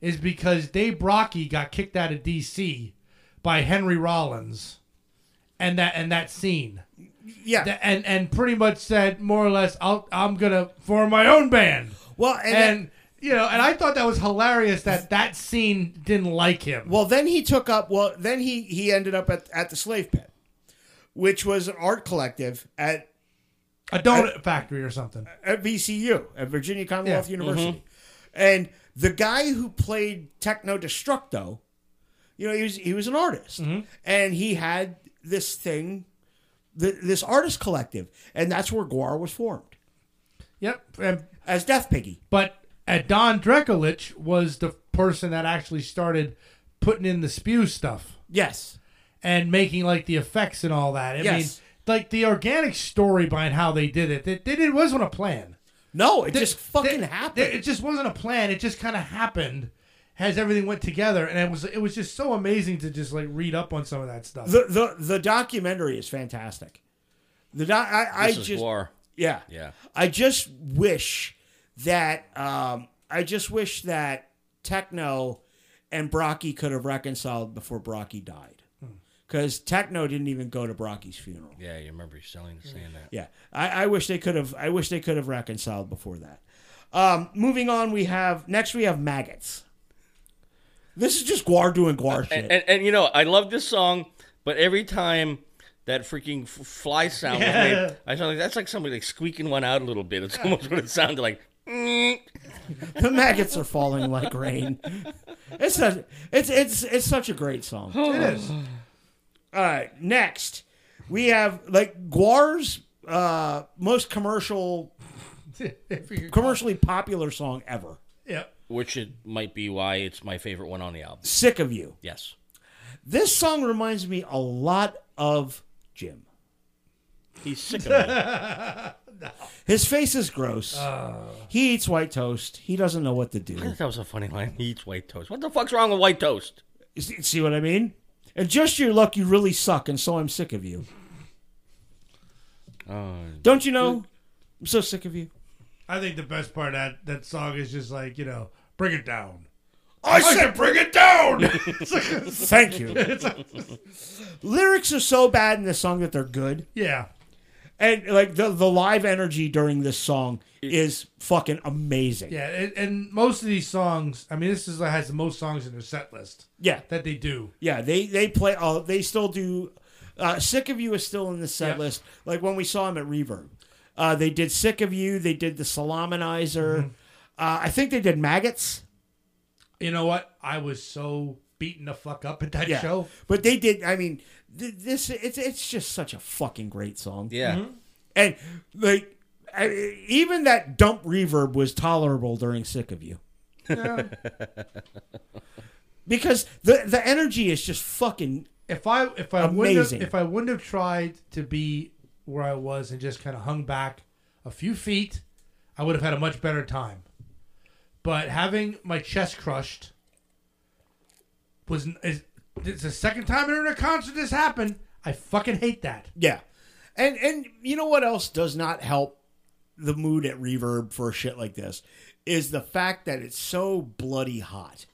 is because Dave Brocky got kicked out of DC by Henry Rollins and that and that scene. Yeah. Th- and and pretty much said more or less I'll, I'm going to form my own band. well, and, then- And you know, and I thought that was hilarious that that scene didn't like him. well, then he took up. Well, then he he ended up at at the slave pit, which was an art collective at a donut factory or something. at VCU at Virginia Commonwealth Yeah. Mm-hmm. University, and the guy who played Techno Destructo, you know, he was he was an artist, Mm-hmm. and he had this thing, th- this artist collective, and that's where Guar was formed Yep. And, as Death Piggy. but uh, Don Drekulich was the person that actually started putting in the spew stuff Yes, and making like the effects and all that. I Yes. mean, like the organic story behind how they did it, it, it, it wasn't a plan. no, it just fucking They- happened. they- it just wasn't a plan. It just kind of happened as everything went together, and it was it was just so amazing to just like read up on some of that stuff. the the the documentary is fantastic. The doc, I, I This is just war. Yeah. Yeah. I just wish that um I just wish that Techno and Brocky could have reconciled before Brocky died. Because Techno didn't even go to Brocky's funeral. Yeah, you remember selling saying that. Yeah. I, I wish they could have I wish they could have reconciled before that. Um moving on we have next we have maggots. This is just Guar doing Guar shit. And, and, and you know, I love this song, but every time that freaking f- fly sound was made, I sound like that's like somebody like squeaking one out a little bit. It's almost what it sounded like. the maggots are falling like rain. It's such it's it's it's such a great song. it is. All right, next we have like Guar's uh, most commercial, If you could- commercially popular song ever. Yep. Which it might be why it's my favorite one on the album. "Sick of You." Yes. This song reminds me a lot of Jim. He's sick of it. His face is gross. Oh. he eats white toast. He doesn't know what to do. that was a funny line. He eats white toast. What the fuck's wrong with white toast? See see what I mean? And just your luck, you really suck, and so I'm sick of you. Don't you know? I'm so sick of you. I think the best part of that that song is just like you know, bring it down. I said bring it down. Thank you. Lyrics are so bad in this song that they're good. yeah. And like the the live energy during this song is fucking amazing. Yeah, and, and most of these songs, I mean, this is has the most songs in their set list Yeah. that they do. Yeah, they they play all they still do uh, Sick of You is still in the set Yeah. list. Like when we saw him at Reverb. Uh, they did Sick of You, they did the Salaminizer. Mm-hmm. Uh, I think they did Maggots. You know what? I was so beaten the fuck up at that Yeah. show. But they did I mean th- this it's it's just such a fucking great song. Yeah. Mm-hmm. And like I, even that dump reverb was tolerable during Sick of You. because the the energy is just fucking If I if I wouldn't Amazing. have, if I wouldn't have tried to be where I was and just kind of hung back a few feet, I would have had a much better time. But having my chest crushed was is, it's the second time in a concert this happened. I fucking hate that. yeah. And and you know what else does not help the mood at Reverb for shit like this is the fact that it's so bloody hot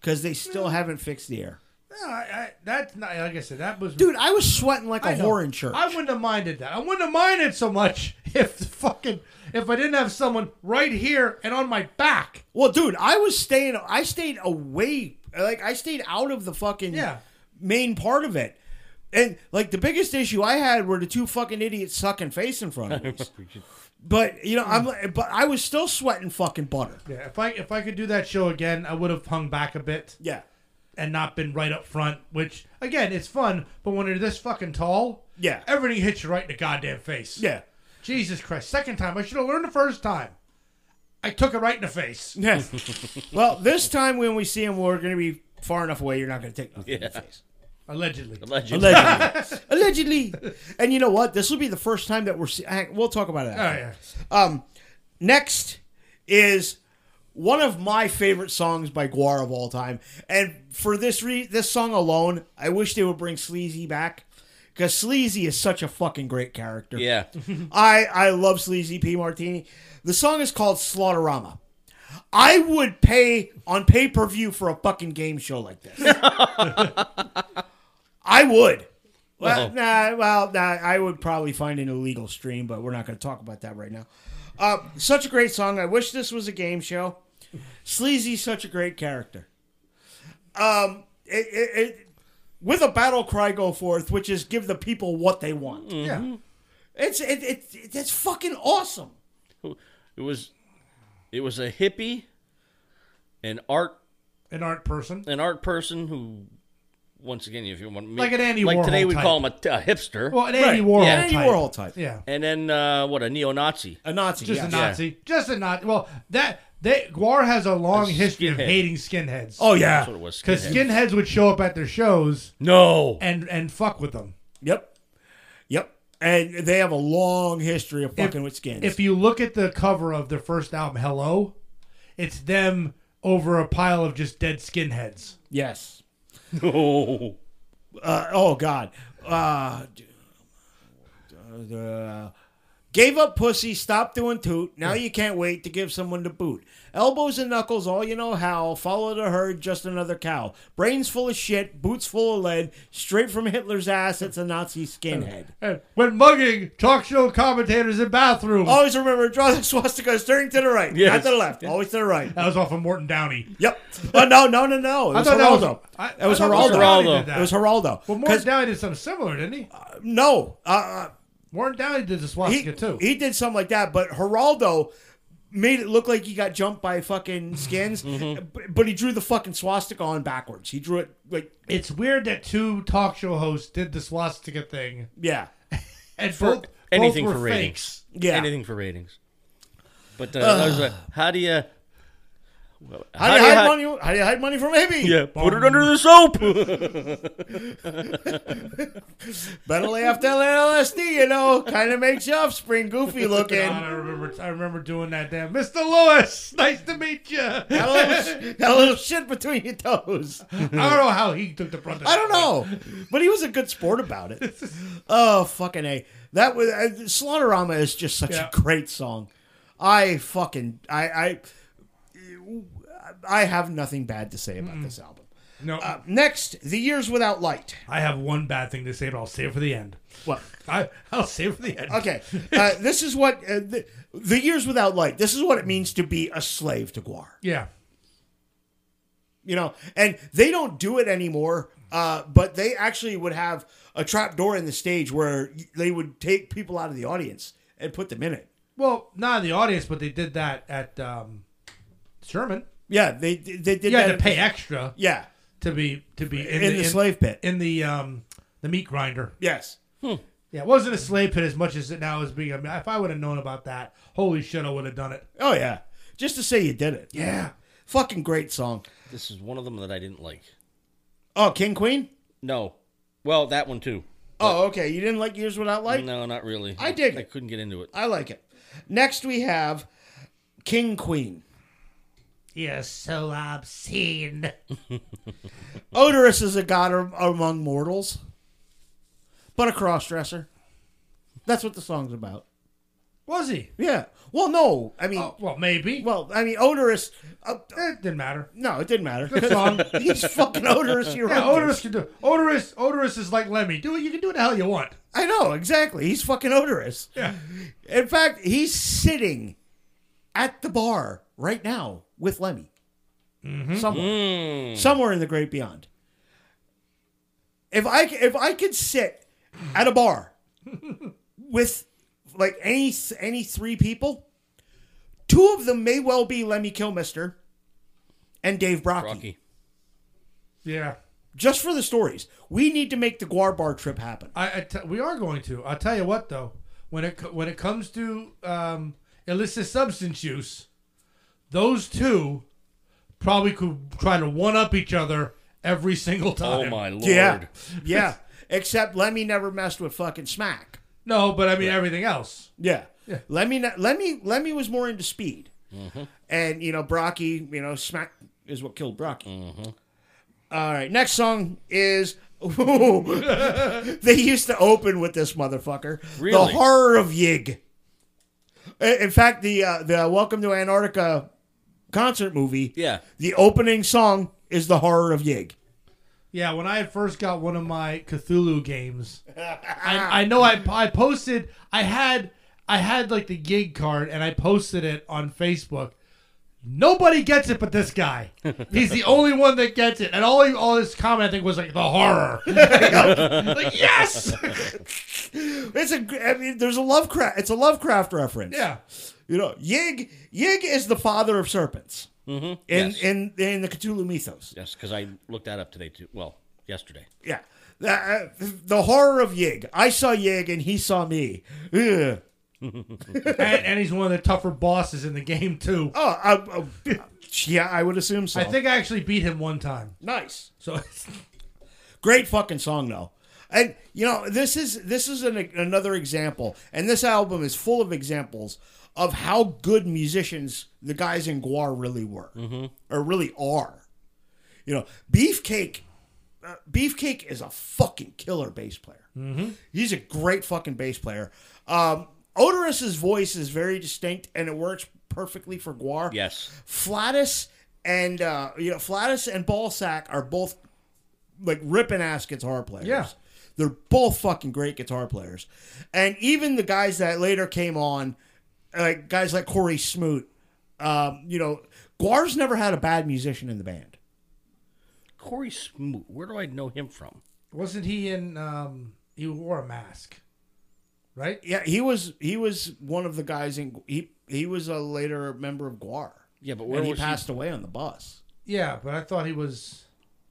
because they Mm. still haven't fixed the air. No, I, I, that's not like I said. That was Dude, I was sweating like a I know. whore in church. I wouldn't have minded that. I wouldn't have minded so much if the fucking if I didn't have someone right here and on my back. Well, dude, I was staying. I stayed away. Like I stayed out of the fucking Yeah. main part of it. And like the biggest issue I had were the two fucking idiots sucking face in front of us. but you know, I'm. like- But I was still sweating fucking butter. Yeah, if I if I could do that show again, I would have hung back a bit Yeah. and not been right up front. Which again, it's fun, but when you're this fucking tall, Yeah. everything hits you right in the goddamn face. Yeah. Jesus Christ! Second time, I should have learned the first time. I took it right in the face. Yeah. well, this time when we see him, we're going to be far enough away. You're not going to take nothing in the face. Allegedly. Legend. Allegedly. Allegedly. And you know what? This will be the first time that we're. See- heck, we'll talk about it. Oh, After. yeah. Um, next is one of my favorite songs by Guar of all time, and for this re- this song alone, I wish they would bring Sleazy back because Sleazy is such a fucking great character. Yeah. I I love Sleazy P Martini. The song is called Slaughterama. I would pay on pay per view for a fucking game show like this. I would. Well, nah, well, nah, I would probably find an illegal stream, but we're not going to talk about that right now. Uh, such a great song. I wish this was a game show. Sleazy's such a great character. Um, it, it, it, with a battle cry go forth, which is give the people what they want. Yeah. It's it, it, it that's fucking awesome. It was it was a hippie, an art An art person. an art person who once again if you want me, Like an Andy like Warhol today we type. call him a, a hipster. Well, an Andy Warhol. Yeah. Andy type. Warhol type. Yeah. and then uh, what a neo-Nazi. A Nazi. Just yes. a Nazi. Just a Nazi. Well, that they Guar has a long history of skinhead. hating skinheads. Oh yeah. That's what it was. because skinhead. skinheads would show up at their shows no. and and fuck with them. Yep. Yep. And they have a long history of fucking with skins. If you look at the cover of their first album, Hello, it's them over a pile of just dead skinheads. yes. No. Uh, oh God. Uh, d- uh, gave up pussy. Stop doing toot. Now you can't wait to give someone the boot. Elbows and knuckles. All you know how. Follow the herd. Just another cow. Brains full of shit. Boots full of lead. Straight from Hitler's ass. It's a Nazi skinhead. And when mugging talk show commentators in bathrooms, Always remember, draw the swastika staring to the right, Yes. not to the left. Always to the right. that was off of Morton Downey. Yep. Oh no, no, no, no. It was thought that was- Geraldo. I- That was I thought Geraldo. Geraldo. Downey did that. It was Geraldo. Well, Morton 'Cause- Downey did something similar, didn't he? no, uh, uh, Morton Downey did the he, swastika too. he did something like that, but Geraldo made it look like he got jumped by fucking skins, b- but he drew the fucking swastika on backwards. He drew it like it's weird that two talk show hosts did the swastika thing, yeah, and both anything both were for ratings. fakes. yeah. Anything for ratings. But uh, that was a, how do you? well, How do you you hide hi- money? How do you hide money from Amy? Yeah, put it under the soap. Better lay off that LSD, you know. Kind of makes you offspring goofy looking. God, I remember, I remember doing that damn. Mr. Lewis, nice to meet you. I Got a little, got a little shit between your toes. don't know how he took the brunt. of I that. don't know, but he was a good sport about it. Oh fucking a! That was uh, Slaughterama is just such Yeah. a great song. I fucking I I I have nothing bad to say about this album. No, Uh, next, the years without light. I have one bad thing to say, but I'll save it for the end. Well, I, I'll save it for the end. okay, uh, this is what uh, the, the years without light. This is what it means to be a slave to Guar. Yeah. you know and they don't do it anymore uh, but they actually would have a trap door in the stage where they would take people out of the audience and put them in it Well, not in the audience, but they did that at um, Sherman. yeah they they did You had that to pay extra yeah to be to be in, in, the, slave pit in the um, the meat grinder. yes Yeah, it wasn't a slave pit as much as it now is being. I mean, if I would have known about that, holy shit, I would have done it. oh yeah just to say you did it Yeah. fucking great song this is one of them that I didn't like. oh king queen No, well that one too. oh okay you didn't like years without light No, not really. I dig I it. couldn't get into it. i like it next we have king queen You're so obscene. odorous is a god am- among mortals but a cross-dresser that's what the song's about Was he? Yeah. Well, no. I mean, Oh, well, maybe. well, I mean, odorous. Uh, uh, it didn't matter. no, it didn't matter. song. He's fucking odorous. You're Yeah, odorous can do. Odorous, odorous is like Lemmy. Do it. You can do it the hell you want. I know exactly. He's fucking odorous. Yeah. In fact, he's sitting at the bar right now with Lemmy. Somewhere, somewhere in the great beyond. If I c- if I could sit at a bar with like any th- any three people, two of them may well be Lemmy Kilmister and Dave Brocky. Rocky. Yeah. Just for the stories, we need to make the Guar Bar trip happen. I, I t- we are going to. I'll tell you what though, when it co- when it comes to um, illicit substance use, those two probably could try to one up each other every single time. Oh my lord. Yeah, yeah. Except Lemmy never messed with fucking smack. No, but I mean everything else. Yeah. Lemmy, Lemmy, Lemmy was more into speed, and you know Brocky, you know smack is what killed Brocky. All right, next song is. they used to open with this motherfucker. The Really? horror of Yig. I- In fact, the uh, the Welcome to Antarctica concert movie. Yeah. The opening song is the horror of Yig. Yeah, when I had first got one of my Cthulhu games, I, I know I, I posted I had I had like the gig card and I posted it on Facebook. Nobody gets it but this guy. He's the only one that gets it, and all he, all his comment I think was like the horror. like yes, It's a. gr- I mean, there's a Lovecraft. It's a Lovecraft reference. yeah. You know, Yig Yig is the father of serpents Mm-hmm. in Yes. in in the Cthulhu mythos. Yes, because I looked that up today too. Well, yesterday. Yeah, The, uh, the horror of Yig. I saw Yig and he saw me. Ugh. And, and he's one of the tougher bosses in the game too. Oh, I, I- yeah, I would assume so. I think I actually beat him one time. nice, So great fucking song though. And you know, this is this is an, another example, and this album is full of examples of how good musicians the guys in Guar really were, or really are. You know, Beefcake uh, Beefcake is a fucking killer bass player. He's a great fucking bass player. Um, Odorous's voice is very distinct and it works perfectly for Guar. Yes. Flatus and uh, you know Flatus and Ballsack are both like ripping ass guitar players. Yeah. They're both fucking great guitar players. And even the guys that later came on, like guys like Corey Smoot, um, you know, Guar's never had a bad musician in the band. Corey Smoot. Where do I know him from? wasn't he in? Um, he wore a mask, right? Yeah, he was he was one of the guys in he he was a later member of Guar. Yeah, but where and he was he? passed away on the bus. Yeah, but I thought he was.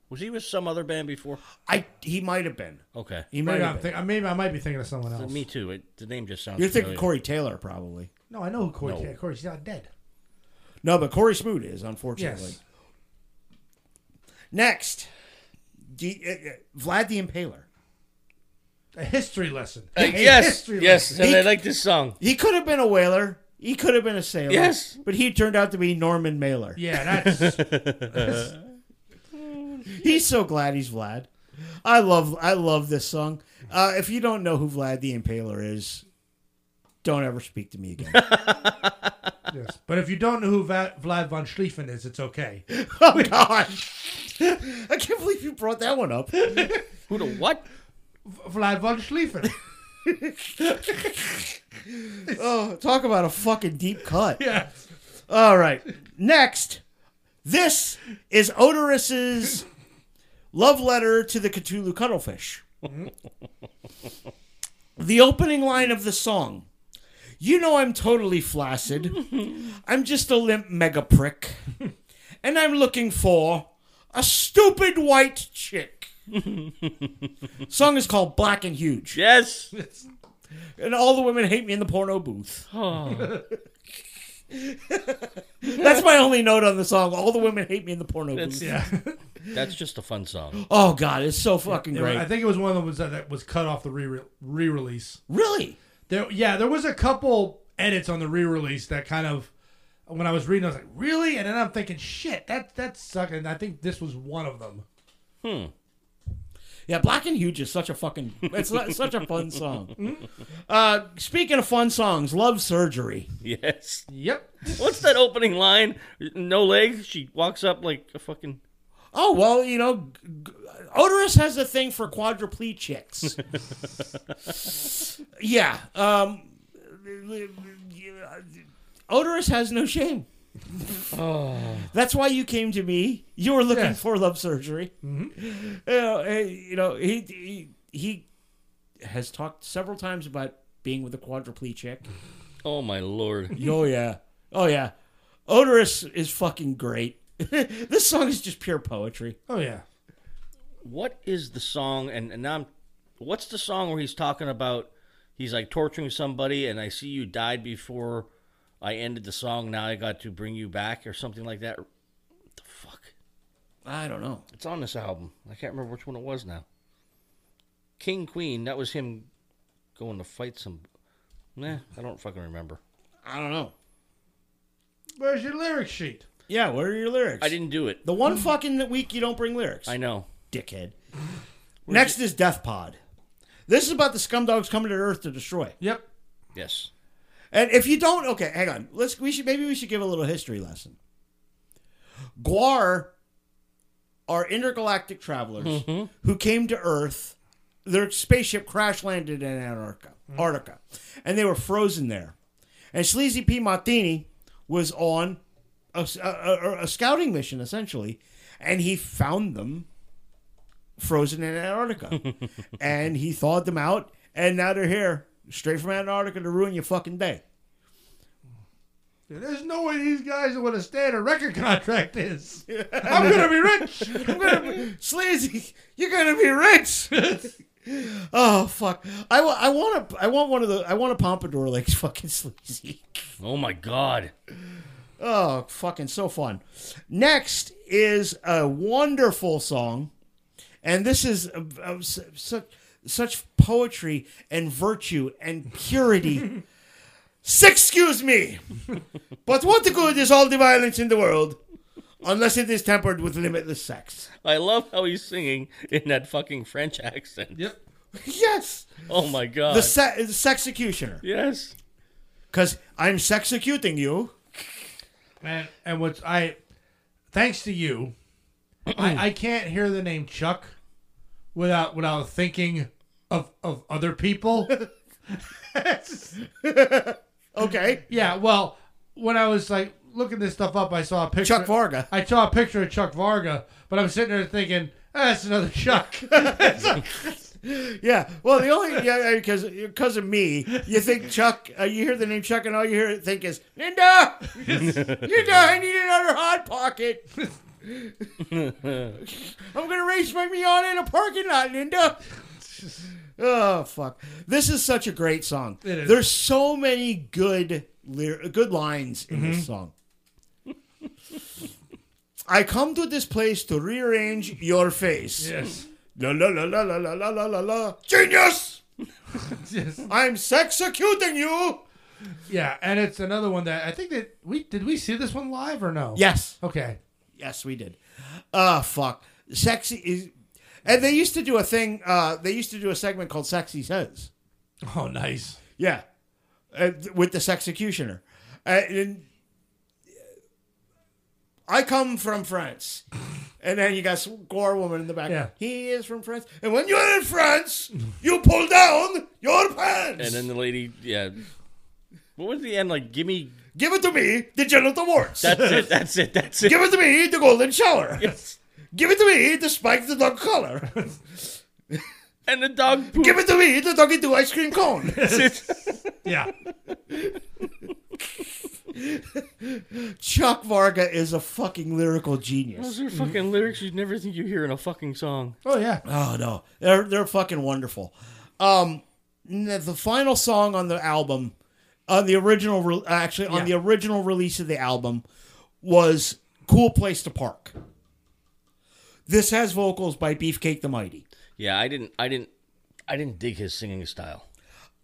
Was he with some other band before? I he might have been. Okay. He might Maybe, have I'm been. think, maybe I might be thinking of someone else. Me too. It, the name just sounds. You're thinking familiar. Corey Taylor probably. No, I know who Corey. No. Yeah, Corey's not dead. No, but Corey Smoot is unfortunately. Yes. Next, D, uh, uh, Vlad the Impaler. A history lesson. Uh, A yes, history yes, lesson. and He- I like this song. He could have been a whaler. He could have been a sailor. Yes. but he turned out to be Norman Mailer. Yeah, that's. He's so glad he's Vlad. I love I love this song. Uh, if you don't know who Vlad the Impaler is, don't ever speak to me again. yes. But if you don't know who Va- Vlad von Schlieffen is, it's okay. oh God, I can't believe you brought that one up. Who the what? Vlad von Schlieffen. Oh, talk about a fucking deep cut. yeah. All right, next, this is Odorous's love letter to the Cthulhu cuttlefish. the opening line of the song. You know I'm totally flaccid. I'm just a limp mega prick. And I'm looking for a stupid white chick. Song is called Black and Huge. Yes. And all the women hate me in the porno booth. That's my only note on the song. All the women hate me in the porno booth. Yeah. That's just a fun song. Oh god, it's so fucking great. I think it was one of the ones that, that was cut off the re re release. really? There, yeah, there was a couple edits on the re-release that kind of, when I was reading, I was like, really? And then I'm thinking, shit, that that sucked. And I think this was one of them. Yeah, Black and Huge is such a fucking. It's, su- such a fun song. Uh, speaking of fun songs, Love Surgery. Yes. Yep. What's that opening line? No legs. She walks up like a fucking. Oh well, you know, g- g- Odorous has a thing for quadriplegics. yeah. Um, Odorous has no shame. Oh. That's why you came to me. You were looking Yes. for love surgery. You know, eh, you know, he, he he has talked several times about being with a quadriplegic. Oh my lord. oh yeah, oh yeah. Odorous is fucking great. this song is just pure poetry. Oh yeah. What is the song? And and now I'm. What's the song where he's talking about? He's like torturing somebody, and I see you died before I ended the song. Now I got to bring you back, or something like that. What the fuck? I don't know. It's on this album. I can't remember which one it was now. King Queen. That was him going to fight some. Nah, I don't fucking remember. I don't know. Where's your lyric sheet? Yeah, what are your lyrics? I didn't do it. The one fucking week you don't bring lyrics. I know. dickhead. Next is Death Pod. This is about the scumdogs coming to Earth to destroy. Yep. Yes. And if you don't, okay, hang on. Let's we should maybe we should give a little history lesson. Guar are intergalactic travelers who came to Earth. Their spaceship crash landed in Antarctica, Antarctica, and they were frozen there. And Sleazy P. Martini was on a, s- a- a- a scouting mission essentially, and he found them frozen in Antarctica, and he thawed them out, and now they're here, straight from Antarctica to ruin your fucking day. There's no way these guys would have stayed a record contract is. I'm gonna be rich. I'm gonna be... Sleazy, you're gonna be rich. oh fuck! I, wa- I want a, I want one of the I want a pompadour like fucking sleazy. Oh my god. Oh fucking so fun. Next is a wonderful song, and this is uh, uh, su- such such poetry and virtue and purity. S- Excuse me, but what good is all the violence in the world unless it is tempered with limitless sex? I love how he's singing in that fucking French accent. Yep. Yes, Oh my god. the se- sex executioner. yes. Because I'm sexecuting you. And and what's I, thanks to you, I, I can't hear the name Chuck, without without thinking of of other people. Okay. yeah. Well, when I was like looking this stuff up, I saw a picture. Chuck Varga. I saw a picture of Chuck Varga, but I'm sitting there thinking, ah, that's another Chuck. Yeah. Well, the only, yeah, because because of me, you think Chuck, uh, you hear the name Chuck, and all you hear think is, Linda! Linda, I need another Hot Pocket! I'm going to race my Miata in a parking lot, Linda! Oh, fuck. This is such a great song. It is. There's so many good, lyr- good lines in Mm-hmm. this song. I come to this place to rearrange your face. yes. La la la la la la la la la la. Genius! Yes. I'm sexecuting you. Yeah, and it's another one that I think that we did we see this one live or no? Yes, Okay. yes, we did. Ah, fuck. Sexy is, and they used to do a thing. Uh, they used to do a segment called "Sexy Says." Oh, nice. Yeah, uh, th- with the sexecutioner. Uh, and I come from France, and then you got some gore woman in the back. Yeah. He is from France, and when you're in France, you pull down your pants. And then the lady, yeah. What was the end like? Give me. Give it to me, the genital warts. That's it. That's it. That's it. Give it to me, the golden shower. Yes. Give it to me, the spike, the dog collar. And the dog poop. Give it to me, the doggy do ice cream cone. Yeah. Chuck Varga is a fucking lyrical Those genius. are fucking lyrics you'd never think you hear in a fucking song. Oh yeah. Oh no, they're they're fucking wonderful. Um, n- the final song on the album, on the original, re- actually on Yeah. the original release of the album, was "Cool Place to Park." This has vocals by Beefcake the Mighty. Yeah, I didn't. I didn't. I didn't dig his singing style.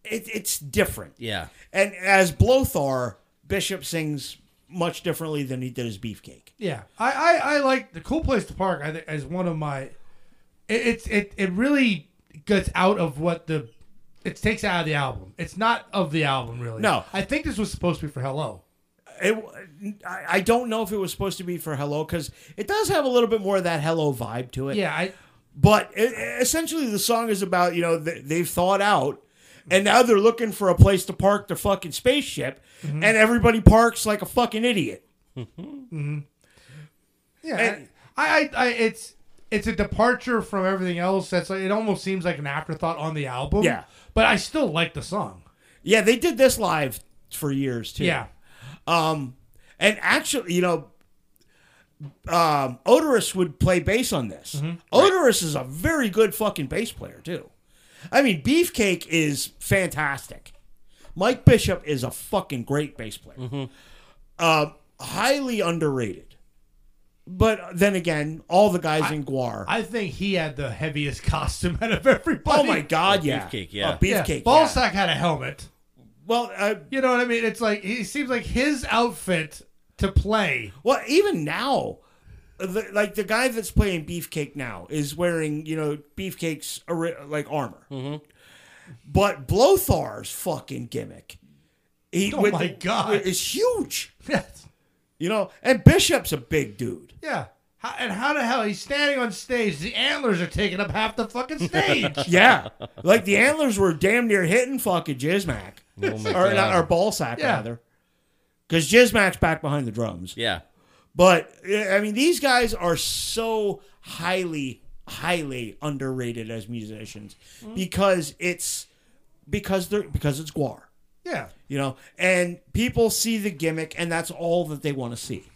It, it's different. Yeah. And as Blothar, Bishop sings much differently than he did as Beefcake. Yeah. I I, I like the cool place to park. I think is one of my it, it's it it really gets out of what the it takes out of the album. It's not of the album really. No. I think this was supposed to be for Hello. It, I I don't know if it was supposed to be for Hello because it does have a little bit more of that Hello vibe to it. Yeah, I But e- essentially, the song is about you know th- they've thought out, and now they're looking for a place to park their fucking spaceship, and everybody parks like a fucking idiot. yeah. And- I, I I it's it's a departure from everything else. That's like it almost seems like an afterthought on the album. Yeah. but I still like the song. Yeah, they did this live for years too. Yeah, Um, and actually, you know, um, Odorous would play bass on this. Odorous is a very good fucking bass player too. I mean, Beefcake is fantastic. Mike Bishop is a fucking great bass player. Um, highly underrated. But then again, all the guys in Guar. I think he had the heaviest costume out of everybody. oh my god, yeah, Beefcake, yeah. Oh, Yeah, Beefcake. yeah. Ballsack had a helmet. Well, uh, You know what I mean? It's like he seems like his outfit to play. Well, even now, the, like the guy that's playing Beefcake now is wearing you know Beefcake's ori- like armor, Mm-hmm. but Blowthar's fucking gimmick, he, Oh my God. is huge. Yes. You know, and Bishop's a big dude. Yeah. How, and how the hell he's standing on stage? The antlers are taking up half the fucking stage. Yeah, like the antlers were damn near hitting fucking Jizmac Oh my or God. not, or Ballsack Yeah. rather, because Jizmac's back behind the drums. yeah. But eh, I mean, these guys are so highly, highly underrated as musicians because it's because they're because it's guar, yeah. you know, and people see the gimmick and that's all that they want to see.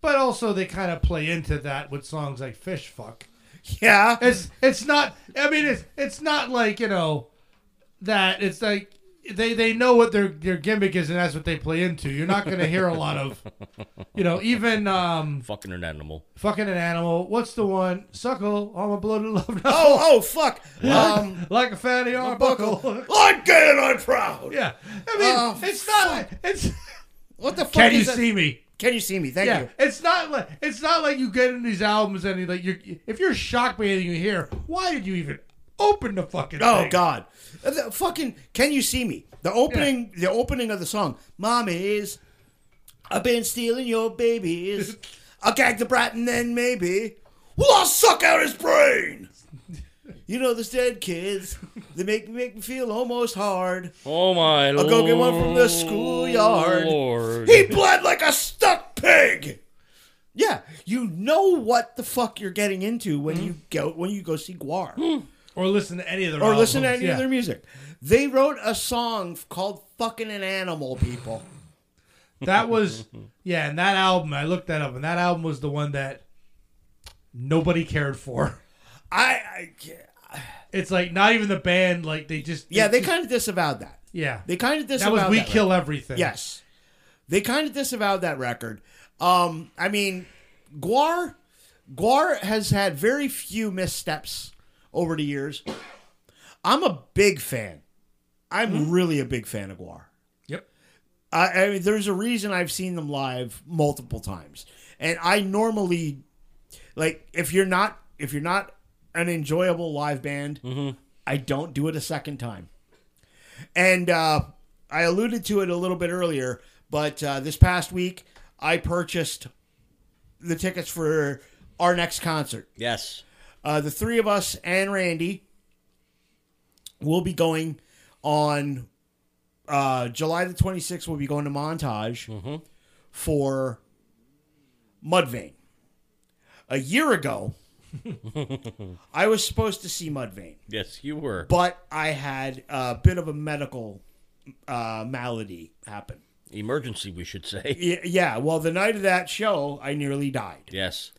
But also they kind of play into that with songs like Fish Fuck. Yeah, It's it's not I mean it's it's not like, you know, that it's like they, they know what their their gimmick is and that's what they play into. You're not gonna hear a lot of you know, even um Fucking an animal. fucking an animal. What's the one? Suckle, I'm a bloated love now. Oh, oh, fuck! Um, Like a fatty arbuckle. I'm gay and I'm proud. yeah. I mean Oh, it's not it's What the fuck? Can you is that? see me? Can you see me? Thank Yeah, you. it's not like it's not like you get in these albums and you like you're if you're shocked by anything you hear, why did you even open the fucking? Oh thing? God! Uh, The fucking can you see me? The opening, the opening of the song, "Mommies, I've been stealing your babies. I'll gag the brat and then maybe, well, I'll suck out his brain." You know those dead kids? They make me make me feel almost hard. Oh my lord. I'll go get one from the schoolyard. Lord. He bled like a stuck pig. Yeah, you know what the fuck you're getting into when you go when you go see Guar. Or listen to any of their or listen to albums, any yeah. of their music. They wrote a song f- called "Fucking an Animal," people. That was yeah, and that album I looked that up, and that album was the one that nobody cared for. I, I It's like not even the band like they just yeah, they kind of disavowed that. yeah They kind of that disavowed was we that kill record. everything Yes, they kind of disavowed that record. Um, I mean, Guar, Guar has had very few missteps over the years. I'm a big fan. I'm Hmm? really a big fan of Guar. yep I, I mean, there's a reason I've seen them live multiple times, and I normally, like, if you're not if you're not an enjoyable live band, I don't do it a second time. And uh, I alluded to it a little bit earlier, but uh, this past week I purchased the tickets for our next concert. Yes. Uh, the three of us and Randy will be going on uh, July the 26th. We'll be going to Montage for Mudvayne. A year ago, I was supposed to see Mudvayne, Yes, you were. but I had a bit of a medical uh, malady happen. Emergency, we should say. Y- Yeah, well, the night of that show, I nearly died. Yes.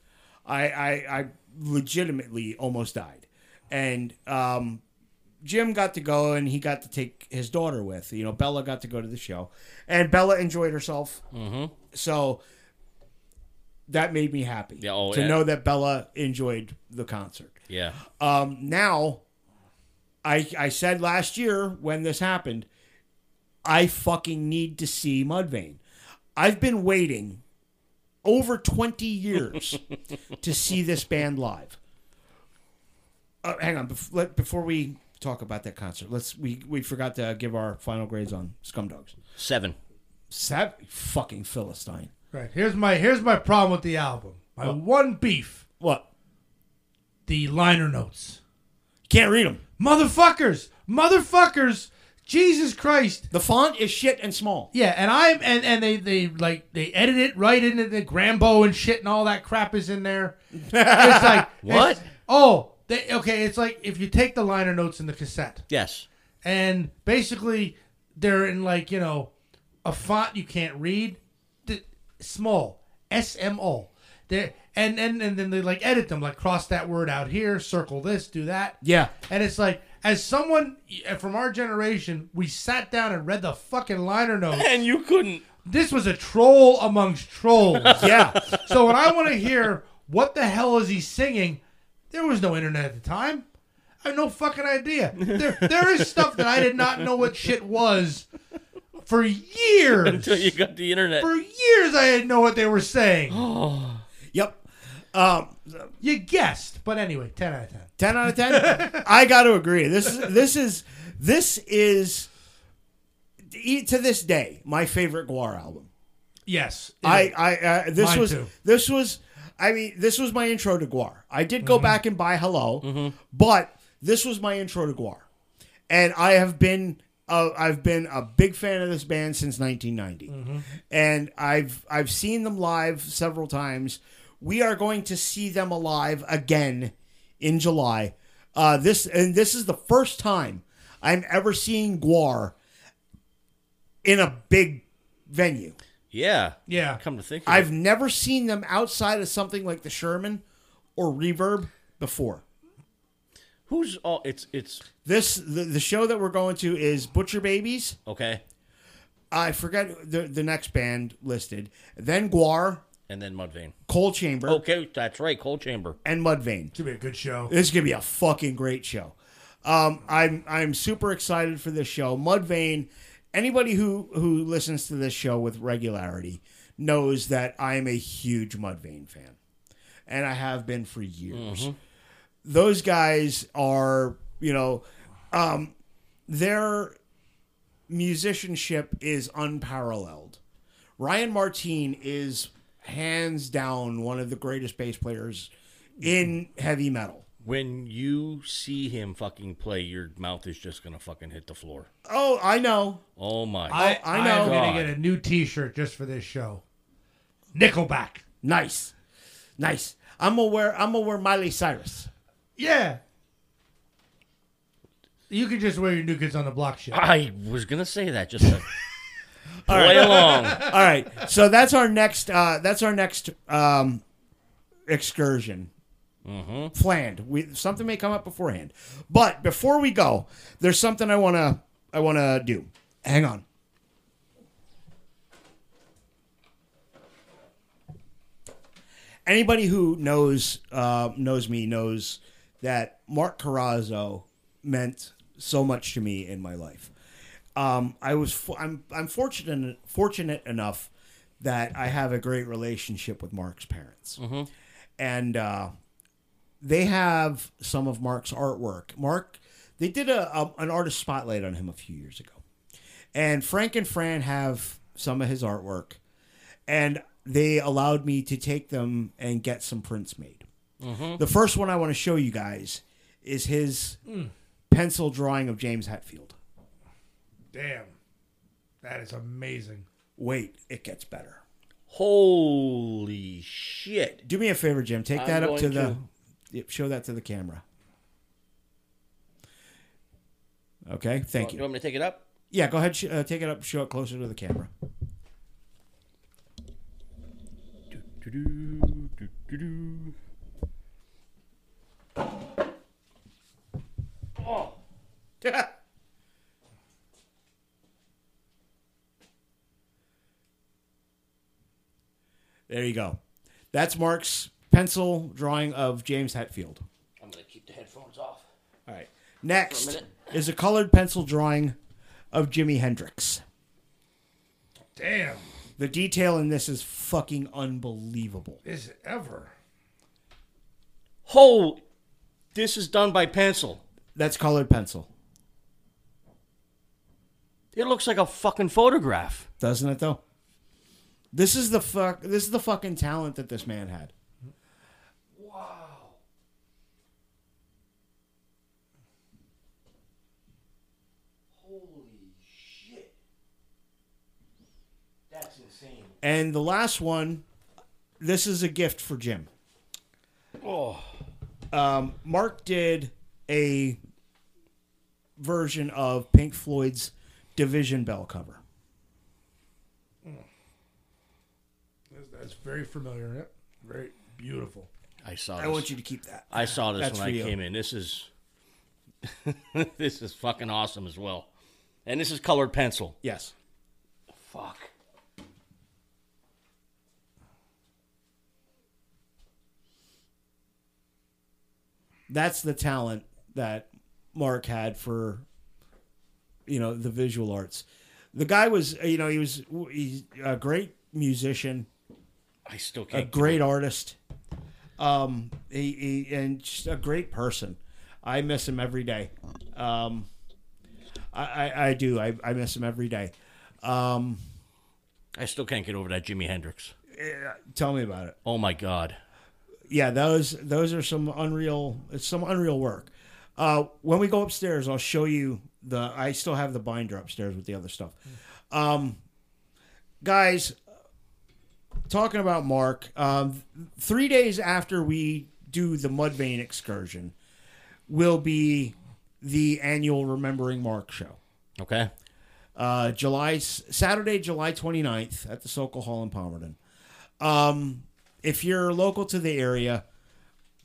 I, I, I legitimately almost died. And um, Jim got to go and he got to take his daughter with. You know, Bella got to go to the show. And Bella enjoyed herself. Mm-hmm. So that made me happy Yeah, oh, to yeah. know that Bella enjoyed the concert. Yeah. Um, now, I, I said last year when this happened, I fucking need to see Mudvayne. I've been waiting over 20 years to see this band live. uh, hang on bef- let, before we talk about that concert. Let's we we forgot to give our final grades on Scumdogs. Seven. Sav- fucking Philistine. Right. Here's my here's my problem with the album. My one beef, What? the liner notes. Can't read them. Motherfuckers! Motherfuckers! Jesus Christ! The font is shit and small. Yeah, and I'm and and they they like they edit it right into the Grambo and shit and all that crap is in there. it's like What? it's- oh, they okay. It's like if you take the liner notes in the cassette, Yes. and basically they're in like you know a font you can't read, the, small S M O. They and and and then they like edit them like cross that word out here, circle this, do that. Yeah. And it's like, as someone eh, from our generation, we sat down and read the fucking liner notes. And you couldn't. This was a troll amongst trolls. Yeah. so when I want to hear what the hell is he singing, there was no internet at the time. I have no fucking idea. There, there is stuff that I did not know what shit was for years. Until you got the internet. For years, I didn't know what they were saying. yep. Um, You guessed, but anyway, ten out of ten. ten out of ten. I got to agree. This is this is this is e- to this day my favorite Guar album. Yes, I, I, uh, this Mine was, too. this was, I mean, this was my intro to Guar. I did Mm-hmm. go back and buy Hello, but this was my intro to Guar, and I have been, uh, I've been a big fan of this band since 1990, Mm-hmm. and I've, I've seen them live several times. We are going to see them alive again in July. Uh, this, and this is the first time I'm ever seeing Guar in a big venue. Yeah. Yeah. Come to think of I've it. never seen them outside of something like the Sherman or Reverb before. Who's all. It's. It's. This the, the show that we're going to is Butcher Babies. Okay. I forget the the next band listed. Then Guar, And then Mudvayne. Coal Chamber, Okay. That's right. Cold Chamber. and Mudvayne. to be a good show. This is gonna be a fucking great show. Um, I'm I'm super excited for this show. Mudvayne. Anybody who who listens to this show with regularity knows that I am a huge Mudvayne fan, and I have been for years. Those guys are, you know, um, their musicianship is unparalleled. Ryan Martine is hands down one of the greatest bass players in heavy metal. When you see him fucking play, your mouth is just going to fucking hit the floor. Oh, I know. Oh, my. I, I I know. know. I'm God. gonna get a new T-shirt just for this show. Nickelback. Nice, nice. I'm aware. I'm aware. Miley Cyrus. Yeah. You can just wear your new kids on the block shit. I was going to say that just to play along. All right. So that's our next. Uh, that's our next um, excursion. Mm-hmm. Planned. We something may come up beforehand, but before we go, there's something I wanna. I wanna do. Hang on. Anybody who knows uh, knows me knows that Mark Carrazzo meant so much to me in my life. um, I was fo- I'm I'm fortunate fortunate enough that I have a great relationship with Mark's parents, and uh, they have some of Mark's artwork. Mark, they did a, a an artist spotlight on him a few years ago, and Frank and Fran have some of his artwork, and they allowed me to take them and get some prints made. The first one I want to show you guys is his pencil drawing of James Hetfield. Damn. That is amazing. wait, it gets better. Holy shit. Do me a favor, Jim. Take I'm that up going to the. to. Yep, show that to the camera. Okay, thank You you. want me to take it up? Yeah, go ahead. Sh- uh, take it up. Show it closer to the camera. There you go. That's Mark's pencil drawing of James Hetfield. I'm going to keep the headphones off. All right. For a Next minute. is a colored pencil drawing of Jimi Hendrix. Damn. The detail in this is fucking unbelievable. Is it ever? Holy. This is done by pencil. That's colored pencil, It looks like a fucking photograph. doesn't it? Though. This is the fuck. This is the fucking talent that this man had. That's insane. And the last one, this is a gift for Jim. Oh. Um, Mark did a version of Pink Floyd's Division Bell cover. That's, that's very familiar. yeah. Very beautiful. I saw I this. want you to keep that. I saw this That's when I for you. came in. This is this is fucking awesome as well. And this is colored pencil. Yes. Fuck. That's the talent that Mark had for, you know, the visual arts. The guy was, you know, he was he's a great musician, I still a can't. great artist, um, he, he and just a great person. I miss him every day. Um, I, I, I do. I, I miss him every day. Um, I still can't get over that Jimi Hendrix. tell me about it. Oh my god. yeah, those those are some unreal it's some unreal work. Uh, when we go upstairs, I'll show you the. I still have the binder upstairs with the other stuff. Um, guys, talking about Mark, um, three days after we do the Mudvayne excursion, will be the annual Remembering Mark show. Okay. Uh, July Saturday, July 29th at the Sokol Hall in Palmerton. Um, if you're local to the area,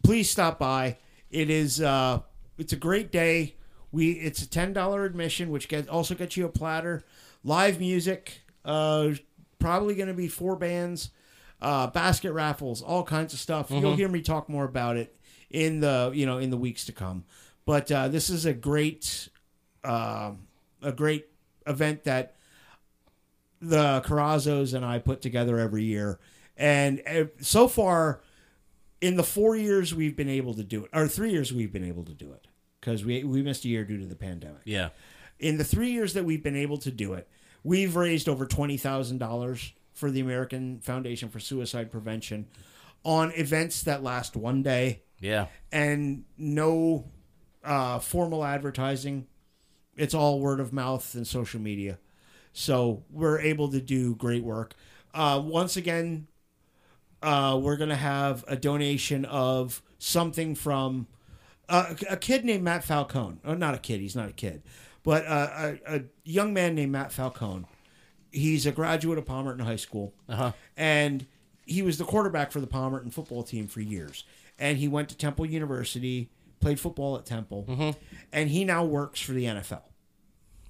please stop by. It is uh, it's a great day. We it's a ten dollar admission, which get, also gets you a platter, live music, uh, probably going to be four bands, uh, basket raffles, all kinds of stuff. You'll hear me talk more about it in the you know in the weeks to come. But uh, this is a great um, a great event that the Carrazos and I put together every year. And eh, so far, in the four years we've been able to do it, or three years we've been able to do it, because we, we missed a year due to the pandemic. Yeah. In the three years that we've been able to do it, we've raised over $20,000 for the American Foundation for Suicide Prevention on events that last one day Yeah. and no uh, formal advertising. It's all word of mouth and social media. So we're able to do great work. Uh, once again, uh, we're going to have a donation of something from uh, a kid named Matt Falcone. Oh, not a kid. He's not a kid. But uh, a, a young man named Matt Falcone. He's a graduate of Palmerton High School. Uh-huh. And he was the quarterback for the Palmerton football team for years. And he went to Temple University, played football at Temple, Mm-hmm. and he now works for the NFL.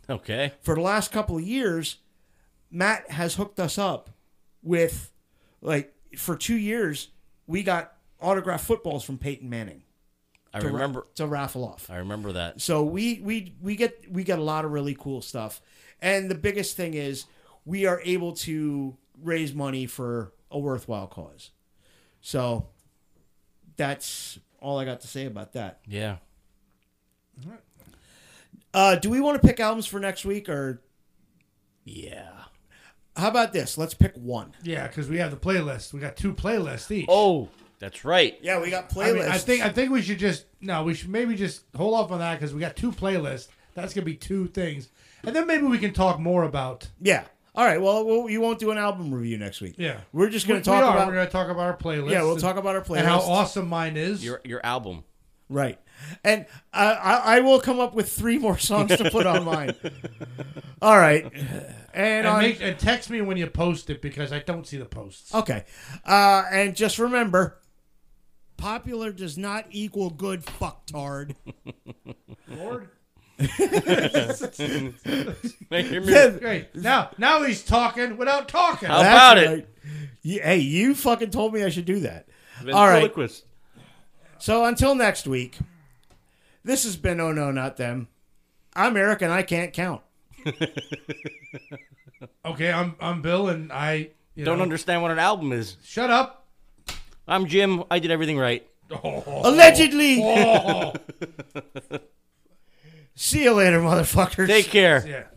Okay. For the last couple of years, Matt has hooked us up with, like, for two years, we got autographed footballs from Peyton Manning I to ra- remember. to raffle off. I remember that. So we we we get we get a lot of really cool stuff, and the biggest thing is we are able to raise money for a worthwhile cause. So that's all I got to say about that. Yeah. Uh, do we want to pick albums for next week, or Yeah. how about this? Let's pick one. Yeah, because we have the playlist. We got two playlists each. Oh, that's right. Yeah, we got playlists. I, mean, I think I think we should just no. We should maybe just hold off on that because we got two playlists. That's gonna be two things, and then maybe we can talk more about. yeah. All right. Well, we'll- you won't do an album review next week. Yeah, We're just We- going to talk we are. about. We're gonna talk about our playlist. yeah, we'll and- talk about our playlist and how awesome mine is. Your your album. Right. And I, I, I will come up with three more songs to put on mine. All right. And, and, on, make, and text me when you post it because I don't see the posts. Oh. okay. Uh, and just remember, popular does not equal good fucktard. Lord. Hear me? How Great. Now, now he's talking without talking. How about it? Hey, you fucking told me I should do that. All right. Ventriloquist. So until next week, this has been Oh No Not Them. I'm Eric and I can't count. Okay, I'm I'm Bill, and I you Don't know, understand what an album is. Shut up. I'm Jim. I did everything right. Allegedly. See you later, motherfuckers. Take care. Yeah.